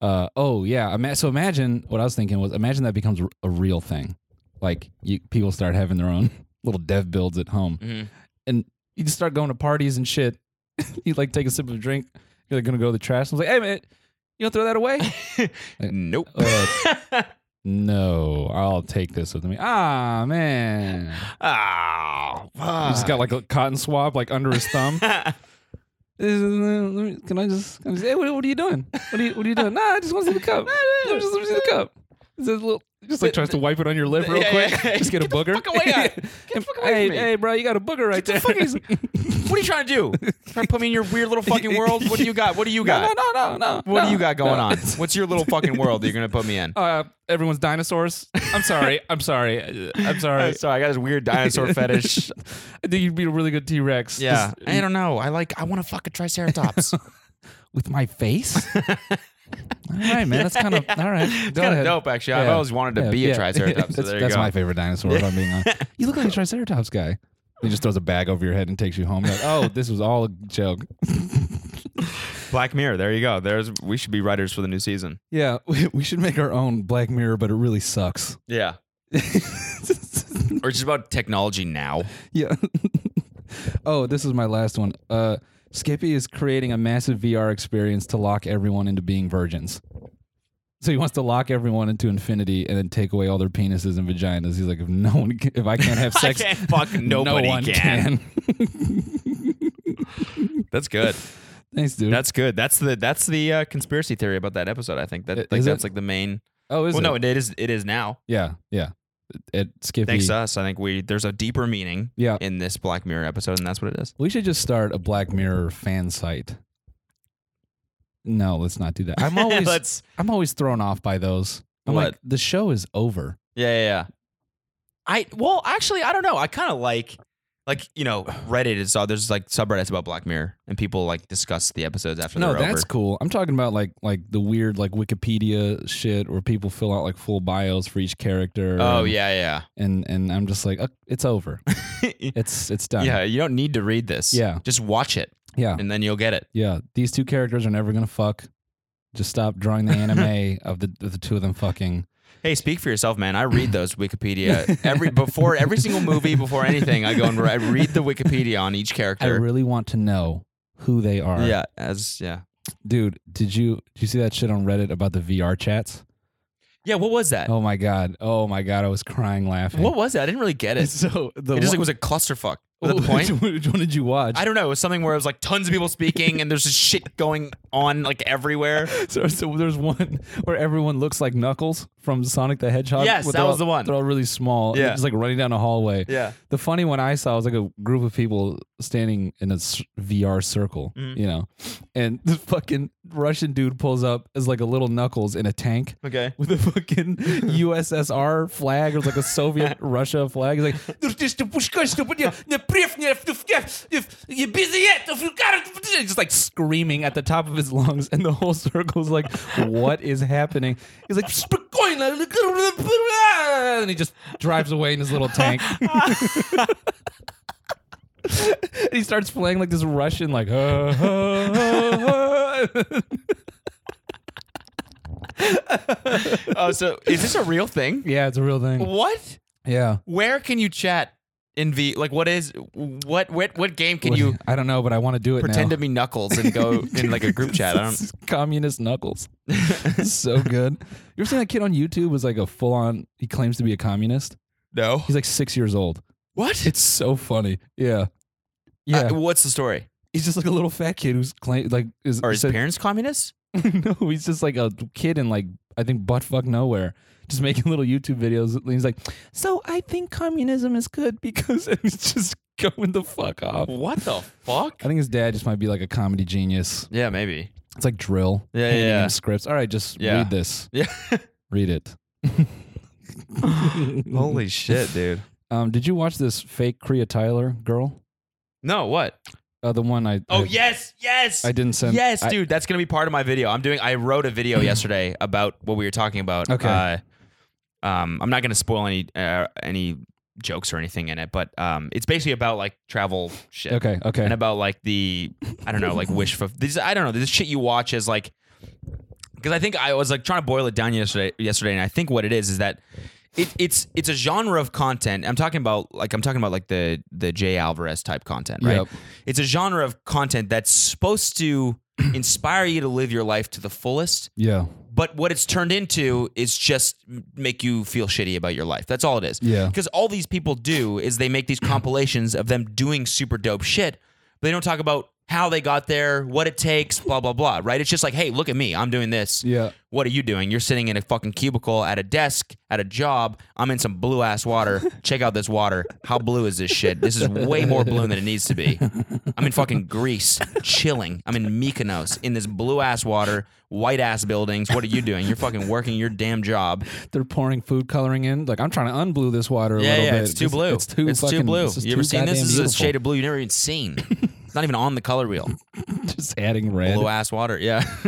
Speaker 2: Uh, oh yeah. Ima- so imagine what I was thinking was imagine that becomes r- a real thing. Like you, people start having their own [laughs] little dev builds at home.
Speaker 1: Mhm.
Speaker 2: you just start going to parties and shit. [laughs] you like take a sip of a drink. You're like gonna go to the trash. I was like, hey man, you don't throw that [laughs] away.
Speaker 1: Nope.
Speaker 2: Uh, no, I'll take this with me. Ah man,
Speaker 1: Ah,
Speaker 2: he just got like a cotton swab like under his [laughs] thumb.
Speaker 1: fuck.
Speaker 2: uh, can I just? Can I just hey, what, what are you doing? What are you? What are you doing? [laughs] Nah, I just want to see the cup. Let me just let me see the cup. It's just little- just like tries to wipe it on your lip real
Speaker 1: Yeah,
Speaker 2: quick.
Speaker 1: yeah, yeah.
Speaker 2: Just get, a booger. [laughs]
Speaker 1: fuck away, guy. Get
Speaker 2: the
Speaker 1: fuck away
Speaker 2: hey,
Speaker 1: from me.
Speaker 2: hey, bro, you got a booger right there.
Speaker 1: [laughs]
Speaker 2: [laughs]
Speaker 1: what are you trying to do? Trying to put me in your weird little fucking world? What do you got? What do you got?
Speaker 2: [laughs] No, no, no, no.
Speaker 1: What
Speaker 2: no,
Speaker 1: do you got going
Speaker 2: no.
Speaker 1: on? What's your little fucking world that you're gonna put me
Speaker 2: [laughs]
Speaker 1: in?
Speaker 2: uh,
Speaker 1: [laughs]
Speaker 2: everyone's dinosaurs. I'm sorry. I'm sorry. Uh, I'm sorry.
Speaker 1: Sorry, I got this
Speaker 2: [laughs]
Speaker 1: weird dinosaur fetish.
Speaker 2: I think you'd be a really good T
Speaker 1: [laughs]
Speaker 2: Rex.
Speaker 1: Yeah, I don't know. I like. I want to fuck a triceratops. [laughs]
Speaker 2: with my face?
Speaker 5: All right, man. That's kind of all right.
Speaker 1: It's
Speaker 5: Go
Speaker 1: kind of
Speaker 5: ahead.
Speaker 1: dope, actually. I've
Speaker 5: Yeah.
Speaker 1: always wanted to
Speaker 5: Yeah,
Speaker 1: be a
Speaker 5: yeah.
Speaker 1: Triceratops. so
Speaker 2: [laughs] that's
Speaker 1: there you
Speaker 2: that's
Speaker 1: go.
Speaker 2: my favorite dinosaur. If I'm being
Speaker 1: [laughs]
Speaker 2: honest, you look like a Triceratops guy. He just throws a bag over your head and takes you home. Like, oh, this was all a joke.
Speaker 1: Black Mirror. There you go. There's. We should be writers for the new season.
Speaker 2: Yeah, we, [laughs] we should make our own Black Mirror, but it really sucks. [laughs]
Speaker 1: Yeah. Or just about technology now.
Speaker 2: yeah. [laughs] oh, this is my last one. Uh, Skippy is creating a massive VR experience to lock everyone into being virgins. So he wants to lock everyone into infinity and then take away all their penises and vaginas. He's like, if no one, can, if I can't have
Speaker 1: [laughs]
Speaker 2: sex,
Speaker 1: I can't fuck nobody
Speaker 2: no one
Speaker 1: can.
Speaker 2: can.
Speaker 1: That's good.
Speaker 2: [laughs] Thanks, dude.
Speaker 1: That's good. That's the that's the uh, conspiracy theory about that episode. I think that
Speaker 2: It-
Speaker 1: like
Speaker 2: is it?
Speaker 1: that's like the main.
Speaker 2: oh, is
Speaker 1: well,
Speaker 2: it?
Speaker 1: no, it is it is now.
Speaker 2: yeah, yeah. It, Skippy.
Speaker 1: Thanks uh. to us, I think we there's a deeper meaning
Speaker 2: Yeah,
Speaker 1: in this Black Mirror episode, and that's what it is.
Speaker 2: we should just start a Black Mirror fan site. No, let's not do that. I'm
Speaker 1: [laughs]
Speaker 2: always,
Speaker 1: Let's-
Speaker 2: I'm always thrown off by those. I'm
Speaker 1: What?
Speaker 2: like, the show is over.
Speaker 1: Yeah, yeah, yeah. I well, actually, I don't know. I kind of like like you
Speaker 2: [sighs]
Speaker 1: know Reddit is all there's like subreddits about Black Mirror, and people like discuss the episodes after
Speaker 2: No,
Speaker 1: they're
Speaker 2: that's
Speaker 1: over.
Speaker 2: cool. I'm talking about like like the weird like Wikipedia shit where people fill out like full bios for each character.
Speaker 1: Oh
Speaker 2: and,
Speaker 1: yeah,
Speaker 2: and and I'm just like, "Uh,
Speaker 1: [laughs]
Speaker 2: it's over.
Speaker 1: yeah.
Speaker 2: It's it's done.
Speaker 1: yeah, you don't need to read this.
Speaker 2: Yeah.
Speaker 1: Just watch it
Speaker 2: yeah,
Speaker 1: and then you'll get it.
Speaker 2: yeah. These two characters are never gonna fuck. Just stop drawing the
Speaker 1: [laughs]
Speaker 2: anime of the of the two of them fucking.
Speaker 1: Hey, speak for yourself, man.
Speaker 2: [clears throat]
Speaker 1: I read those
Speaker 2: [laughs]
Speaker 1: Wikipedia every before every single movie, before anything. I go and I read the Wikipedia on each
Speaker 2: I
Speaker 1: character.
Speaker 2: really want to know who they are.
Speaker 1: yeah, as yeah.
Speaker 2: dude. Did you did you see that shit on Reddit about the VR chats?
Speaker 1: Yeah, what was that?
Speaker 2: Oh my god. Oh my god. I was crying laughing.
Speaker 1: Uh, What was that? I didn't really get it.
Speaker 2: [laughs] So the
Speaker 1: It just like
Speaker 2: one-
Speaker 1: was a clusterfuck. Was that the
Speaker 2: [laughs]
Speaker 1: point?
Speaker 2: Which one did you watch?
Speaker 1: I don't know. It was something where it was like tons of people speaking and there's just shit going on like everywhere.
Speaker 2: So, so there's one [laughs] where everyone looks like Knuckles from Sonic the Hedgehog.
Speaker 1: Yes,
Speaker 2: but
Speaker 1: that
Speaker 2: they're
Speaker 1: was
Speaker 2: all-
Speaker 1: the one.
Speaker 2: They're all really small. Yeah,
Speaker 1: Yeah.
Speaker 2: just like running down a hallway.
Speaker 1: Yeah.
Speaker 2: The funny one I saw was like a group of people standing in a s- VR circle,
Speaker 1: Mm-hmm.
Speaker 2: you know, and the fucking Russian dude pulls up as like a little Knuckles in a tank.
Speaker 1: Okay.
Speaker 2: With a fucking USSR flag or like a Soviet Russia flag. He's like,
Speaker 4: Ну ты что, пушка, что бы не- не преф, не ф- ф- ф- не без этого, фу, кар-
Speaker 2: just like screaming at the top of his lungs, and the whole circle's like, what is happening? He's like,
Speaker 4: спокойно,
Speaker 2: and he just drives away in his little tank. And he starts playing like this Russian, like, uh, uh, uh.
Speaker 1: Oh, so is this a real thing?
Speaker 2: yeah, it's a real thing.
Speaker 1: What?
Speaker 2: Yeah.
Speaker 1: Where can you chat in V? Like, what is what what what game can you
Speaker 2: I don't know, but I want to do it.
Speaker 1: pretend
Speaker 2: now.
Speaker 1: to be Knuckles and
Speaker 2: [laughs]
Speaker 1: go in like a group chat? I don't.
Speaker 2: Communist
Speaker 1: [laughs]
Speaker 2: knuckles. so good. You ever seen that kid on YouTube was like a full on? He claims to be a communist.
Speaker 1: No.
Speaker 2: He's like six years old.
Speaker 1: What?
Speaker 2: It's so funny. Yeah. Yeah.
Speaker 1: Uh, what's the story?
Speaker 2: he's just like a little fat kid who's claim like is
Speaker 1: Are his
Speaker 2: [laughs] said-
Speaker 1: parents communists?
Speaker 2: no, he's just like a kid in like I think butt fuck nowhere, just making little YouTube videos. And he's like, so I think communism is good because [laughs] and he's just going the fuck off.
Speaker 1: What the fuck?
Speaker 2: I think his dad just might be like a comedy genius.
Speaker 1: Yeah, maybe.
Speaker 2: It's like drill.
Speaker 1: Yeah,
Speaker 2: handing
Speaker 1: yeah.
Speaker 2: him Scripts. All right, just
Speaker 1: Yeah.
Speaker 2: read this.
Speaker 1: [laughs] Yeah.
Speaker 2: Read [laughs] it. Mm-hmm. Oh.
Speaker 1: Holy shit, dude.
Speaker 2: [laughs] Um, did you watch this fake Crea Tyler girl?
Speaker 1: No, what?
Speaker 2: Uh, the one I
Speaker 1: Oh
Speaker 2: I,
Speaker 1: yes, yes.
Speaker 2: I didn't send.
Speaker 1: yes,
Speaker 2: I-
Speaker 1: dude, that's gonna be part of my video. I'm doing. I wrote a
Speaker 2: [clears throat]
Speaker 1: video yesterday about what we were talking about.
Speaker 2: Okay.
Speaker 1: Uh, um, I'm not gonna spoil any uh, any jokes or anything in it, but um, it's basically about like travel shit.
Speaker 2: Okay. Okay.
Speaker 1: And about like the I don't know, like
Speaker 2: [laughs]
Speaker 1: wish for these I don't know, this shit you watch is like because I think I was like trying to boil it down yesterday yesterday and I think what it is is that it, it's it's a genre of content. I'm talking about like I'm talking about like the the Jay Alvarez type content, right?
Speaker 2: Yep.
Speaker 1: It's a genre of content that's supposed to [clears throat] inspire you to live your life to the fullest,
Speaker 2: Yeah.
Speaker 1: but what it's turned into is just m- make you feel shitty about your life. That's all it is.
Speaker 2: Yeah.
Speaker 1: Because all these people do is they make these compilations of them doing super dope shit, but they don't talk about how they got there, what it takes, blah blah blah. Right? It's just like, hey, look at me, I'm doing this.
Speaker 2: Yeah.
Speaker 1: What are you doing? You're sitting in a fucking cubicle at a desk at a job. I'm in some blue ass water.
Speaker 2: [laughs]
Speaker 1: Check out this water. How blue is this shit? This is way more blue than it needs to be. I'm in fucking Greece, chilling. I'm in Mykonos in this blue ass water, white ass buildings. What are you doing? You're fucking working your damn job.
Speaker 2: they're pouring food coloring in. Like I'm trying to unblue this water a
Speaker 1: Yeah,
Speaker 2: little
Speaker 1: yeah,
Speaker 2: bit.
Speaker 1: it's too blue.
Speaker 2: It's too, fucking,
Speaker 1: blue.
Speaker 2: it's just
Speaker 1: you ever
Speaker 2: too
Speaker 1: seen this? This
Speaker 2: goddamn
Speaker 1: is a
Speaker 2: beautiful.
Speaker 1: shade of blue you've never even seen.
Speaker 2: [laughs]
Speaker 1: It's not even on the color wheel.
Speaker 2: Just adding red.
Speaker 1: Blue ass water. Yeah. [laughs]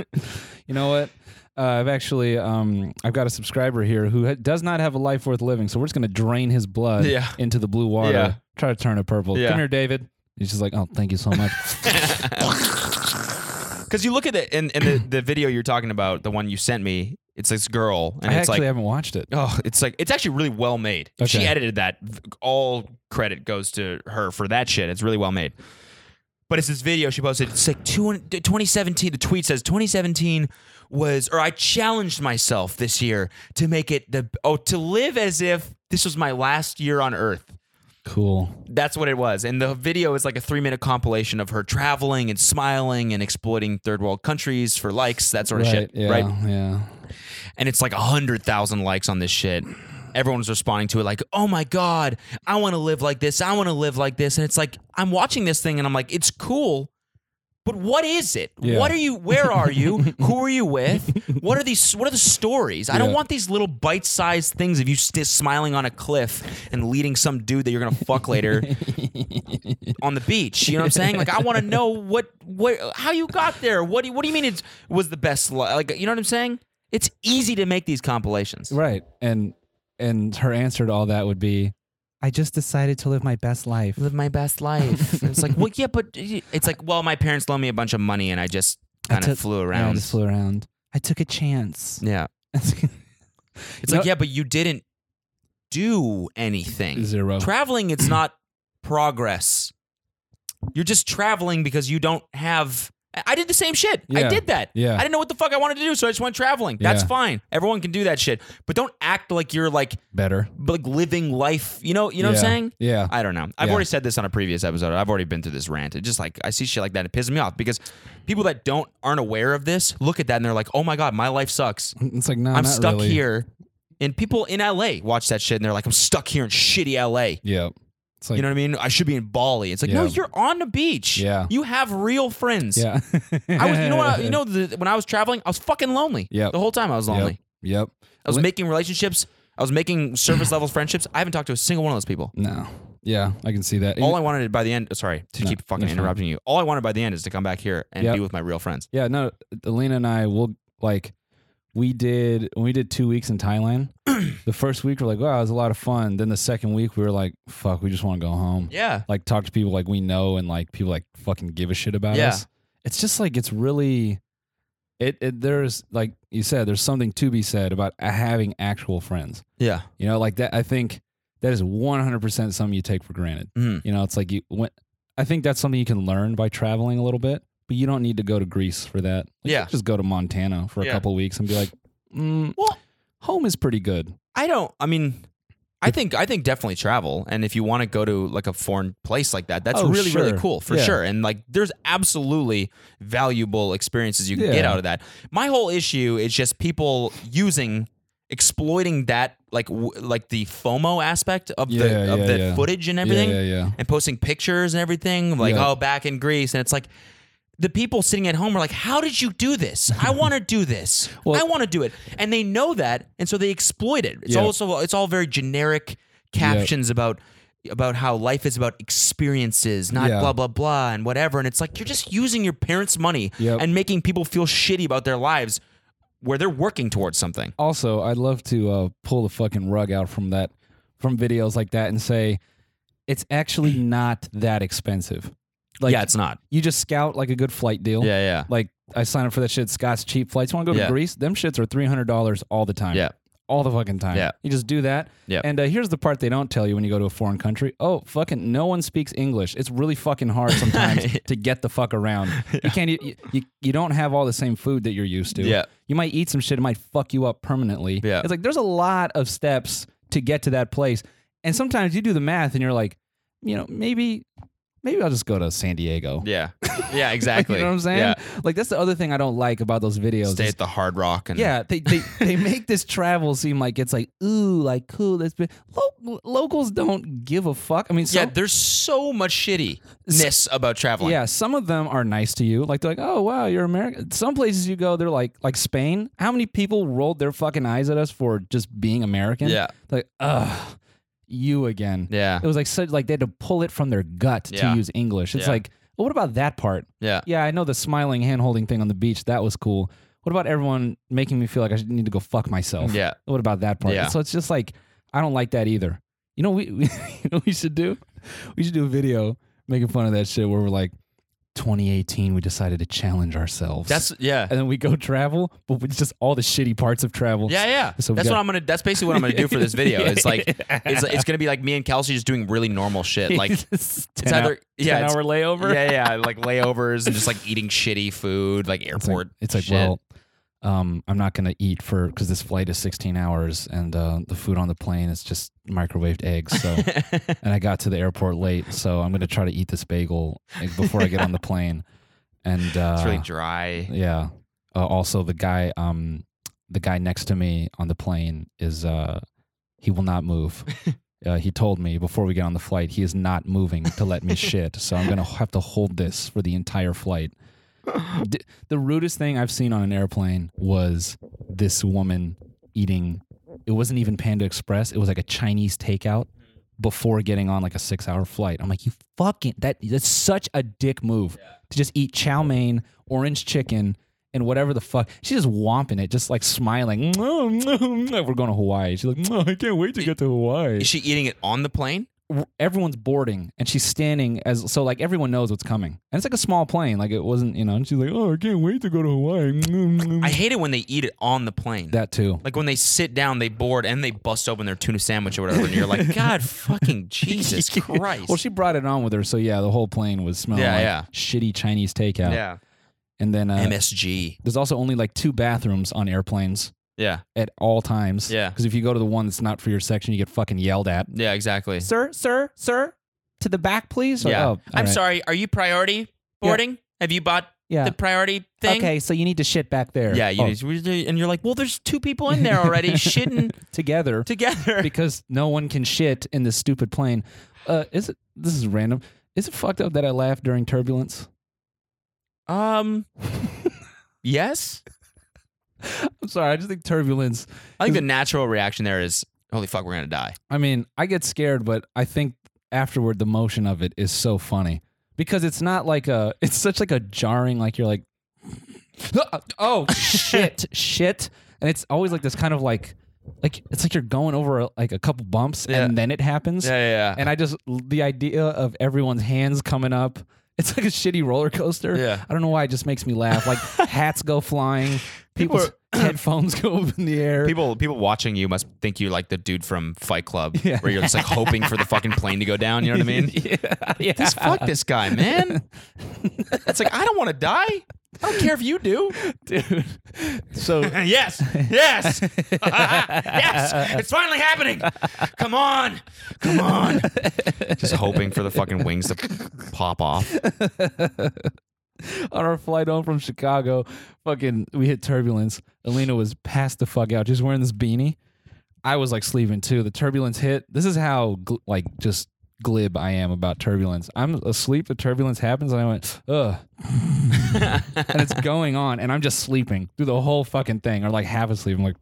Speaker 2: You know what? Uh, I've actually, um, I've got a subscriber here who ha- does not have a life worth living, so we're just gonna drain his blood
Speaker 1: Yeah.
Speaker 2: into the blue water.
Speaker 1: Yeah.
Speaker 2: Try to turn it purple.
Speaker 1: Yeah.
Speaker 2: Come here, David. He's just like, oh,
Speaker 1: [laughs]
Speaker 2: thank you so much.
Speaker 1: Because you look at it in, in the, the video you're talking about, the one you sent me, it's this girl, and
Speaker 2: I
Speaker 1: it's
Speaker 2: actually
Speaker 1: like,
Speaker 2: haven't watched it.
Speaker 1: oh, it's like, it's actually really well made. She
Speaker 2: Okay.
Speaker 1: edited that. All credit goes to her for that shit. It's really well made. But it's this video she posted. It's like two, 2017. The tweet says 2017 was, or I challenged myself this year to make it the, oh, to live as if this was my last year on earth.
Speaker 2: Cool.
Speaker 1: That's what it was. And the video is like a three minute compilation of her traveling and smiling and exploiting third world countries for likes, that sort of shit.
Speaker 2: Yeah,
Speaker 1: Right.
Speaker 2: Yeah.
Speaker 1: And it's like 100,000 likes on this shit. Everyone's responding to it like, oh my God, I want to live like this. I want to live like this. And it's like, I'm watching this thing and I'm like, it's cool. But what is it?
Speaker 2: Yeah.
Speaker 1: What are you? Where are you?
Speaker 2: [laughs]
Speaker 1: Who are you with? What are these? What are the stories? I don't
Speaker 2: Yeah.
Speaker 1: want these little bite-sized things of you st- smiling on a cliff and leading some dude that you're gonna fuck later [laughs] on the beach. You know what I'm saying? Like I want to know what what how you got there. What do you, what do you mean it was the best? Li- like you know what I'm saying? It's easy to make these compilations.
Speaker 2: Right. And and her answer to all that would be, I just decided to live my best life.
Speaker 1: Live my best
Speaker 2: [laughs]
Speaker 1: life. And it's like well yeah, but it's like well my parents loaned me a bunch of money and I just
Speaker 2: I
Speaker 1: kind of
Speaker 2: took-
Speaker 1: flew
Speaker 2: Yeah, I
Speaker 1: around.
Speaker 2: just flew around. I took
Speaker 1: [laughs]
Speaker 2: a chance.
Speaker 1: yeah. It's
Speaker 2: You
Speaker 1: like,
Speaker 2: know-
Speaker 1: yeah, but you didn't do anything.
Speaker 2: Zero.
Speaker 1: Traveling is not progress. You're just traveling because you don't have. I- I did the same shit. I
Speaker 2: Yeah.
Speaker 1: did that.
Speaker 2: Yeah.
Speaker 1: I didn't know what the fuck I wanted to do, so I just went traveling. That's
Speaker 2: Yeah.
Speaker 1: fine. Everyone can do that shit, but don't act like you're like
Speaker 2: Better.
Speaker 1: like living life. You know. You know
Speaker 2: Yeah.
Speaker 1: what I'm saying?
Speaker 2: Yeah.
Speaker 1: I don't know. I've
Speaker 2: Yeah.
Speaker 1: already said this on a previous episode. I've already been through this rant. It just like I see shit like that. It pisses me off because people that don't aren't aware of this look at that and they're like, "Oh my god, my life sucks."
Speaker 2: It's like, no,
Speaker 1: I'm
Speaker 2: not
Speaker 1: stuck
Speaker 2: really.
Speaker 1: here. And people in LA watch that shit and they're like, I'm stuck here in shitty LA.
Speaker 2: Yeah. It's like,
Speaker 1: You know what I mean? I should be in Bali. It's like, no,
Speaker 2: Yeah.
Speaker 1: you're on the beach.
Speaker 2: Yeah.
Speaker 1: You have real friends.
Speaker 2: yeah.
Speaker 1: [laughs] I was, you know
Speaker 2: [laughs]
Speaker 1: what? You know, the, when I was traveling, I was fucking lonely.
Speaker 2: Yep.
Speaker 1: The whole time I was lonely.
Speaker 2: Yep. Yep.
Speaker 1: I was making relationships. I was making surface level friendships. I haven't talked to a single one of those people.
Speaker 2: No. Yeah, I can see that.
Speaker 1: All I wanted by the end, uh, sorry to
Speaker 2: No,
Speaker 1: keep fucking
Speaker 2: that's fine.
Speaker 1: interrupting you. All I wanted by the end is to come back here and
Speaker 2: Yep.
Speaker 1: be with my real friends.
Speaker 2: yeah, no, Elena and I will like we did when we did two weeks in
Speaker 1: [clears throat]
Speaker 2: Thailand. the first week we're like, wow, it was a lot of fun. Then the second week we were like, fuck, we just want to go home.
Speaker 1: Yeah.
Speaker 2: Like talk to people like we know and like people like fucking give a shit about
Speaker 1: Yeah.
Speaker 2: us. It's just like it's really it, it there's like you said, there's something to be said about having actual friends.
Speaker 1: Yeah.
Speaker 2: You know, like that. I think that is 100% something you take for granted.
Speaker 1: Mhm.
Speaker 2: You know, it's like you. When, I think that's something you can learn by traveling a little bit, but you don't need to go to Greece for that. Like,
Speaker 1: Yeah.
Speaker 2: just go to Montana for a
Speaker 1: Yeah.
Speaker 2: couple weeks and be like, mm,
Speaker 1: Well-
Speaker 2: home is pretty good.
Speaker 1: I don't. I mean, I think I think definitely travel, and if you want to go to like a foreign place like that, that's
Speaker 2: Oh,
Speaker 1: really really
Speaker 2: sure.
Speaker 1: cool for
Speaker 2: Yeah.
Speaker 1: sure. And like, there's absolutely valuable experiences you can get
Speaker 2: Yeah.
Speaker 1: out of that. My whole issue is just people using exploiting that like w- like the FOMO aspect of the
Speaker 2: Yeah,
Speaker 1: of
Speaker 2: yeah,
Speaker 1: the
Speaker 2: yeah.
Speaker 1: footage and everything
Speaker 2: Yeah, yeah, yeah.
Speaker 1: and posting pictures and everything, like,
Speaker 2: Yeah.
Speaker 1: oh, back in Greece. And it's like, the people sitting at home are like, how did you do this?
Speaker 2: [laughs]
Speaker 1: I want to do this.
Speaker 2: Well-
Speaker 1: I want to do it. And they know that. And so they exploit it. It's
Speaker 2: Yeah.
Speaker 1: also, it's all very generic captions about, about how life is about experiences, not
Speaker 2: Yeah.
Speaker 1: blah, blah, blah, and whatever. And it's like, you're just using your parents' money
Speaker 2: Yep.
Speaker 1: and making people feel shitty about their lives where they're working towards something.
Speaker 2: Also, I'd love to uh, pull the fucking rug out from that, from videos like that, and say, it's
Speaker 1: [clears throat]
Speaker 2: actually not that expensive. Like,
Speaker 1: yeah, it's not.
Speaker 2: you just scout like a good flight deal.
Speaker 1: Yeah, yeah.
Speaker 2: Like I signed up for that shit. Scott's cheap flights. Want to go
Speaker 1: Yeah.
Speaker 2: to Greece? Them shits are three hundred dollars all the time.
Speaker 1: Yeah.
Speaker 2: all the fucking time.
Speaker 1: Yeah.
Speaker 2: you just do that.
Speaker 1: Yeah.
Speaker 2: and uh, here's the part they don't tell you when you go to a foreign country. Oh, fucking no one speaks English. It's really fucking
Speaker 1: [laughs]
Speaker 2: hard sometimes to get the fuck around. You can't. eat- You, you you don't have all the same food that you're used to.
Speaker 1: Yeah.
Speaker 2: you might eat some shit. It might fuck you up permanently.
Speaker 1: Yeah.
Speaker 2: it's like there's a lot of steps to get to that place, and sometimes you do the math and you're like, you know, maybe. Maybe I'll just go to San Diego.
Speaker 1: Yeah. Yeah, exactly.
Speaker 2: [laughs] You know what I'm saying?
Speaker 1: Yeah.
Speaker 2: Like that's the other thing I don't like about those videos.
Speaker 1: Stay
Speaker 2: is-
Speaker 1: at the Hard Rock and
Speaker 2: yeah, they, they, they make this travel seem like it's like ooh, like cool. That's been lo- locals don't give a fuck. I mean,
Speaker 1: yeah,
Speaker 2: some,
Speaker 1: there's so much shittiness about traveling.
Speaker 2: yeah, some of them are nice to you. Like they're like, oh wow, you're American. Some places you go, they're like like Spain. How many people rolled their fucking eyes at us for just being American?
Speaker 1: Yeah.
Speaker 2: like ugh, you again.
Speaker 1: Yeah.
Speaker 2: It was like such like they had to pull it from their gut
Speaker 1: Yeah.
Speaker 2: to use English. It's
Speaker 1: Yeah.
Speaker 2: like, well, what about that part?
Speaker 1: Yeah.
Speaker 2: Yeah, I know the smiling hand holding thing on the beach. That was cool. What about everyone making me feel like I should- need to go fuck myself?
Speaker 1: Yeah.
Speaker 2: What about that part?
Speaker 1: Yeah.
Speaker 2: So it's just like I don't like that either. You know, we, [laughs] we you know what we should do. We should do a video making fun of that shit where we're like, 2018, we decided to challenge ourselves.
Speaker 1: That's yeah.
Speaker 2: and then we go travel, but with just all the shitty parts of travel.
Speaker 1: Yeah, yeah.
Speaker 2: So we
Speaker 1: that's
Speaker 2: got-
Speaker 1: what I'm gonna. That's basically what I'm gonna do
Speaker 2: [laughs]
Speaker 1: for this video. It's like it's like, it's gonna be like me and Kelsey just doing really normal shit.
Speaker 2: [laughs]
Speaker 1: Like it's
Speaker 2: it's
Speaker 1: either yeah, it's-
Speaker 2: hour layover.
Speaker 1: yeah, yeah, like layovers and just like eating shitty food, like
Speaker 2: It's like,
Speaker 1: airport.
Speaker 2: it's like
Speaker 1: shit.
Speaker 2: well, um, I'm not gonna eat for because this flight is 16 hours, and uh, the food on the plane is just microwaved eggs.
Speaker 1: [laughs]
Speaker 2: So, and I got to the airport late, so I'm gonna try to eat this bagel like, before I get on the plane. And uh,
Speaker 1: it's really dry.
Speaker 2: yeah. Uh, also, the guy, um, the guy next to me on the plane is uh, he will not move. Uh, he told me before we get on the flight, he is not moving to let me shit. So I'm gonna have to hold this for the entire flight. D- the rudest thing I've seen on an airplane was this woman eating. It wasn't even Panda Express. It was like a Chinese takeout before getting on like a six-hour flight. I'm like, you fucking that. That's such a dick move to just eat chow mein, orange chicken, and whatever the fuck. She's just womping it, just like smiling. [laughs] We're going to Hawaii. She's like, "I can't wait to get to Hawaii."
Speaker 1: Is she eating it on the plane?
Speaker 2: everyone's boarding and she's standing as so like everyone knows what's coming and it's like a small plane like it wasn't you know and she's like oh i can't wait to go to hawaii [laughs]
Speaker 1: I hate it when they eat it on the plane.
Speaker 2: Mm. that too
Speaker 1: like when they sit down, they board and they bust open their tuna sandwich or whatever, and you're
Speaker 2: [laughs]
Speaker 1: like, God fucking Jesus Christ.
Speaker 2: well she brought it on with her so yeah the whole plane was smelling
Speaker 1: Yeah,
Speaker 2: like
Speaker 1: yeah.
Speaker 2: shitty chinese takeout
Speaker 1: yeah.
Speaker 2: and then uh,
Speaker 1: MSG.
Speaker 2: there's also only like two bathrooms on airplanes
Speaker 1: Yeah.
Speaker 2: at all times
Speaker 1: Yeah.
Speaker 2: because if you go to the one that's not for your section you get fucking yelled at
Speaker 1: Yeah. Exactly.
Speaker 2: sir sir sir to the back please Or-
Speaker 1: Yeah.
Speaker 2: oh, all
Speaker 1: I'm
Speaker 2: right.
Speaker 1: sorry. Are you priority boarding? Have you bought
Speaker 2: yeah
Speaker 1: the priority thing?
Speaker 2: okay so you need to shit back there
Speaker 1: Yeah, you
Speaker 2: Oh,
Speaker 1: and you're like, well, there's two people in there
Speaker 2: [laughs]
Speaker 1: already shitting [laughs]
Speaker 2: together
Speaker 1: together.
Speaker 2: because no one can shit in this stupid plane. Uh, is it? This is random. Is it fucked up that I laughed during turbulence?
Speaker 1: Um, yes,
Speaker 2: I'm sorry. I just think turbulence.
Speaker 1: I think the natural reaction there is, holy fuck, we're gonna die.
Speaker 2: I mean, I get scared, but I think afterward the motion of it is so funny because it's not like a. [laughs] It's such like a jarring. Like you're like, [laughs] oh
Speaker 1: [laughs]
Speaker 2: shit, shit, and it's always like this kind of like, like it's like you're going over a, like a couple bumps
Speaker 1: Yeah.
Speaker 2: and then it happens.
Speaker 1: yeah,
Speaker 2: and I just the idea of everyone's hands coming up. It's like a shitty roller coaster.
Speaker 1: Yeah.
Speaker 2: I don't know why it just makes me laugh.
Speaker 1: [laughs]
Speaker 2: Like hats go flying,
Speaker 1: People [clears throat]
Speaker 2: people's headphones go up in the air.
Speaker 1: [laughs] People, people watching you must think you like the dude from Fight Club,
Speaker 2: Yeah.
Speaker 1: where you're just like hoping for the fucking plane to go down. You know what I mean?
Speaker 2: [laughs] yeah, yeah.
Speaker 1: Just fuck this guy, man.
Speaker 2: [laughs]
Speaker 1: It's like I don't want to die. I don't care if you do. [laughs]
Speaker 2: dude. So
Speaker 1: Yes,
Speaker 2: [laughs]
Speaker 1: yes, yes. It's finally happening. Come on, come on. Just hoping for the fucking wings to pop off.
Speaker 2: on our flight home from Chicago, fucking we hit turbulence. Alina was passed the fuck out. She's wearing this beanie. I was like sleeping too. The turbulence hit. This is how gl- like just glib I am about turbulence. I'm asleep. The turbulence happens, and I went ugh, and it's going on, and I'm just sleeping through the whole fucking thing, or like half asleep. I'm like,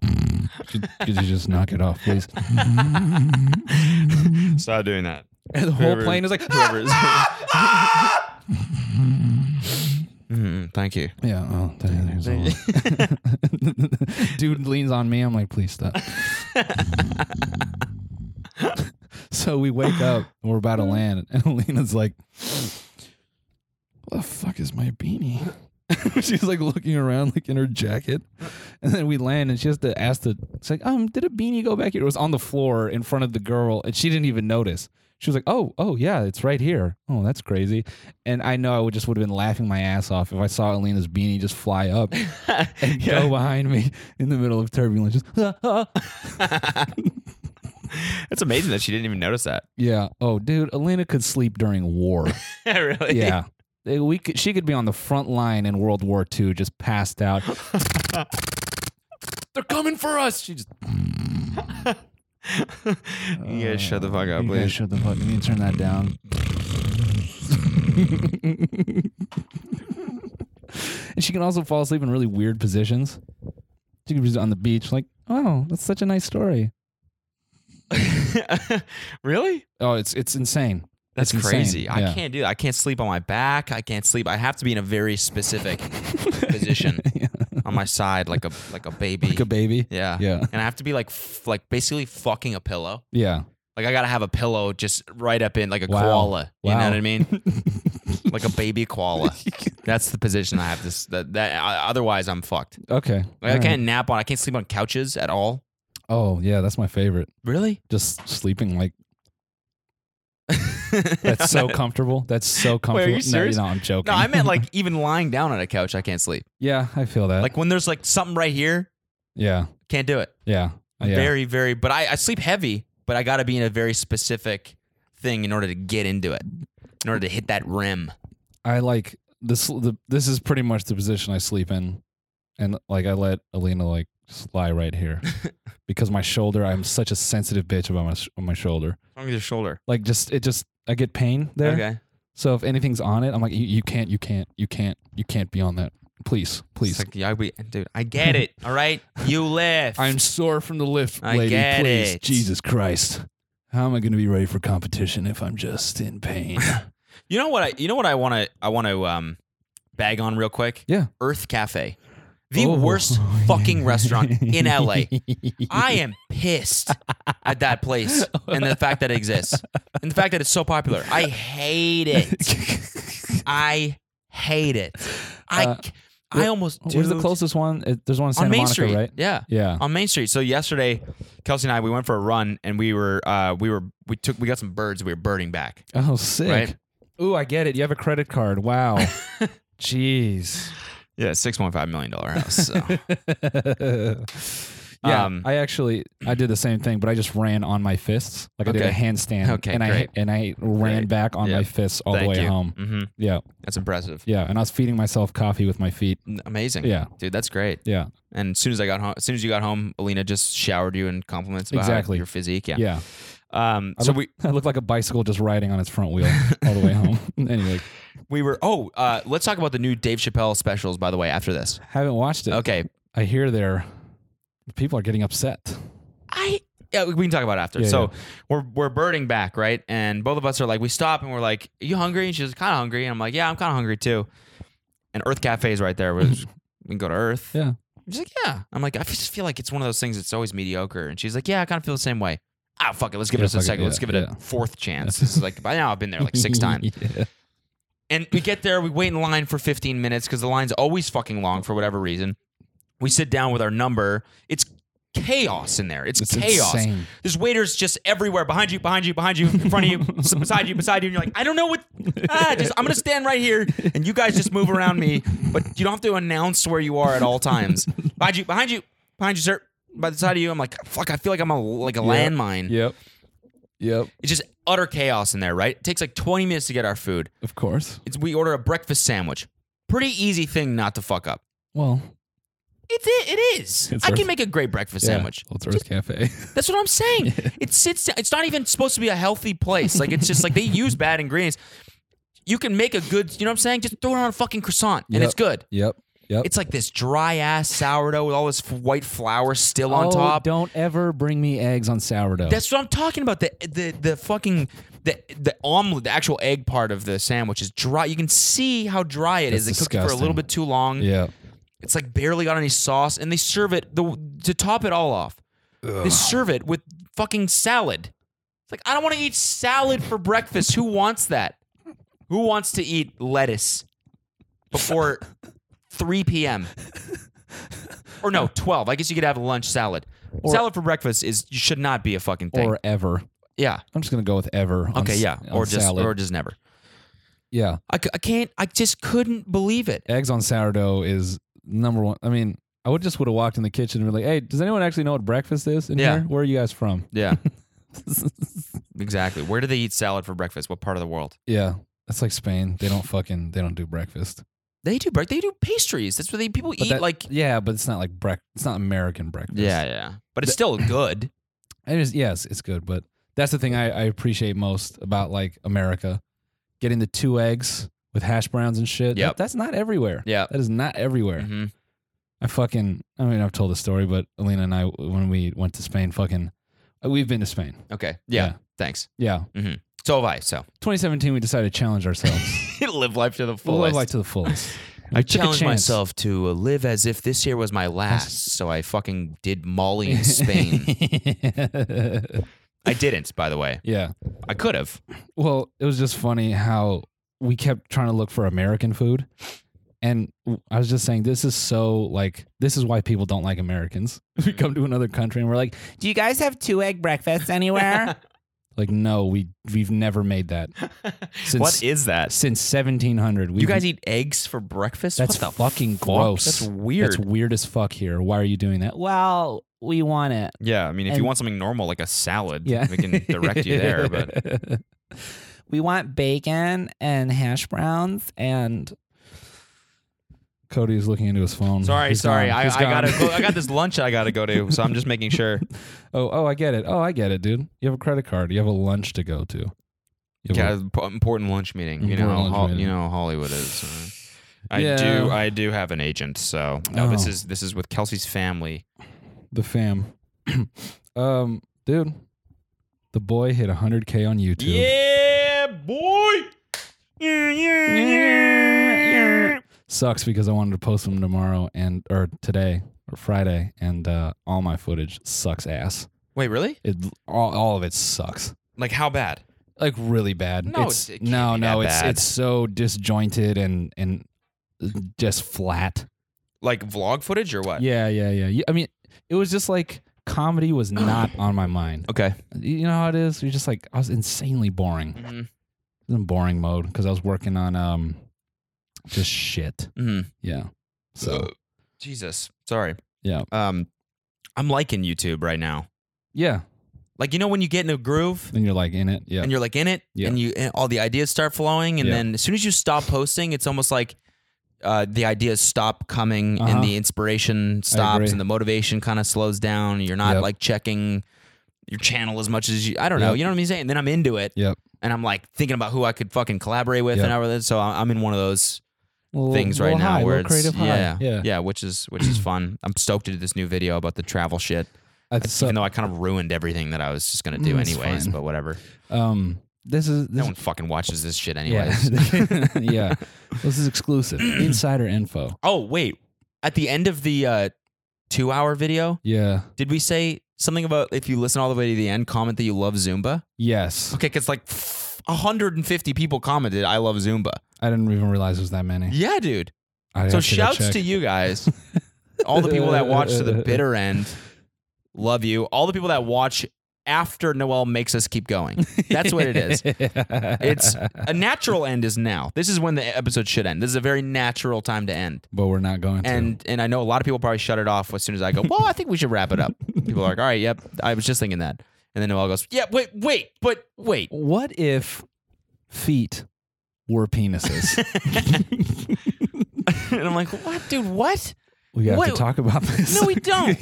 Speaker 2: could, could you just knock it off, please?
Speaker 1: Stop doing that.
Speaker 2: And the whole plane is like, "Ah!"
Speaker 1: Mm, thank [laughs] you.
Speaker 2: yeah. Oh, thank you. [laughs] Dude leans on me. I'm like, please stop. [laughs] So we wake up and we're about to land, and [laughs] Alina's like, "What the fuck is my beanie?" [laughs] She's like looking around, like in her jacket, and then we land, and she has to ask the. It's like, um, did a beanie go back here? It was on the floor in front of the girl, and she didn't even notice. She was like, "Oh, oh yeah, it's right here. Oh, that's crazy." And I know I would just would have been laughing my ass off if I saw Alina's beanie just fly up and go behind me in the middle of turbulence. Just, [laughs]
Speaker 1: It's amazing that she didn't even notice [laughs] that.
Speaker 2: yeah. Oh, dude, Alina could sleep during war.
Speaker 1: really? [laughs]
Speaker 2: Yeah. They- We could, she could be on the front line in World War II, just passed out. They're coming for us. She just
Speaker 1: You guys shut the fuck up,
Speaker 2: You guys
Speaker 1: please.
Speaker 2: shut the fuck. You need to turn that down. [laughs] and she can also fall asleep in really weird positions. She could be on the beach, like, oh, that's such a nice story.
Speaker 1: [laughs] really?
Speaker 2: Oh, it's it's insane.
Speaker 1: That's
Speaker 2: It's insane.
Speaker 1: crazy. I
Speaker 2: Yeah.
Speaker 1: can't do that. I can't sleep on my back. I can't sleep. I have to be in a very specific [laughs] position.
Speaker 2: [laughs] Yeah.
Speaker 1: I'm on my side like a like a baby.
Speaker 2: like a baby.
Speaker 1: yeah.
Speaker 2: Yeah.
Speaker 1: And I have to be like f- like basically fucking a pillow.
Speaker 2: Yeah. [laughs]
Speaker 1: Like I gotta have a pillow just right up in like a
Speaker 2: Wow.
Speaker 1: koala. You know
Speaker 2: Wow.
Speaker 1: what I
Speaker 2: [laughs]
Speaker 1: mean? like a baby koala. That's the position I have. This that, that I- otherwise I'm fucked.
Speaker 2: Okay.
Speaker 1: Like, I
Speaker 2: Alright.
Speaker 1: can't nap on. I can't sleep on couches at all.
Speaker 2: Oh yeah, that's my favorite.
Speaker 1: Really? [laughs]
Speaker 2: Just sleeping like
Speaker 1: [laughs]
Speaker 2: that's so comfortable. That's so comfortable.
Speaker 1: Wait, are you
Speaker 2: No,
Speaker 1: serious?
Speaker 2: No, I'm joking.
Speaker 1: No, I meant like even lying down on a couch, I can't sleep.
Speaker 2: yeah, I feel that.
Speaker 1: Like when there's like something right here,
Speaker 2: yeah,
Speaker 1: can't do it.
Speaker 2: yeah, yeah.
Speaker 1: Very, very. But I, I sleep heavy, but I got to be in a very specific thing in order to get into it, in order to hit that rim.
Speaker 2: I like this. The, this is pretty much the position I sleep in, and like I let Alina like just lie right here
Speaker 1: [laughs]
Speaker 2: because my shoulder. I'm such a sensitive bitch about my sh- on my shoulder.
Speaker 1: On your shoulder.
Speaker 2: Like just it just I get pain there.
Speaker 1: Okay.
Speaker 2: So if anything's on it, I'm like you, you can't, you can't, you can't, you can't be on that. Please,
Speaker 1: Please.
Speaker 2: please.
Speaker 1: yeah, I be- dude, I get it. All right.
Speaker 2: [laughs]
Speaker 1: You lift.
Speaker 2: I'm sore from the lift,
Speaker 1: I
Speaker 2: lady.
Speaker 1: get
Speaker 2: please,
Speaker 1: it.
Speaker 2: Jesus Christ. How am I going to be ready for competition if I'm just in
Speaker 1: [laughs]
Speaker 2: pain?
Speaker 1: you know what I you know what I want to I want to um bag on real quick?
Speaker 2: Yeah.
Speaker 1: Earth Cafe. The
Speaker 2: Oh. [laughs]
Speaker 1: worst fucking restaurant in LA. I am pissed at that place and the fact that it
Speaker 2: [laughs]
Speaker 1: exists and the fact that it's so popular. I hate it. I hate it. I,
Speaker 2: Uh,
Speaker 1: c- I almost.
Speaker 2: Where's the
Speaker 1: dude,
Speaker 2: closest one? It- There's one in Santa
Speaker 1: on Main
Speaker 2: Monica,
Speaker 1: Street?
Speaker 2: right?
Speaker 1: Yeah.
Speaker 2: Yeah.
Speaker 1: On Main Street. So yesterday, Kelsey and I we went for a run and we were uh we were we took we got some birds we were birding back.
Speaker 2: Oh, sick.
Speaker 1: Right.
Speaker 2: Ooh, I get it. You have a credit card.
Speaker 1: [laughs]
Speaker 2: Wow. Jeez.
Speaker 1: Yeah, six point five million dollar house. [laughs] So.
Speaker 2: yeah,
Speaker 1: Um,
Speaker 2: I actually I did the same thing, but I just ran on my fists. Like I did a
Speaker 1: Okay.
Speaker 2: handstand,
Speaker 1: Okay,
Speaker 2: and
Speaker 1: great.
Speaker 2: I and I ran
Speaker 1: Great.
Speaker 2: back on
Speaker 1: Yeah.
Speaker 2: my fists all
Speaker 1: Thank
Speaker 2: the way
Speaker 1: you.
Speaker 2: home.
Speaker 1: hmm
Speaker 2: Yeah,
Speaker 1: That's impressive.
Speaker 2: yeah, and I was feeding myself coffee with my feet.
Speaker 1: N- Amazing.
Speaker 2: Yeah.
Speaker 1: Dude, that's great.
Speaker 2: Yeah,
Speaker 1: And as soon as I got home, as soon as you got home, Alina just showered you in compliments about
Speaker 2: Exactly.
Speaker 1: your physique. Yeah.
Speaker 2: yeah. [laughs]
Speaker 1: Um.
Speaker 2: I
Speaker 1: So
Speaker 2: look-
Speaker 1: we
Speaker 2: I look like a bicycle just riding on its front wheel
Speaker 1: [laughs]
Speaker 2: all the way home. [laughs] anyway,
Speaker 1: we were. Oh, uh, let's talk about the new Dave Chappelle specials. By the way, after this.
Speaker 2: haven't watched it.
Speaker 1: Okay.
Speaker 2: I hear there people are getting upset.
Speaker 1: I yeah, we can talk about it after.
Speaker 2: Yeah,
Speaker 1: so
Speaker 2: yeah.
Speaker 1: we're we're birding back, right? And both of us are like, we stop and we're like, Are you hungry? And she's kind of hungry. And I'm like, Yeah, I'm kind of hungry too. And Earth Cafe is right there. We're
Speaker 2: [laughs]
Speaker 1: just- we can go to Earth.
Speaker 2: Yeah.
Speaker 1: She's like, Yeah. I'm like, I just feel like it's one of those things that's always mediocre. And she's like, Yeah, I kind of feel the same way. Ah, fuck it. Let's give
Speaker 2: Yeah,
Speaker 1: it us a
Speaker 2: fuck it,
Speaker 1: second.
Speaker 2: yeah,
Speaker 1: let's give it
Speaker 2: yeah.
Speaker 1: a fourth
Speaker 2: [laughs]
Speaker 1: chance. this is like by now I've been there like six times.
Speaker 2: Yeah.
Speaker 1: And we get there, we wait in line for 15 minutes because the line's always fucking long for whatever reason. We sit down with our number. It's chaos in there. It's,
Speaker 2: It's
Speaker 1: chaos.
Speaker 2: insane.
Speaker 1: There's waiters just everywhere behind you, behind you, behind you, in front of you, s- beside you, beside you. And you're like, I don't know what. Ah, just I'm gonna stand right here, and you guys just move around me. But you don't have to announce where you are at all times. Behind you, behind you, behind you, sir. By the side of you, I'm like, fuck. I feel like I'm a like a landmine.
Speaker 2: Yep. Yep.
Speaker 1: It's just utter chaos in there, right? It takes like 20 minutes to get our food.
Speaker 2: Of course.
Speaker 1: It's, we order a breakfast sandwich. Pretty easy thing not to fuck up.
Speaker 2: Well,
Speaker 1: It's it, it is.
Speaker 2: It's
Speaker 1: I
Speaker 2: Earth-
Speaker 1: can make a great breakfast
Speaker 2: yeah.
Speaker 1: sandwich.
Speaker 2: Well, it's Earth Cafe. [laughs]
Speaker 1: That's what I'm saying. It sits. It's not even supposed to be a healthy place. Like it's just like they use bad ingredients. You can make a good. You know what I'm saying? Just throw it on a fucking croissant and
Speaker 2: Yep.
Speaker 1: it's good.
Speaker 2: yep. Yep.
Speaker 1: It's like this dry ass sourdough with all this f- white flour still on top.
Speaker 2: Oh, Don't ever bring me eggs on sourdough.
Speaker 1: That's what I'm talking about. The the the fucking the the omelet, the actual egg part of the sandwich is dry. You can see how dry it is.
Speaker 2: That's
Speaker 1: They cooked it for a little
Speaker 2: disgusting.
Speaker 1: bit too long.
Speaker 2: yeah.
Speaker 1: It's like barely got any sauce, and they serve it the to top it all off. They serve it with fucking salad. It's like I don't want to eat salad for breakfast. Who wants that? Who wants to eat lettuce before 3 p.m. or no 12? I guess you could have a lunch salad. salad for breakfast is should not be a fucking thing.
Speaker 2: Or ever.
Speaker 1: yeah.
Speaker 2: I'm just gonna go with ever. on
Speaker 1: Okay.
Speaker 2: s-
Speaker 1: Yeah.
Speaker 2: on
Speaker 1: Or just
Speaker 2: salad.
Speaker 1: or just never.
Speaker 2: yeah.
Speaker 1: I, c- I can't. I just couldn't believe
Speaker 2: [laughs]
Speaker 1: it.
Speaker 2: eggs on sourdough is number one. I mean, I would just would have walked in the kitchen and be like, "Hey, does anyone actually know what breakfast is in
Speaker 1: Yeah.
Speaker 2: here? Where are you
Speaker 1: [laughs]
Speaker 2: guys from?"
Speaker 1: Yeah. exactly. Where do they eat salad for breakfast? What part of the world?
Speaker 2: Yeah, that's like Spain. They don't fucking they don't do breakfast.
Speaker 1: They do break. They do pastries. That's what they people
Speaker 2: But
Speaker 1: eat.
Speaker 2: that-
Speaker 1: like
Speaker 2: Yeah, but it's not like break. It's not American breakfast.
Speaker 1: yeah, yeah. But it's still good.
Speaker 2: it is. Yes, it's good, but that's the thing I, I appreciate most about like America, getting the two eggs with hash browns and shit.
Speaker 1: Yep.
Speaker 2: That- that's not everywhere.
Speaker 1: Yeah.
Speaker 2: That is not everywhere.
Speaker 1: hmm
Speaker 2: I fucking. I mean, I've told the story, but Alina and I, when we went to Spain, fucking, uh, we've been to Spain.
Speaker 1: Okay. Yeah.
Speaker 2: Yeah.
Speaker 1: Thanks.
Speaker 2: Yeah,
Speaker 1: So have I. So [laughs]
Speaker 2: 2017, we decided to challenge ourselves.
Speaker 1: live life to the
Speaker 2: we'll
Speaker 1: fullest.
Speaker 2: live life to the fullest.
Speaker 1: [laughs] I
Speaker 5: took a
Speaker 1: challenged
Speaker 5: chance.
Speaker 1: myself to uh, live as if this year was my last, so I fucking did Molly
Speaker 2: [laughs]
Speaker 1: in Spain. I didn't, by the way.
Speaker 2: Yeah.
Speaker 1: I could have.
Speaker 2: Well, it was just funny how we kept trying to look for American food. And w- I was just saying, this is so like, this is why people don't like Americans. [laughs] We come to another country and we're like,
Speaker 4: Do you guys have two egg breakfasts
Speaker 1: [laughs]
Speaker 4: anywhere?
Speaker 2: like no, we we've never made that Since-
Speaker 1: what is that?
Speaker 2: since 1700. We
Speaker 1: You guys eat eggs for breakfast?
Speaker 2: that's
Speaker 1: What the
Speaker 2: fucking
Speaker 1: fuck?
Speaker 2: gross.
Speaker 1: That's weird.
Speaker 2: That's weird as fuck here. Why are you doing that? Well, we want it.
Speaker 1: yeah, I mean, if you
Speaker 2: and-
Speaker 1: want something normal like a salad,
Speaker 2: Yeah.
Speaker 1: we can direct
Speaker 2: [laughs]
Speaker 1: you there. But
Speaker 2: we want bacon and hash browns and Cody is looking into his phone.
Speaker 1: sorry,
Speaker 2: Mm, He's
Speaker 1: sorry,
Speaker 2: gone.
Speaker 1: I,
Speaker 2: He's
Speaker 1: I
Speaker 2: gone.
Speaker 1: gotta, go, I got this lunch I gotta go to, so I'm just making sure.
Speaker 2: [laughs] Oh, oh, I get it. Oh, I get it, dude. You have a credit card. You have a lunch to go to. You have
Speaker 1: Yeah, p- important lunch meeting. You know,
Speaker 2: Important lunch
Speaker 1: how,
Speaker 2: meeting.
Speaker 1: you know, how Hollywood is. uh, I
Speaker 2: Yeah.
Speaker 1: do, I do have an agent. So no, this
Speaker 2: Oh.
Speaker 1: is this is with Kelsey's family.
Speaker 2: a- the fam. [clears throat] um, dude, the boy hit 100k on YouTube.
Speaker 1: Yeah, boy.
Speaker 2: Sucks because I wanted to post them tomorrow and or today or Friday, and uh, all my footage sucks ass.
Speaker 1: Wait, really?
Speaker 2: It all, all of it sucks.
Speaker 1: Like how bad?
Speaker 2: like really bad.
Speaker 1: No,
Speaker 2: it's,
Speaker 1: it can't
Speaker 2: no,
Speaker 1: be
Speaker 2: no,
Speaker 1: that
Speaker 2: it's
Speaker 1: bad.
Speaker 2: it's so disjointed and and just flat.
Speaker 1: Like vlog footage or what?
Speaker 2: Yeah, yeah, yeah. You- I mean, it was just like
Speaker 1: [coughs]
Speaker 2: comedy was not on my mind.
Speaker 1: Okay.
Speaker 2: You know how it is. You're just like I was insanely boring. I
Speaker 1: Mhm.
Speaker 2: was in boring mode because I was working on um, just shit.
Speaker 1: Mhm.
Speaker 2: Yeah.
Speaker 1: Uh,
Speaker 2: So
Speaker 1: Jesus, sorry.
Speaker 2: Yeah.
Speaker 1: Um, I'm liking YouTube right now.
Speaker 2: yeah,
Speaker 1: Like you know when you get in a groove
Speaker 2: then you're like in it. Yeah.
Speaker 1: and you're like in it,
Speaker 2: Yeah.
Speaker 1: and you and all the ideas start flowing, and
Speaker 2: Yeah.
Speaker 1: then as soon as you stop posting, it's almost like. Uh, the ideas stop coming
Speaker 2: Uh-huh.
Speaker 1: and the inspiration
Speaker 2: agree.
Speaker 1: stops and the motivation kind of slows down. You're not
Speaker 2: Yep.
Speaker 1: like checking your channel as much as you, I don't know.
Speaker 2: Yep.
Speaker 1: You know what I'm saying? And then I'm into it
Speaker 2: Yep.
Speaker 1: and I'm like thinking about who I could fucking collaborate with
Speaker 2: Yep.
Speaker 1: and everything. So I- I'm in one of those
Speaker 2: Little-
Speaker 1: things right
Speaker 2: little
Speaker 1: now
Speaker 2: high,
Speaker 1: where
Speaker 2: little
Speaker 1: it's
Speaker 2: creative high.
Speaker 1: yeah,
Speaker 2: yeah.
Speaker 1: yeah, which is which is fun. I'm stoked to do this new video about the travel shit,
Speaker 2: That's so-
Speaker 1: even though I kind of ruined everything that I was just gonna do
Speaker 2: Mm, it's
Speaker 1: anyways.
Speaker 2: fine.
Speaker 1: But whatever,
Speaker 2: um, this is
Speaker 1: no
Speaker 2: this
Speaker 1: one fucking watches this shit
Speaker 2: Yeah.
Speaker 1: [laughs]
Speaker 2: [laughs]
Speaker 1: anyways. [laughs]
Speaker 2: yeah. This is
Speaker 1: [coughs]
Speaker 2: exclusive. Insider info.
Speaker 1: oh wait, at the end of the uh, two hour video,
Speaker 2: Yeah.
Speaker 1: did we say something about if you listen all the way to the end, comment that you love Zumba?
Speaker 2: Yes.
Speaker 1: Okay, because like. 150 people commented, I love Zumba.
Speaker 2: I didn't even realize it was that many.
Speaker 1: Yeah, dude.
Speaker 2: I'd
Speaker 1: So
Speaker 2: have to go
Speaker 1: shouts
Speaker 2: check.
Speaker 1: to you
Speaker 2: [laughs]
Speaker 1: guys. All the people that watch to the bitter end, love you. All the people that watch after Noel makes us keep going. [laughs] That's what it
Speaker 2: [laughs]
Speaker 1: is. It's a natural end is now. This is when the episode should end. This is a very natural time to end.
Speaker 2: But we're not going to.
Speaker 1: And and I know a lot of people probably shut it off as soon as I go, Well, I think we should wrap it up. People are like, All right, yep, I was just thinking that. And then Noel goes, Yeah, wait, wait, but [laughs] wait.
Speaker 2: what if feet
Speaker 1: [laughs]
Speaker 2: were penises?
Speaker 1: And I'm like, What dude, what?
Speaker 2: we have to
Speaker 1: What-
Speaker 2: talk about this.
Speaker 1: No, we don't.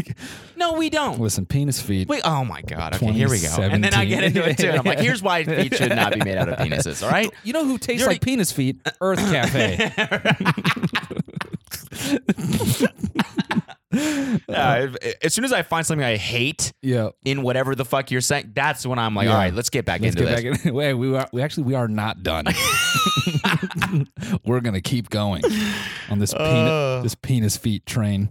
Speaker 1: No, we don't.
Speaker 2: [laughs] Listen, penis feet.
Speaker 1: Wait, oh my God. Okay, here we go. And then I get into it too. And I'm like, here's [laughs] why feet should not be made out of penises. All [laughs] right.
Speaker 5: You know who tastes
Speaker 1: You're
Speaker 5: like penis feet?
Speaker 2: [clears throat]
Speaker 5: Earth Cafe.
Speaker 1: [laughs] Uh, as soon as I find something I hate
Speaker 2: Yeah.
Speaker 1: in whatever the fuck you're saying, that's when I'm like,
Speaker 2: Yeah.
Speaker 1: all right, let's get back
Speaker 2: Let's
Speaker 1: into
Speaker 2: get
Speaker 1: this.
Speaker 2: back in. [laughs] Wait, we are we actually we are
Speaker 1: [laughs]
Speaker 2: not done. We're gonna keep going
Speaker 1: Uh.
Speaker 2: on this penis this penis feet train.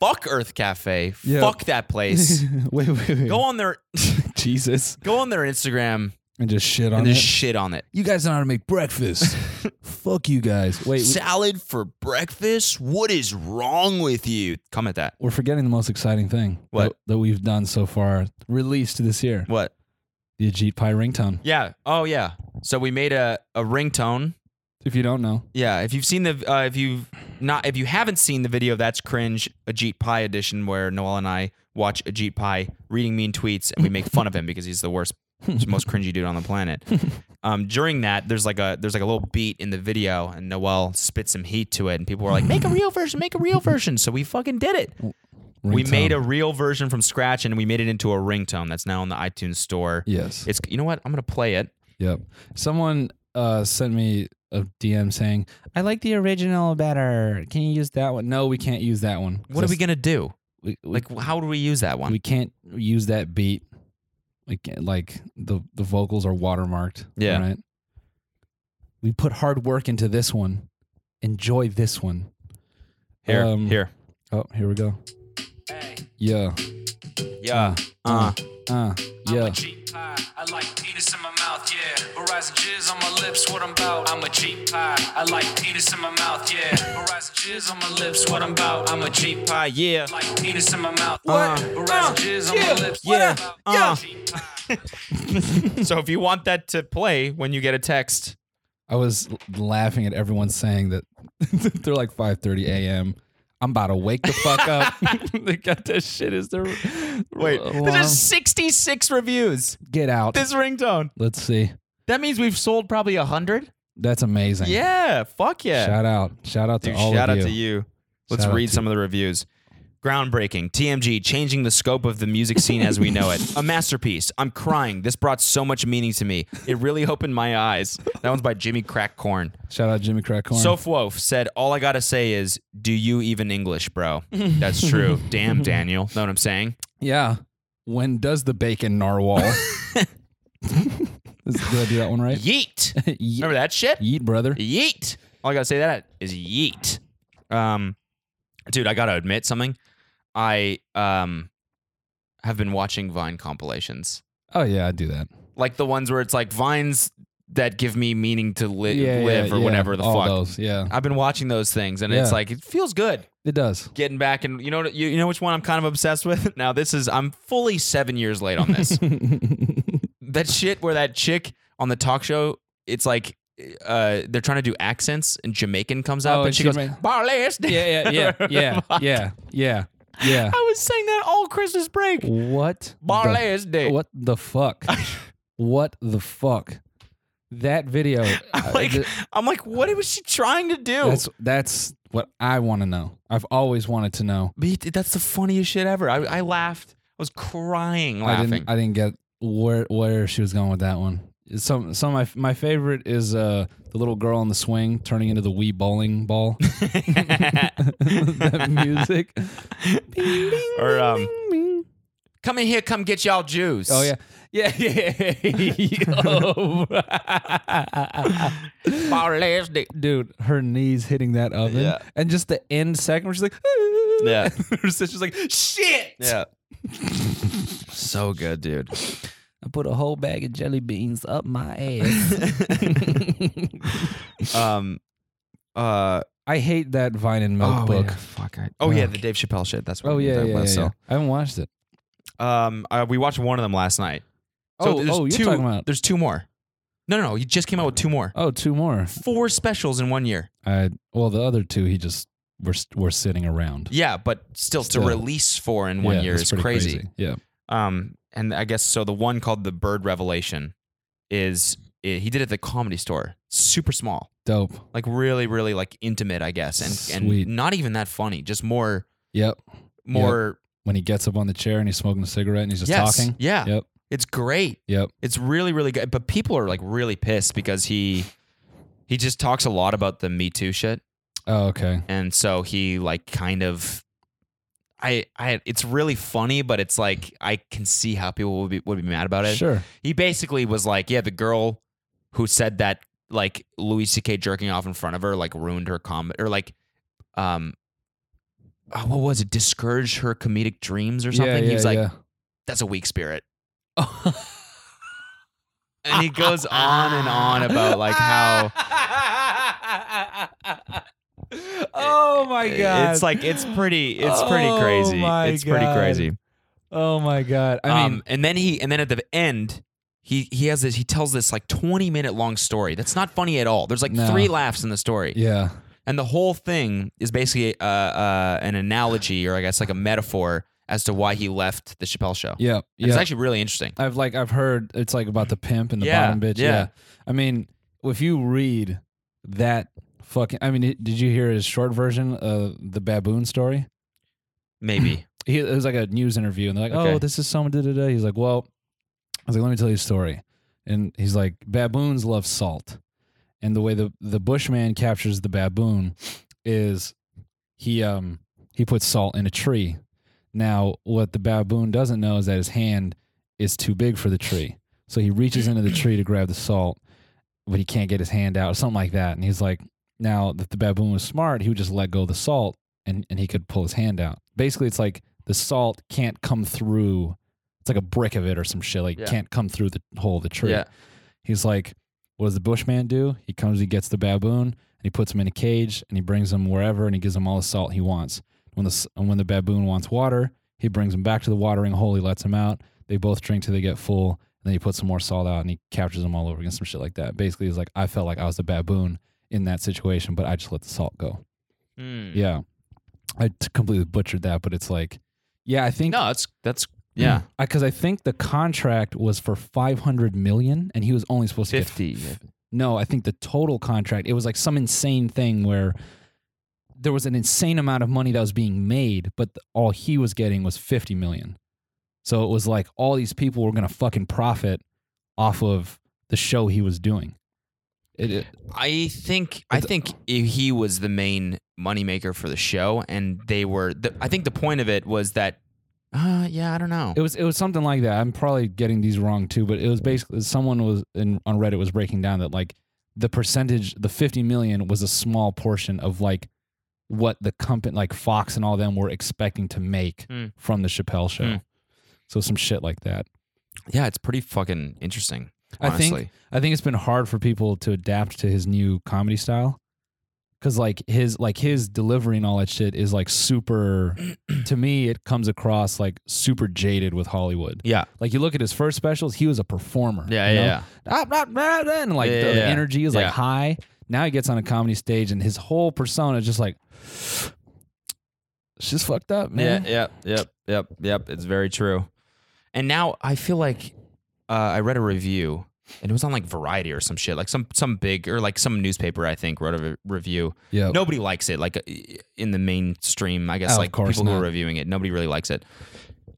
Speaker 1: Fuck Earth Cafe.
Speaker 2: Yeah.
Speaker 1: Fuck that [laughs] place.
Speaker 2: wait, wait, wait.
Speaker 1: go on their [laughs]
Speaker 2: Jesus.
Speaker 1: go on their Instagram
Speaker 2: And just shit on
Speaker 1: and
Speaker 2: it.
Speaker 1: just shit on it.
Speaker 2: you guys know how to make breakfast. [laughs] Fuck you guys. Wait, we-
Speaker 1: Salad for breakfast? What is wrong with you? Comment that.
Speaker 2: we're forgetting the most exciting thing
Speaker 1: What?
Speaker 2: That, that we've done so far, released this year.
Speaker 1: What?
Speaker 2: The Ajit Pie ringtone.
Speaker 1: Yeah. Oh yeah. So we made a, a ringtone.
Speaker 2: If you don't know,
Speaker 1: Yeah, if you've seen the uh, if you not if you haven't seen the video, that's cringe Ajit Pai edition where Noel and I watch Ajit Pai reading mean tweets and we make fun of him because he's the [laughs] worst, most cringy dude on the planet. Um, during that, there's like a there's like a little beat in the video and Noel spits some heat to it and people were like, make a real version, make a real version. So we fucking did it. We
Speaker 2: ringtone.
Speaker 1: made a real version from scratch and we made it into a ringtone that's now in the iTunes store.
Speaker 2: Yes.
Speaker 1: It's you know what I'm gonna play it.
Speaker 2: Yep. Someone uh, sent me a DM saying, "I like the original better. Can you use that one?" No, we can't use that one.
Speaker 1: What are we gonna do?
Speaker 2: we, we,
Speaker 1: Like, how do we use that one?
Speaker 2: we can't use that beat. We can't, like the the vocals are watermarked.
Speaker 1: Yeah.
Speaker 2: Right. We put hard work into this one. Enjoy this one.
Speaker 1: Here,
Speaker 2: Um,
Speaker 1: here.
Speaker 2: Oh, here we go.
Speaker 6: Hey,
Speaker 2: Yeah.
Speaker 1: Yeah. Uh.
Speaker 2: Uh,
Speaker 6: I'm
Speaker 2: yeah.
Speaker 6: a G pie. I like penis in my mouth, yeah. Verizon jizz on my lips, what I'm about. I'm a G pie. I like penis in my mouth, yeah. Verizon jizz on my lips, what I'm about. I'm a G pie.
Speaker 1: Uh, yeah.
Speaker 6: Like penis in my mouth.
Speaker 2: Uh,
Speaker 1: What?
Speaker 6: Verizon jizz on my lips, what
Speaker 1: yeah,
Speaker 6: I'm about.
Speaker 1: uh.
Speaker 6: I'm a G pie.
Speaker 1: [laughs] So if you want that to play when you get a text,
Speaker 2: I was l- laughing at everyone saying that [laughs] they're like 5:30 a.m. I'm about to wake the fuck up. [laughs] they got that shit as their
Speaker 1: [laughs] wait,
Speaker 2: alarm.
Speaker 1: there's just 66 reviews.
Speaker 2: get out.
Speaker 1: This ringtone.
Speaker 2: Let's see.
Speaker 1: That means we've sold probably 100?
Speaker 2: That's amazing.
Speaker 1: Yeah. Fuck yeah.
Speaker 2: Shout out. Shout out to
Speaker 1: Dude,
Speaker 2: all
Speaker 1: shout
Speaker 2: of
Speaker 1: out
Speaker 2: you.
Speaker 1: to you. Let's
Speaker 2: Shout out
Speaker 1: read
Speaker 2: to
Speaker 1: some of the reviews. Groundbreaking. TMG changing the scope of the music scene as we know it. A masterpiece. I'm crying. This brought so much meaning to me. It really opened my eyes. That one's by Jimmy Crackcorn.
Speaker 2: Shout out Jimmy Crackhorn.
Speaker 1: Sofwolf said, All I gotta say is, do you even English, bro? That's
Speaker 2: [laughs]
Speaker 1: true. Damn, Daniel. Know what I'm saying?
Speaker 2: yeah. When does the bacon
Speaker 1: [laughs]
Speaker 2: narwhal? Is- Did I do that one [laughs] right?
Speaker 1: Yeet.
Speaker 2: Yeet,
Speaker 1: Remember that shit?
Speaker 2: yeet brother.
Speaker 1: Yeet. All I gotta say that is yeet. Um, dude, I gotta admit something. I um have been watching Vine compilations,
Speaker 2: Oh yeah, I do that.
Speaker 1: like the ones where it's like vines that give me meaning to li-
Speaker 2: yeah,
Speaker 1: live
Speaker 2: yeah,
Speaker 1: or
Speaker 2: yeah.
Speaker 1: whatever the
Speaker 2: all
Speaker 1: fuck.
Speaker 2: Those. Yeah,
Speaker 1: I've been watching those things, and it's
Speaker 2: Yeah.
Speaker 1: like it feels good
Speaker 2: it
Speaker 1: [laughs]
Speaker 2: does.
Speaker 1: getting back. And you know, what- you, you know which one I'm kind of obsessed with [laughs] now. This is I'm fully seven years late on this. that shit where that chick on the talk show, it's like uh, they're trying to do accents, and Jamaican comes up,
Speaker 2: Oh,
Speaker 1: and
Speaker 2: and
Speaker 1: she
Speaker 2: she
Speaker 1: goes,
Speaker 2: ma-
Speaker 1: "Barless." [laughs]
Speaker 2: yeah, yeah, yeah, yeah, yeah, yeah, yeah.
Speaker 1: I was saying that all Christmas break.
Speaker 2: What? the-
Speaker 1: Barless day.
Speaker 2: What
Speaker 1: [laughs]
Speaker 2: the fuck? what the fuck? That video. uh,
Speaker 1: [laughs] I'm like,
Speaker 2: th-
Speaker 1: I'm like, what was she trying to do?
Speaker 2: that's that's what I want to know. I've always wanted to know.
Speaker 1: But it- that's the funniest shit ever. I, I laughed. I was crying
Speaker 2: I
Speaker 1: laughing.
Speaker 2: didn't. I didn't get where where she was going with that one. Some some of my f- my favorite is uh the little girl on the swing turning into the wee bowling
Speaker 1: [laughs]
Speaker 2: ball. [laughs] that music.
Speaker 1: or um, come in here, come get y'all Jews. [gasps]
Speaker 2: Oh yeah, yeah, [laughs] yeah.
Speaker 1: [laughs]
Speaker 2: yeah.
Speaker 1: Barless day.
Speaker 2: Dude, her knees hitting that oven,
Speaker 1: Yeah.
Speaker 2: and just the end second where she's like,
Speaker 1: Yeah.
Speaker 2: [laughs] her sister's like, shit.
Speaker 1: Yeah. so good, dude.
Speaker 5: I put a whole bag of jelly beans up my
Speaker 1: [laughs]
Speaker 5: ass.
Speaker 1: Um. Uh.
Speaker 2: I hate that Vine and Milk
Speaker 1: oh, wait,
Speaker 2: book.
Speaker 1: yeah, fuck. I, oh yeah, the Dave Chappelle shit. That's what
Speaker 2: Oh
Speaker 1: we were
Speaker 2: yeah,
Speaker 1: talking
Speaker 2: yeah,
Speaker 1: about,
Speaker 2: yeah,
Speaker 1: so.
Speaker 2: yeah. I haven't watched it.
Speaker 1: Um, uh, we watched one of them last night. So
Speaker 2: Oh,
Speaker 1: there's
Speaker 2: oh, you're
Speaker 1: two,
Speaker 2: talking about-
Speaker 1: There's two more. No, no, no. He just came out with two more.
Speaker 2: Oh, two more.
Speaker 1: Four specials in one year.
Speaker 2: I well, the other two he just were were sitting around.
Speaker 1: Yeah, but still,
Speaker 2: Still.
Speaker 1: to release four in one
Speaker 2: Yeah,
Speaker 1: year
Speaker 2: that's
Speaker 1: is
Speaker 2: pretty
Speaker 1: crazy.
Speaker 2: Yeah.
Speaker 1: Um, and I guess so. The one called the Bird Revelation is i he did it at the Comedy Store. Super small,
Speaker 2: Dope.
Speaker 1: like really, really like intimate, I guess, and
Speaker 2: Sweet.
Speaker 1: and not even that funny. Just more,
Speaker 2: Yep.
Speaker 1: more.
Speaker 2: When he gets up on the chair and he's smoking a cigarette and he's just
Speaker 1: yes,
Speaker 2: talking.
Speaker 1: yeah.
Speaker 2: Yep.
Speaker 1: It's great.
Speaker 2: Yep.
Speaker 1: It's really, really good. But people are like really pissed because he he just talks a lot about the Me Too shit.
Speaker 2: Oh, okay.
Speaker 1: And so he like kind of I I it's really funny, but it's like I can see how people would be would be mad about it.
Speaker 2: Sure.
Speaker 1: He basically was like, Yeah, the girl who said that like Louis C.K. jerking off in front of her, like ruined her comedy or like um oh, what was it? Discouraged her comedic dreams or something.
Speaker 2: Yeah,
Speaker 1: he was
Speaker 2: yeah,
Speaker 1: like,
Speaker 2: yeah.
Speaker 1: that's a weak [laughs] spirit. and he goes on and on about like
Speaker 2: [laughs]
Speaker 1: how
Speaker 5: oh my god!
Speaker 1: it's like it's pretty it's pretty
Speaker 5: Oh
Speaker 1: crazy.
Speaker 5: my
Speaker 1: it's pretty
Speaker 5: God.
Speaker 1: crazy.
Speaker 5: oh my god! I
Speaker 1: I
Speaker 5: mean,
Speaker 1: mean, and then he and then at the end he he has this he tells this like 20 minute long story. That's not funny at all. There's like
Speaker 2: No.
Speaker 1: three laughs in the story.
Speaker 2: Yeah.
Speaker 1: And the whole thing is basically uh, uh, an analogy or I guess like a metaphor as to why he left the Chappelle show.
Speaker 2: Yeah.
Speaker 1: And It's
Speaker 2: Yeah.
Speaker 1: actually really interesting.
Speaker 2: I've like I've heard it's like about the pimp and the
Speaker 1: Yeah,
Speaker 2: bottom bitch.
Speaker 1: yeah.
Speaker 2: Yeah. I mean, if you read that fucking I mean, did you hear his short version of the baboon story?
Speaker 1: Maybe.
Speaker 2: he, it was like a news interview, and they're like,
Speaker 1: Okay.
Speaker 2: "Oh, this is someone." Da, da, da. He's like, "Well," I was like, "Let me tell you a story," and he's like, "Baboons love salt," and the way the the bushman captures the baboon is he um he puts salt in a tree. Now, what the baboon doesn't know is that his hand is too big for the tree, so he reaches into the tree to grab the salt, but he can't get his hand out, something like that. And he's like, "Now, if the baboon was smart, he would just let go of the salt." and and he could pull his hand out. Basically, it's like the salt can't come through. It's like a brick of it or some shit. Like
Speaker 1: Yeah.
Speaker 2: can't come through the hole of the tree.
Speaker 1: Yeah.
Speaker 2: He's like, what does the bushman do? He comes, he gets the baboon, and he puts him in a cage, and he brings him wherever, and he gives him all the salt he wants. When the s- and when the baboon wants water, he brings him back to the watering hole. He lets him out. They both drink till they get full, and then he puts some more salt out, and he captures them all over again, some shit like that. Basically, he's like, I felt like I was the baboon in that situation, but I just let the salt go.
Speaker 1: Hmm.
Speaker 2: Yeah, I t- completely butchered that, but it's like, yeah, I think
Speaker 1: No, that's that's yeah.
Speaker 2: because I think the contract was for five hundred million, and he was only supposed to get
Speaker 1: Fifty.
Speaker 2: no, I think the total contract, it was like some insane thing where there was an insane amount of money that was being made, but th- all he was getting was 50 million. So it was like all these people were going to fucking profit off of the show he was doing. It, it-
Speaker 1: I think I think i- he was the main moneymaker for the show, and they were. The, I think the point of it was that. Uh, yeah, I don't know.
Speaker 2: it was it was something like that. I'm probably getting these wrong too, but it was basically someone was in on Reddit was breaking down that like the percentage, the 50 million was a small portion of like what the company, like Fox and all them, were expecting to make
Speaker 1: Hmm.
Speaker 2: from the Chappelle show.
Speaker 1: Hmm.
Speaker 2: So some shit like that.
Speaker 1: yeah, it's pretty fucking interesting.
Speaker 2: I think-
Speaker 1: Honestly.
Speaker 2: I think it's been hard for people to adapt to his new comedy style. Cause like his like his delivery and all that shit is like super to me it comes across like super jaded with Hollywood.
Speaker 1: Yeah.
Speaker 2: Like you look at his first specials, he was a performer.
Speaker 1: Yeah,
Speaker 2: you
Speaker 1: yeah,
Speaker 2: know?
Speaker 1: yeah.
Speaker 2: Ah, blah, blah, blah, and like
Speaker 1: Yeah,
Speaker 2: the,
Speaker 1: yeah,
Speaker 2: the
Speaker 1: yeah.
Speaker 2: energy is
Speaker 1: Yeah.
Speaker 2: like high. Now he gets on a comedy stage and his whole persona is just like it's just fucked up, man.
Speaker 1: Yeah, yep, yep, yep, yep. It's very true. And now I feel like uh, I read a review, and it was on like Variety or some shit, like some some big or like some newspaper I think wrote a re- review.
Speaker 2: Yeah.
Speaker 1: Nobody likes it, like uh, in the mainstream. I guess
Speaker 2: Oh, of
Speaker 1: like
Speaker 2: course
Speaker 1: people who are
Speaker 2: not.
Speaker 1: reviewing it, nobody really likes it.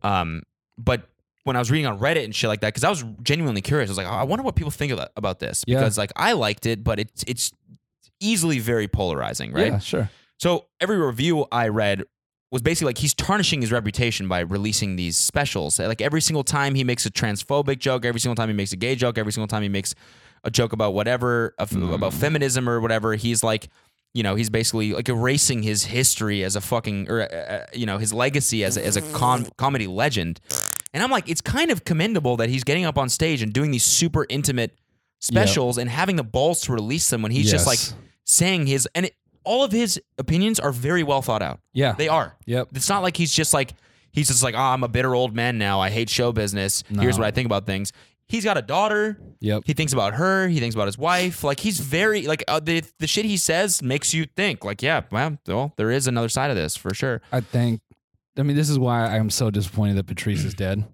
Speaker 1: Um, but when I was reading on Reddit and shit like that, because I was genuinely curious, I was like, "Oh, I wonder what people think of, about this
Speaker 2: Yeah.
Speaker 1: because like I liked it, but it's it's easily very polarizing, right?
Speaker 2: Yeah, sure.
Speaker 1: So every review I read was basically like he's tarnishing his reputation by releasing these specials. Like every single time he makes a transphobic joke, every single time he makes a gay joke, every single time he makes a joke about whatever of- about feminism or whatever, he's like, you know, he's basically like erasing his history as a fucking or uh, you know his legacy as a, as a com- comedy legend. And I'm like, it's kind of commendable that he's getting up on stage and doing these super intimate specials and having the balls to release them when he's just like
Speaker 2: Yes.
Speaker 1: saying his and it, all of his opinions are very well thought out.
Speaker 2: Yeah.
Speaker 1: They are.
Speaker 2: Yep.
Speaker 1: It's not like he's just like he's just like, "Oh, I'm a bitter old man now. I hate show business. Here's what I think about things." He's got a daughter.
Speaker 2: Yep.
Speaker 1: He thinks about her. He thinks about his wife. Like he's very like uh, the the shit he says makes you think. Like, yeah, well, well, there is another side of this for sure.
Speaker 2: I think I mean this is why I'm so disappointed that Patrice is dead.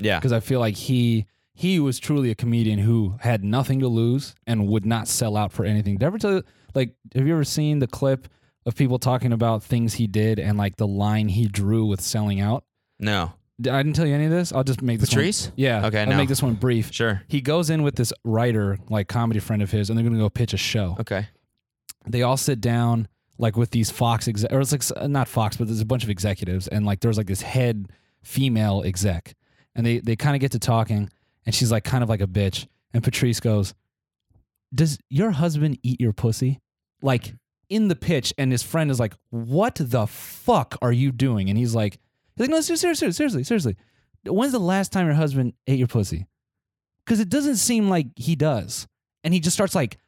Speaker 1: Yeah.
Speaker 2: because I feel like he he was truly a comedian who had nothing to lose and would not sell out for anything. Did I ever tell you, like have you ever seen the clip of people talking about things he did and like the line he drew with selling out?
Speaker 1: No.
Speaker 2: Did- I didn't tell you any of this. I'll just make this one-
Speaker 1: Patrice?
Speaker 2: yeah.
Speaker 1: Okay,
Speaker 2: I'll
Speaker 1: no.
Speaker 2: make this one brief.
Speaker 1: Sure.
Speaker 2: He goes in with this writer, like comedy friend of his, and they're gonna go pitch a show
Speaker 1: Okay.
Speaker 2: they all sit down like with these Fox exe- or it's like s- not Fox, but there's a bunch of executives, and like there's like this head female exec, and they they kind of get to talking, and she's like kind of like a bitch, and Patrice goes, "Does your husband eat your pussy?" Like in the pitch, and his friend is like, "What the fuck are you doing?" And he's like, "He's like, no, seriously, seriously, seriously, seriously. When's the last time your husband ate your pussy?" Because it doesn't seem like he does, and he just starts like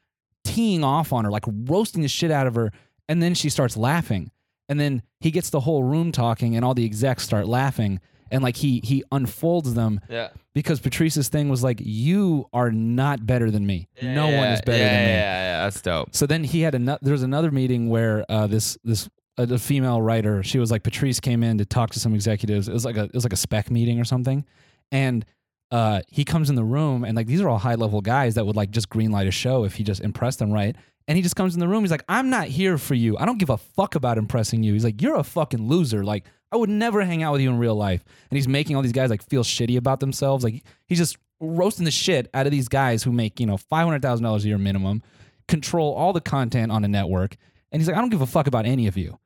Speaker 2: teeing off on her, like roasting the shit out of her. And then she starts laughing. And then he gets the whole room talking, and all the execs start laughing. And like he he unfolds them
Speaker 1: Yeah.
Speaker 2: because Patrice's thing was like, "You are not better than me. no one is better than me."
Speaker 1: yeah, that's dope.
Speaker 2: So then he had another. There was another meeting where uh, this this uh, the female writer. She was like Patrice came in to talk to some executives. It was like a it was like a spec meeting or something, and uh, he comes in the room and like these are all high level guys that would like just greenlight a show if he just impressed them right. And he just comes in the room. He's like, "I'm not here for you. I don't give a fuck about impressing you." He's like, "You're a fucking loser. Like, I would never hang out with you in real life." And he's making all these guys like feel shitty about themselves. Like, he's just roasting the shit out of these guys who make you know five hundred thousand dollars a year minimum control all the content on a network. And he's like, I don't give a fuck about any of you.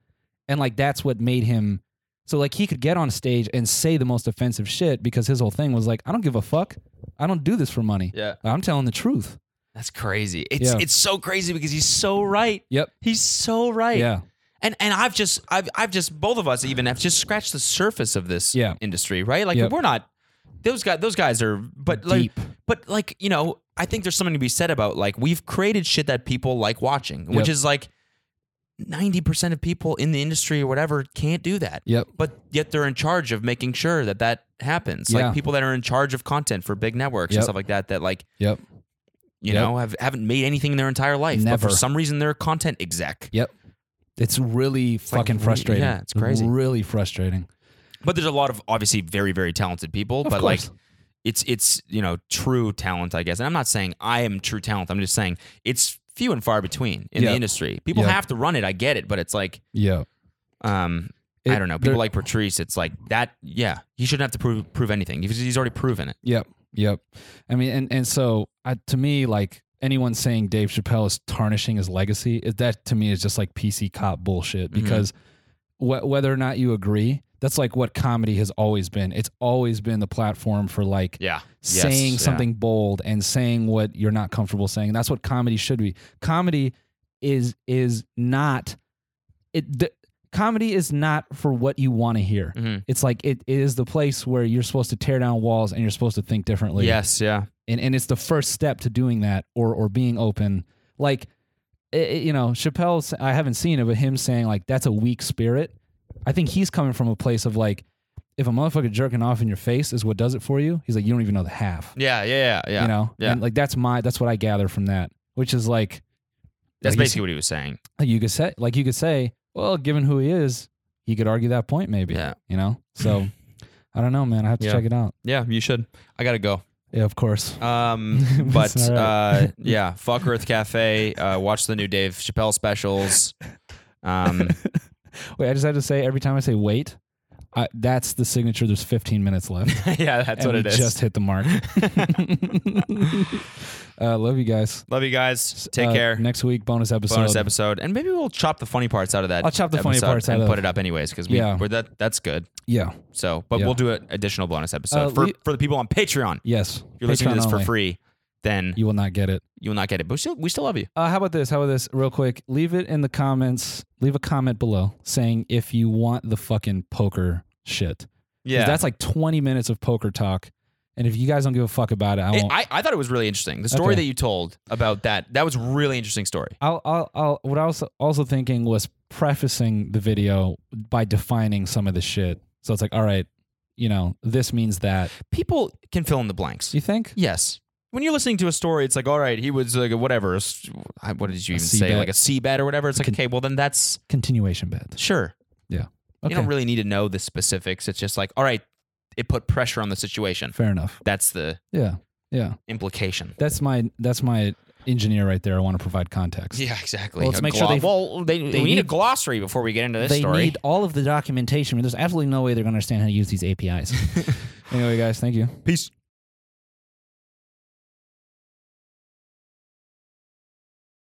Speaker 2: And like, that's what made him. So, like, he could get on stage and say the most offensive shit because his whole thing was like, I don't give a fuck. I don't do this for money.
Speaker 1: Yeah.
Speaker 2: I'm telling the truth.
Speaker 1: That's crazy. It's
Speaker 2: Yeah.
Speaker 1: it's so crazy because he's so right.
Speaker 2: Yep.
Speaker 1: He's so right.
Speaker 2: Yeah.
Speaker 1: And and I've just I've I've just both of us even have just scratched the surface of this
Speaker 2: Yeah.
Speaker 1: industry, right? Like
Speaker 2: Yep.
Speaker 1: we're not those guys those guys are but like
Speaker 2: Deep.
Speaker 1: but like, you know, I think there's something to be said about like we've created shit that people like watching, which
Speaker 2: Yep.
Speaker 1: is like 90% of people in the industry or whatever can't do that.
Speaker 2: Yep.
Speaker 1: But yet they're in charge of making sure that that happens.
Speaker 2: Yeah.
Speaker 1: Like people that are in charge of content for big networks
Speaker 2: Yep.
Speaker 1: and stuff like that that like
Speaker 2: Yep.
Speaker 1: you
Speaker 2: Yep.
Speaker 1: know, have haven't made anything in their entire life, but
Speaker 2: Never.
Speaker 1: for some reason they're a content exec.
Speaker 2: Yep. It's really
Speaker 1: like
Speaker 2: fucking
Speaker 1: re-
Speaker 2: frustrating.
Speaker 1: yeah, it's crazy.
Speaker 2: Really frustrating.
Speaker 1: But there's a lot of obviously very very talented people,
Speaker 2: Of
Speaker 1: but
Speaker 2: course.
Speaker 1: like it's it's you know true talent, I guess. And I'm not saying I am true talent. I'm just saying it's few and far between in
Speaker 2: Yeah.
Speaker 1: the industry. People
Speaker 2: Yeah.
Speaker 1: have to run it. I get it, but it's like
Speaker 2: Yeah.
Speaker 1: um
Speaker 2: It-
Speaker 1: I don't know. People
Speaker 2: there-
Speaker 1: like Patrice, it's like that. Yeah, he shouldn't have to prove prove anything. He's, he's already proven it.
Speaker 2: Yep. Yep. I mean, and and so I, to me, like anyone saying Dave Chappelle is tarnishing his legacy, is that to me is just like PC cop bullshit. Because wh- whether or not you agree, that's like what comedy has always been. It's always been the platform for like
Speaker 1: Yeah, Yes.
Speaker 2: saying
Speaker 1: Yeah.
Speaker 2: something bold and saying what you're not comfortable saying. That's what comedy should be. Comedy is is not it. The, comedy is not for what you want to hear.
Speaker 1: Mhm.
Speaker 2: It's like it, it is the place where you're supposed to tear down walls and you're supposed to think differently.
Speaker 1: Yes, yeah,
Speaker 2: and and it's the first step to doing that or or being open. Like i- i- you know, Chappelle. s- I haven't seen it, but him saying like that's a weak spirit. I think he's coming from a place of like. If a motherfucker jerking off in your face is what does it for you, he's like, you don't even know the half
Speaker 1: yeah, yeah, yeah. yeah.
Speaker 2: you know
Speaker 1: Yeah.
Speaker 2: and like that's my that's what i gather from that which is like
Speaker 1: That's
Speaker 2: like you
Speaker 1: basically what he was saying.
Speaker 2: s- you could say like you could say well given who he is he could argue that point maybe
Speaker 1: Yeah.
Speaker 2: you know so
Speaker 1: [laughs]
Speaker 2: i don't know man i have to
Speaker 1: Yeah.
Speaker 2: check it out
Speaker 1: Yeah, you should. I gotta go.
Speaker 2: yeah of course [laughs]
Speaker 1: Um, but
Speaker 2: That's all
Speaker 1: uh,
Speaker 2: right. [laughs]
Speaker 1: yeah, fuck Earth Cafe. Uh, watch the new Dave Chappelle specials.
Speaker 2: [laughs]
Speaker 1: Um, [laughs]
Speaker 2: wait i just had to say every time i say wait I, that's the signature there's 15 minutes left
Speaker 1: yeah, [laughs] that's
Speaker 2: and
Speaker 1: what
Speaker 2: we
Speaker 1: it is.
Speaker 2: just hit
Speaker 1: [laughs]
Speaker 2: the mark uh, love you guys
Speaker 1: Love you guys. Take
Speaker 2: Uh,
Speaker 1: care.
Speaker 2: next week bonus episode
Speaker 1: Bonus episode, and maybe we'll chop the funny parts out of that.
Speaker 2: I'll chop the funny
Speaker 1: episode
Speaker 2: parts out
Speaker 1: and
Speaker 2: of-
Speaker 1: put it up anyways because we
Speaker 2: Yeah.
Speaker 1: we're that that's good.
Speaker 2: yeah
Speaker 1: So, but
Speaker 2: Yeah.
Speaker 1: we'll do an additional bonus episode
Speaker 2: Uh,
Speaker 1: for
Speaker 2: we-
Speaker 1: for the people on Patreon.
Speaker 2: yes
Speaker 1: If you're listening
Speaker 2: Patreon
Speaker 1: to this
Speaker 2: only.
Speaker 1: for free, then
Speaker 2: you will not get it
Speaker 1: you will not get it. But we still, we still love you.
Speaker 2: Uh, how about this? How about this? Real quick, leave it in the comments. Leave a comment below saying if you want the fucking poker shit. 'Cause
Speaker 1: Yeah,
Speaker 2: that's like 20 minutes of poker talk. And if you guys don't give a fuck about it, I
Speaker 1: It-
Speaker 2: won't.
Speaker 1: I, I thought it was really interesting. The story
Speaker 2: Okay.
Speaker 1: that you told about that that was a really interesting story.
Speaker 2: I'll, I'll, I'll, what I was also thinking was prefacing the video by defining some of the shit. So it's like, all right, you know, this means that.
Speaker 1: People can fill in the blanks.
Speaker 2: You think?
Speaker 1: Yes. When you're listening to a story, it's like, all right, he was like a whatever. a s- I- What did you
Speaker 2: A
Speaker 1: even
Speaker 2: sea
Speaker 1: say?
Speaker 2: bat.
Speaker 1: Like a seabed or whatever. It's like,
Speaker 2: Con-
Speaker 1: okay, well then that's
Speaker 2: Continuation bet.
Speaker 1: sure.
Speaker 2: Okay.
Speaker 1: You don't really need to know the specifics. It's just like, all right, it put pressure on the situation.
Speaker 2: Fair enough.
Speaker 1: That's the
Speaker 2: Yeah. Yeah.
Speaker 1: implication.
Speaker 2: That's my, that's my engineer right there. I want to provide context.
Speaker 1: Yeah, exactly.
Speaker 2: Well, let's
Speaker 1: A
Speaker 2: make sure
Speaker 1: glo-
Speaker 2: they-
Speaker 1: Well, they, we need, a
Speaker 2: need-
Speaker 1: glossary before we get into this
Speaker 2: they
Speaker 1: story.
Speaker 2: need all
Speaker 1: [laughs]
Speaker 2: of the documentation. There's absolutely no way they're going to understand how to use these APIs. anyway, guys, thank you.
Speaker 1: Peace.